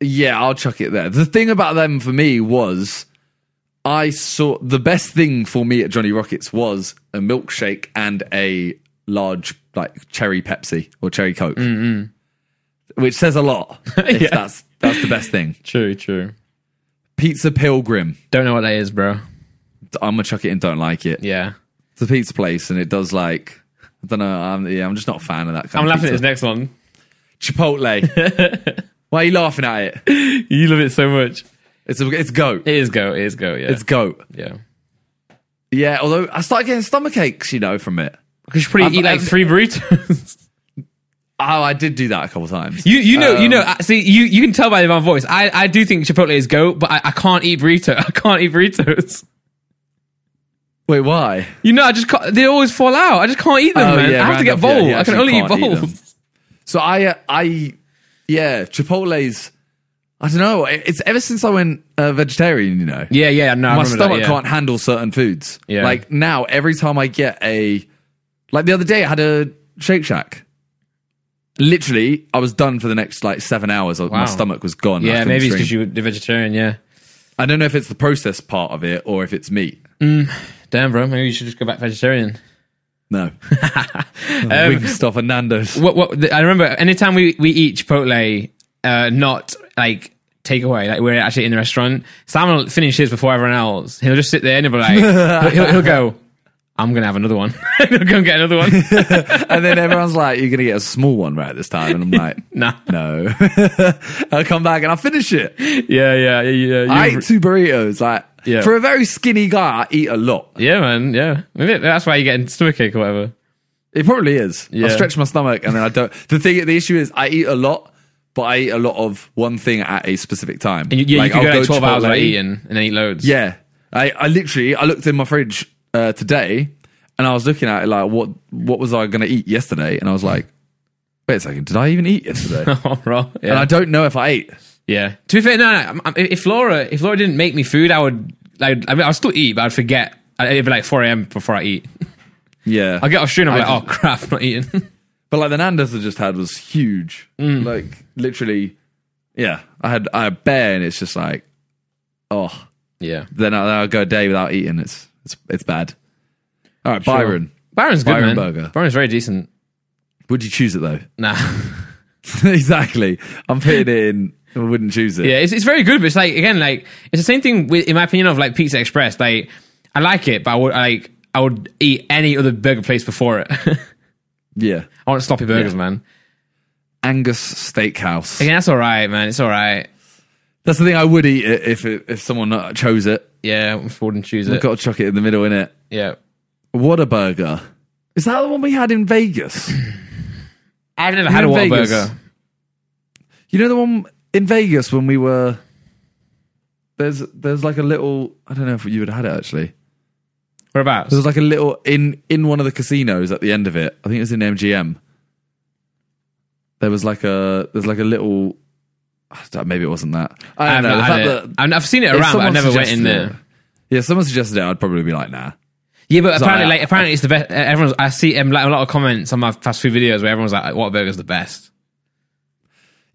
Speaker 2: yeah, I'll chuck it there. The thing about them for me was I saw the best thing for me at Johnny Rockets was a milkshake and a large like cherry Pepsi or cherry Coke, which says a lot. if
Speaker 1: Mm-hmm. Yeah.
Speaker 2: That's that's the best thing.
Speaker 1: True, true.
Speaker 2: Pizza Pilgrim.
Speaker 1: Don't know what that is, bro.
Speaker 2: I'm gonna chuck it and don't like it.
Speaker 1: Yeah.
Speaker 2: It's a pizza place and it does like I don't know. I'm, yeah, I'm just not a fan of that kind
Speaker 1: I'm
Speaker 2: of
Speaker 1: laughing at
Speaker 2: pizza.
Speaker 1: this next one.
Speaker 2: Chipotle. Why are you laughing at it?
Speaker 1: You love it so much.
Speaker 2: It's a, it's goat.
Speaker 1: It is go. It is go. Yeah.
Speaker 2: It's goat.
Speaker 1: yeah.
Speaker 2: Yeah. Although I started getting stomach aches, you know, from it.
Speaker 1: Because you probably
Speaker 2: I've-
Speaker 1: eat like
Speaker 2: I've-
Speaker 1: three burritos.
Speaker 2: Oh, I did do that a couple times.
Speaker 1: you you know you know. I- See you you can tell by my voice. I I do think Chipotle is go, but I, I can't eat burrito. I can't eat burritos.
Speaker 2: Wait, why?
Speaker 1: You know, I just can't, they always fall out. I just can't eat them,
Speaker 2: Oh,
Speaker 1: man.
Speaker 2: yeah,
Speaker 1: I have to get
Speaker 2: Randolph, yeah,
Speaker 1: bowls.
Speaker 2: you
Speaker 1: I can
Speaker 2: actually
Speaker 1: only eat
Speaker 2: can't
Speaker 1: bowls.
Speaker 2: eat them. So I, uh, I, yeah, Chipotle's. I don't know. It- It's ever since I went uh, vegetarian, you know,
Speaker 1: yeah, yeah, no, I
Speaker 2: my
Speaker 1: remember
Speaker 2: stomach
Speaker 1: that, yeah.
Speaker 2: can't handle certain foods.
Speaker 1: Yeah.
Speaker 2: Like now, every time I get a, like the other day, I had a Shake Shack. Literally, I was done for the next like seven hours.
Speaker 1: Wow.
Speaker 2: My stomach was gone. I
Speaker 1: Yeah,
Speaker 2: couldn't
Speaker 1: maybe it's
Speaker 2: drink.
Speaker 1: because you were the vegetarian. Yeah,
Speaker 2: I don't know if it's the processed part of it or if it's meat.
Speaker 1: damn, bro. Maybe you should just go back vegetarian.
Speaker 2: No, Wing
Speaker 1: Um,
Speaker 2: stuff and Nando's.
Speaker 1: What? What? The, I remember anytime we we eat Chipotle, uh, not like takeaway, like we're actually in the restaurant. Simon will finish his before everyone else. He'll just sit there and he'll be like, he'll, he'll, he'll go, "I'm gonna have another one. he'll go and get another one."
Speaker 2: And then everyone's like, "You're gonna get a small one right this time," and I'm like,
Speaker 1: nah.
Speaker 2: "No." I'll come back and I'll finish it.
Speaker 1: Yeah, yeah, yeah, yeah.
Speaker 2: I
Speaker 1: You-
Speaker 2: ate two burritos. Like
Speaker 1: Yeah.
Speaker 2: for a very skinny guy, I eat a lot.
Speaker 1: yeah, man. Yeah, maybe that's why you're getting stomachache or whatever.
Speaker 2: It probably is.
Speaker 1: Yeah.
Speaker 2: I stretch my stomach and then I don't. The thing, the issue is, I eat a lot, but I eat a lot of one thing at a specific time.
Speaker 1: And you, yeah, you could
Speaker 2: I'll
Speaker 1: go like 12 hours without
Speaker 2: Chipotle.
Speaker 1: eating and then eat loads.
Speaker 2: Yeah, I, I literally I looked in my fridge uh, today and I was looking at it like what what was I gonna eat yesterday? And I was like, wait a second, did I even eat yesterday?
Speaker 1: Oh, bro. Yeah.
Speaker 2: and I don't know if I ate.
Speaker 1: yeah. To be fair, no, no. I'm- I'm- if Laura, if uh, Laura didn't make me food, I would, I would I mean, I'll still eat, but I'd forget. I- It'd be like 4 a.m. before I eat.
Speaker 2: Yeah.
Speaker 1: I get off stream. I'm
Speaker 2: I
Speaker 1: like,
Speaker 2: just-
Speaker 1: oh crap, I'm not eating.
Speaker 2: But like the Nando's I just had was huge.
Speaker 1: Mm.
Speaker 2: Like literally, yeah. I had I had bear and it's just like, oh.
Speaker 1: yeah,
Speaker 2: Then I, then I'll go a day without eating. It's it's it's bad. All right, Byron.
Speaker 1: Byron's good, man.
Speaker 2: Byron burger.
Speaker 1: Byron's very decent.
Speaker 2: Would you choose it though?
Speaker 1: Nah,
Speaker 2: exactly. I'm putting it in. I wouldn't choose it.
Speaker 1: yeah, it's it's very good, but it's like again, like it's the same thing with, in my opinion, of like Pizza Express. Like I like it, but I would like I would eat any other burger place before it. I
Speaker 2: Yeah.
Speaker 1: want sloppy burgers,
Speaker 2: Yeah.
Speaker 1: man.
Speaker 2: Angus Steakhouse.
Speaker 1: Again, that's all right, man. It's all right.
Speaker 2: That's the thing. I would eat it if it, if someone uh, chose it.
Speaker 1: Yeah, I wouldn't choose
Speaker 2: I've
Speaker 1: it.
Speaker 2: got to chuck it in the middle, in it.
Speaker 1: Yeah.
Speaker 2: What a burger! Is that the one we had in Vegas?
Speaker 1: I've never had a
Speaker 2: in Vegas.
Speaker 1: Whataburger.
Speaker 2: You know the one in Vegas when we were there's there's like a little I don't know if you would have had it actually.
Speaker 1: Whereabouts?
Speaker 2: There's like a little in in one of the casinos at the end of it. I think it was in MGM. There was like a there's like a little I don't- maybe it wasn't that. I
Speaker 1: I've
Speaker 2: don't know.
Speaker 1: not
Speaker 2: The
Speaker 1: had
Speaker 2: fact
Speaker 1: it.
Speaker 2: that
Speaker 1: I've, I've seen it around,
Speaker 2: if
Speaker 1: but I
Speaker 2: someone
Speaker 1: never went
Speaker 2: suggested
Speaker 1: in there.
Speaker 2: it- Yeah, someone suggested it, I'd probably be like, nah.
Speaker 1: Yeah, but apparently,
Speaker 2: like-
Speaker 1: like, apparently, it's the best. Everyone's. I see um, like, a lot of comments on my fast food videos where everyone's like, "Whataburger's the best."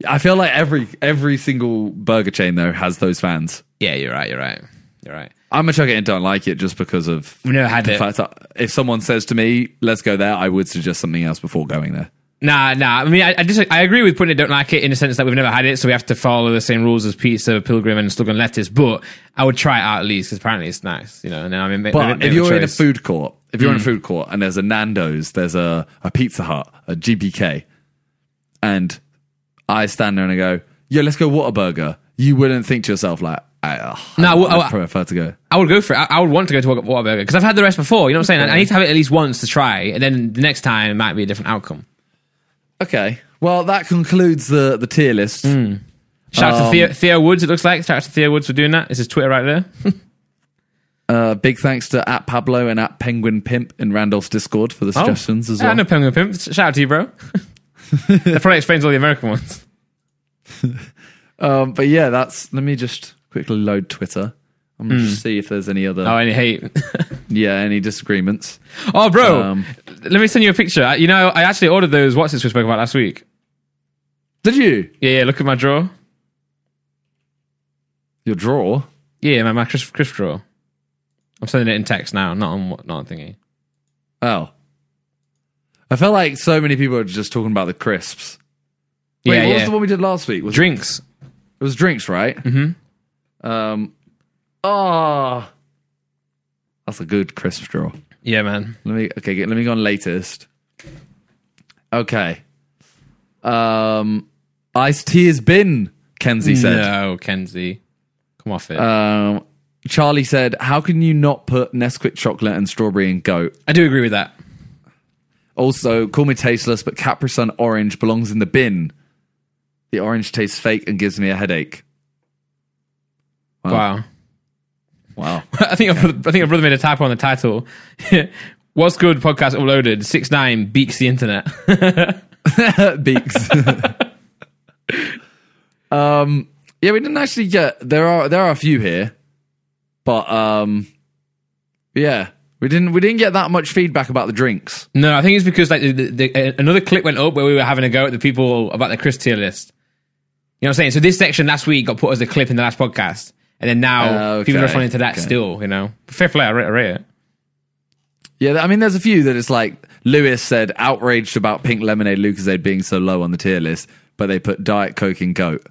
Speaker 2: I feel like every every single burger chain though has those fans.
Speaker 1: Yeah, you're right. You're right. You're right.
Speaker 2: I'm gonna chuck it and don't like it just because of
Speaker 1: We've never had
Speaker 2: the
Speaker 1: it.
Speaker 2: fact that if someone says to me, "Let's go there," I would suggest something else before going there.
Speaker 1: Nah, nah. I mean, I, I just I agree with putting it. Don't like it in the sense that we've never had it, so we have to follow the same rules as pizza, pilgrim, and slug and lettuce. But I would try it out at least because apparently it's nice, you know. And then I mean, ma- ma-
Speaker 2: But
Speaker 1: make
Speaker 2: if you're in a
Speaker 1: choice.
Speaker 2: food court, if you're in a food court and there's a Nando's, there's a, a Pizza Hut, a GBK, and I stand there and I go, "Yo, let's go Whataburger," you wouldn't think to yourself like, "I, oh,
Speaker 1: No,
Speaker 2: I,
Speaker 1: well,
Speaker 2: I,
Speaker 1: I-
Speaker 2: prefer to go."
Speaker 1: I would go for it. I, I would want to go to Whataburger because I've had the rest before. You know what I'm saying? I, I need to have it at least once to try, and then the next time it might be a different outcome.
Speaker 2: Okay, well that concludes the the tier list.
Speaker 1: Shout out to
Speaker 2: Um,
Speaker 1: Theo, Theo Woods. It looks like shout out to Theo Woods for doing that. It's his Twitter right there.
Speaker 2: Uh, big thanks to at Pablo and at Penguin Pimp in Randolph's Discord for the suggestions Oh. as
Speaker 1: Yeah, I
Speaker 2: well.
Speaker 1: know Penguin Ah, Pimp. Shout out to you, bro. that probably explains all the American ones.
Speaker 2: Um, but yeah, that's. Let me just quickly load Twitter. I'm gonna
Speaker 1: Hmm.
Speaker 2: just see if there's any other.
Speaker 1: Oh, and hate.
Speaker 2: Yeah, any disagreements.
Speaker 1: oh, bro.
Speaker 2: Um,
Speaker 1: let me send you a picture. I- You know, I actually ordered those what's it we spoke about last week.
Speaker 2: Did you?
Speaker 1: Yeah, yeah. Look at my drawer.
Speaker 2: Your draw.
Speaker 1: Yeah, my, my crisp, crisp drawer. I'm sending it in text now, not on what- not on thingy.
Speaker 2: Oh. I felt like so many people are just talking about the crisps. Wait,
Speaker 1: yeah,
Speaker 2: what
Speaker 1: yeah.
Speaker 2: was the one we did last week? Was,
Speaker 1: Drinks.
Speaker 2: It was drinks, right? Mm-hmm. Um. Ah. that's a good crisp draw.
Speaker 1: Yeah, man.
Speaker 2: Let me okay. Let me go on latest. Okay. Um, iced tea has been. Kenzie said.
Speaker 1: No, Kenzie, come off it.
Speaker 2: Um, Charlie said, "How can you not put Nesquik chocolate and strawberry and goat?"
Speaker 1: I do agree with that.
Speaker 2: Also, call me tasteless, but Capri Sun orange belongs in the bin. The orange tastes fake and gives me a headache.
Speaker 1: Wow.
Speaker 2: Wow.
Speaker 1: I think your brother, I think your brother made a typo on the title. What's good podcast uploaded six nine beaks the internet.
Speaker 2: Beaks. um, yeah, we didn't actually get there are there are a few here, but um, yeah, we didn't we didn't get that much feedback about the drinks.
Speaker 1: no, I think it's because like the, the, the, another clip went up where we were having a go at the people about the Chris tier list. You know what I'm saying? So this section last week got put as a clip in the last podcast, and then now
Speaker 2: Oh, okay,
Speaker 1: people are responding to that
Speaker 2: okay.
Speaker 1: still. You know, fair play, I rate, I rate it.
Speaker 2: Yeah, I mean, there's a few that it's like Lewis said, outraged about Pink Lemonade Lucasade being so low on the tier list, but they put Diet Coke and Goat.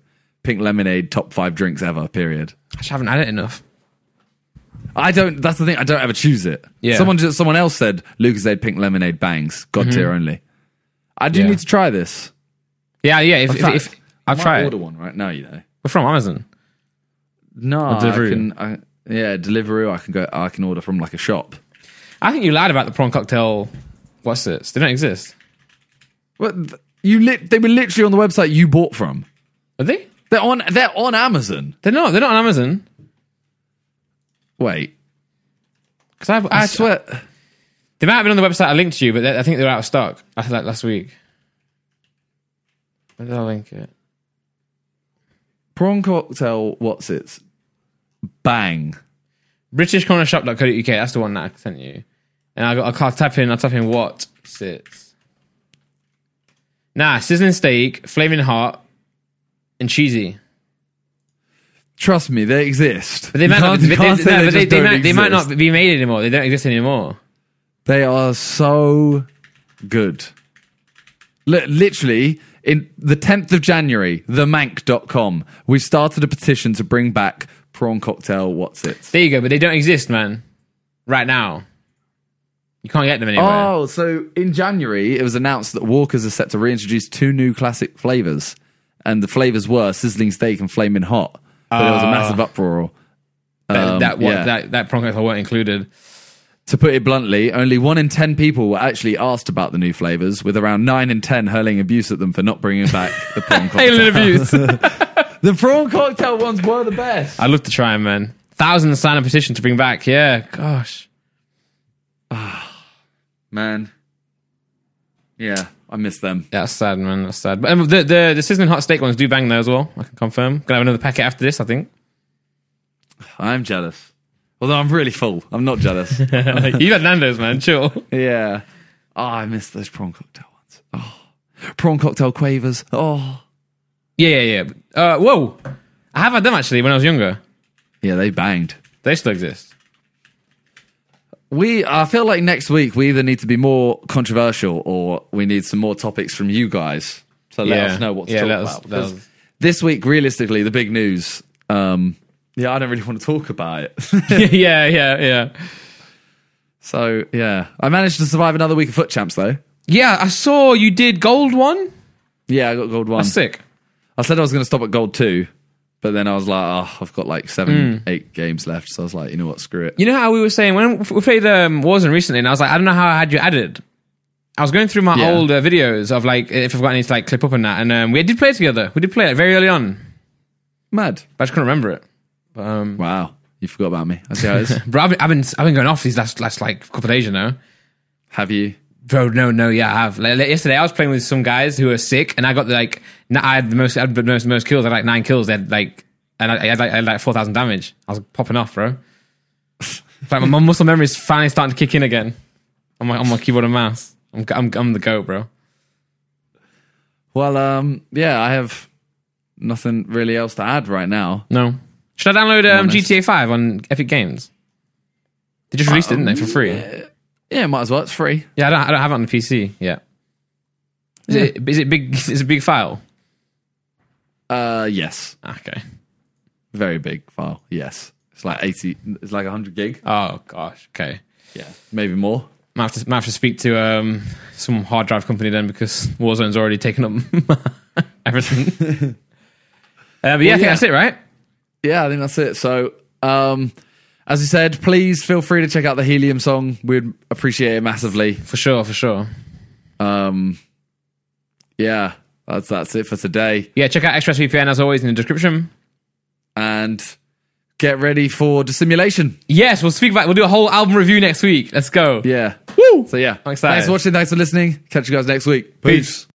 Speaker 2: Pink Lemonade, top five drinks ever, period.
Speaker 1: I just haven't had it enough.
Speaker 2: I don't, that's the thing, I don't ever choose it.
Speaker 1: Yeah.
Speaker 2: Someone just, someone else said Lucasade Pink Lemonade bangs, God tier only. I do
Speaker 1: Yeah.
Speaker 2: need to try this.
Speaker 1: Yeah, yeah. If,
Speaker 2: In
Speaker 1: if,
Speaker 2: fact,
Speaker 1: if I'll
Speaker 2: might
Speaker 1: try it.
Speaker 2: order one right now, you know.
Speaker 1: We're from Amazon.
Speaker 2: No, I
Speaker 1: Deliveroo.
Speaker 2: can, I, yeah, Deliveroo, I can go, I can order from like a shop.
Speaker 1: I think you lied about the prawn cocktail. What's this? They don't exist.
Speaker 2: But th- you lit, they were literally on the website you bought from.
Speaker 1: Are they?
Speaker 2: They're on, they're on Amazon.
Speaker 1: They're not. They're not on Amazon.
Speaker 2: Wait,
Speaker 1: Because I,
Speaker 2: I
Speaker 1: I
Speaker 2: swear.
Speaker 1: They might have been on the website I linked to you, but they, I think they were out of stock. I said that last week. Where did I link it?
Speaker 2: prawn cocktail what's it bang
Speaker 1: BritishCornerShop.co.uk. That's the one that I sent you. And I, got, I can't type in. I type in what sits. Nah, sizzling steak, flaming hot, and cheesy.
Speaker 2: Trust me, they exist.
Speaker 1: But they
Speaker 2: You
Speaker 1: might not.
Speaker 2: can't-
Speaker 1: They,
Speaker 2: you
Speaker 1: they-
Speaker 2: can't
Speaker 1: no,
Speaker 2: say
Speaker 1: but
Speaker 2: just
Speaker 1: they, they
Speaker 2: don't
Speaker 1: might, they might
Speaker 2: exist.
Speaker 1: not be made anymore. They don't exist anymore.
Speaker 2: They are so good. Li- literally, in the 10th of January, themank.com, we started a petition to bring back prawn cocktail what's it.
Speaker 1: There you go. But they don't exist, man. Right now, you can't get them anywhere.
Speaker 2: Oh, so in January, it was announced that Walkers are set to reintroduce two new classic flavors. And the flavors were sizzling steak and flaming hot. But there was a massive uproar.
Speaker 1: that that, one,
Speaker 2: um, yeah.
Speaker 1: that that prawn cocktail weren't included.
Speaker 2: To put it bluntly, only one in ten people were actually asked about the new flavors, with around nine in ten hurling abuse at them for not bringing back the prawn cocktail.
Speaker 1: Alien abuse.
Speaker 2: the prawn cocktail ones were the best.
Speaker 1: I'd love to try 'em, man. Thousands sign a petition to bring back. Yeah, gosh.
Speaker 2: Man, yeah, I miss them.
Speaker 1: That's sad, man. That's sad. But um, the, the the sizzling hot steak ones do bang though as well. I can confirm. Gonna have another packet after this, I think.
Speaker 2: I'm jealous. Although I'm really full, I'm not jealous.
Speaker 1: you had Nando's, man. Chill.
Speaker 2: yeah. Oh, I miss those prawn cocktail ones. Oh, prawn cocktail quavers. Oh,
Speaker 1: Yeah, yeah, yeah. Uh, whoa, I have had them actually when I was younger.
Speaker 2: yeah, they banged.
Speaker 1: They still exist.
Speaker 2: We, I feel like next week we either need to be more controversial or we need some more topics from you guys to let
Speaker 1: Yeah.
Speaker 2: us know what to
Speaker 1: Yeah,
Speaker 2: talk
Speaker 1: let us-
Speaker 2: about.
Speaker 1: let us-
Speaker 2: because This week, realistically, the big news. Um, yeah, I don't really want to talk about it.
Speaker 1: yeah, yeah, yeah.
Speaker 2: so yeah, I managed to survive another week of foot champs though.
Speaker 1: Yeah, I saw you did gold one.
Speaker 2: Yeah, I got gold one.
Speaker 1: That's sick.
Speaker 2: I said I was going to stop at gold two, but then I was like, oh, I've got like seven,
Speaker 1: Hmm.
Speaker 2: eight games left. So I was like, you know what, screw it.
Speaker 1: You know how we were saying when we played um, Warzone recently, and I was like, I don't know how I had you added. I was going through my
Speaker 2: Yeah.
Speaker 1: old uh, videos of like if I've got any to like clip up and that, and um, we did play together. We did play it very early on,
Speaker 2: Mad.
Speaker 1: but I just couldn't remember it. But, um,
Speaker 2: Wow, you forgot about me. I see how it is.
Speaker 1: Bro, I've been, I've been I've been going off these last last like couple of days, you know.
Speaker 2: Have you?
Speaker 1: Bro, no, no, yeah, I have. Like, like, yesterday, I was playing with some guys who were sick, and I got like n- I had the most, I had the most, most kills. I had like nine kills. They had like, and I, I had like, I had like four thousand damage. I was popping off, bro. It's like my, my muscle memory is finally starting to kick in again on my on my keyboard and mouse. I'm I'm, I'm the goat, bro.
Speaker 2: Well, um, yeah, I have nothing really else to add right now.
Speaker 1: No, should I download um,
Speaker 2: Honest.
Speaker 1: GTA Five on Epic Games? They just released it, didn't they, for free? Yeah,
Speaker 2: Yeah, might as well. It's free.
Speaker 1: I don't I don't have it on the PC yet. Is it is it big? Is it a big file? Ah,
Speaker 2: Uh, yes,
Speaker 1: Okay.
Speaker 2: very big file. Yes, it's like eighty. It's like hundred gig.
Speaker 1: Oh gosh. Okay.
Speaker 2: Yeah, maybe more.
Speaker 1: Might have to, might have to speak to um, some hard drive company then because Warzone's already taken up everything. uh, but yeah, I think
Speaker 2: yeah.
Speaker 1: that's it, right?
Speaker 2: Yeah, I think that's it. So, um, as I said, please feel free to check out the Helium song. We'd appreciate it massively.
Speaker 1: For sure, for sure.
Speaker 2: Um, yeah, that's that's it for today.
Speaker 1: Yeah, check out ExpressVPN as always in the description.
Speaker 2: And get ready for dissimulation.
Speaker 1: Yes, we'll speak about. We'll do a whole album review next week. Let's go.
Speaker 2: Yeah.
Speaker 1: Woo!
Speaker 2: So yeah.
Speaker 1: Thanks,
Speaker 2: Thanks
Speaker 1: guys.
Speaker 2: for watching. Thanks for listening. Catch you guys next week.
Speaker 1: Peace.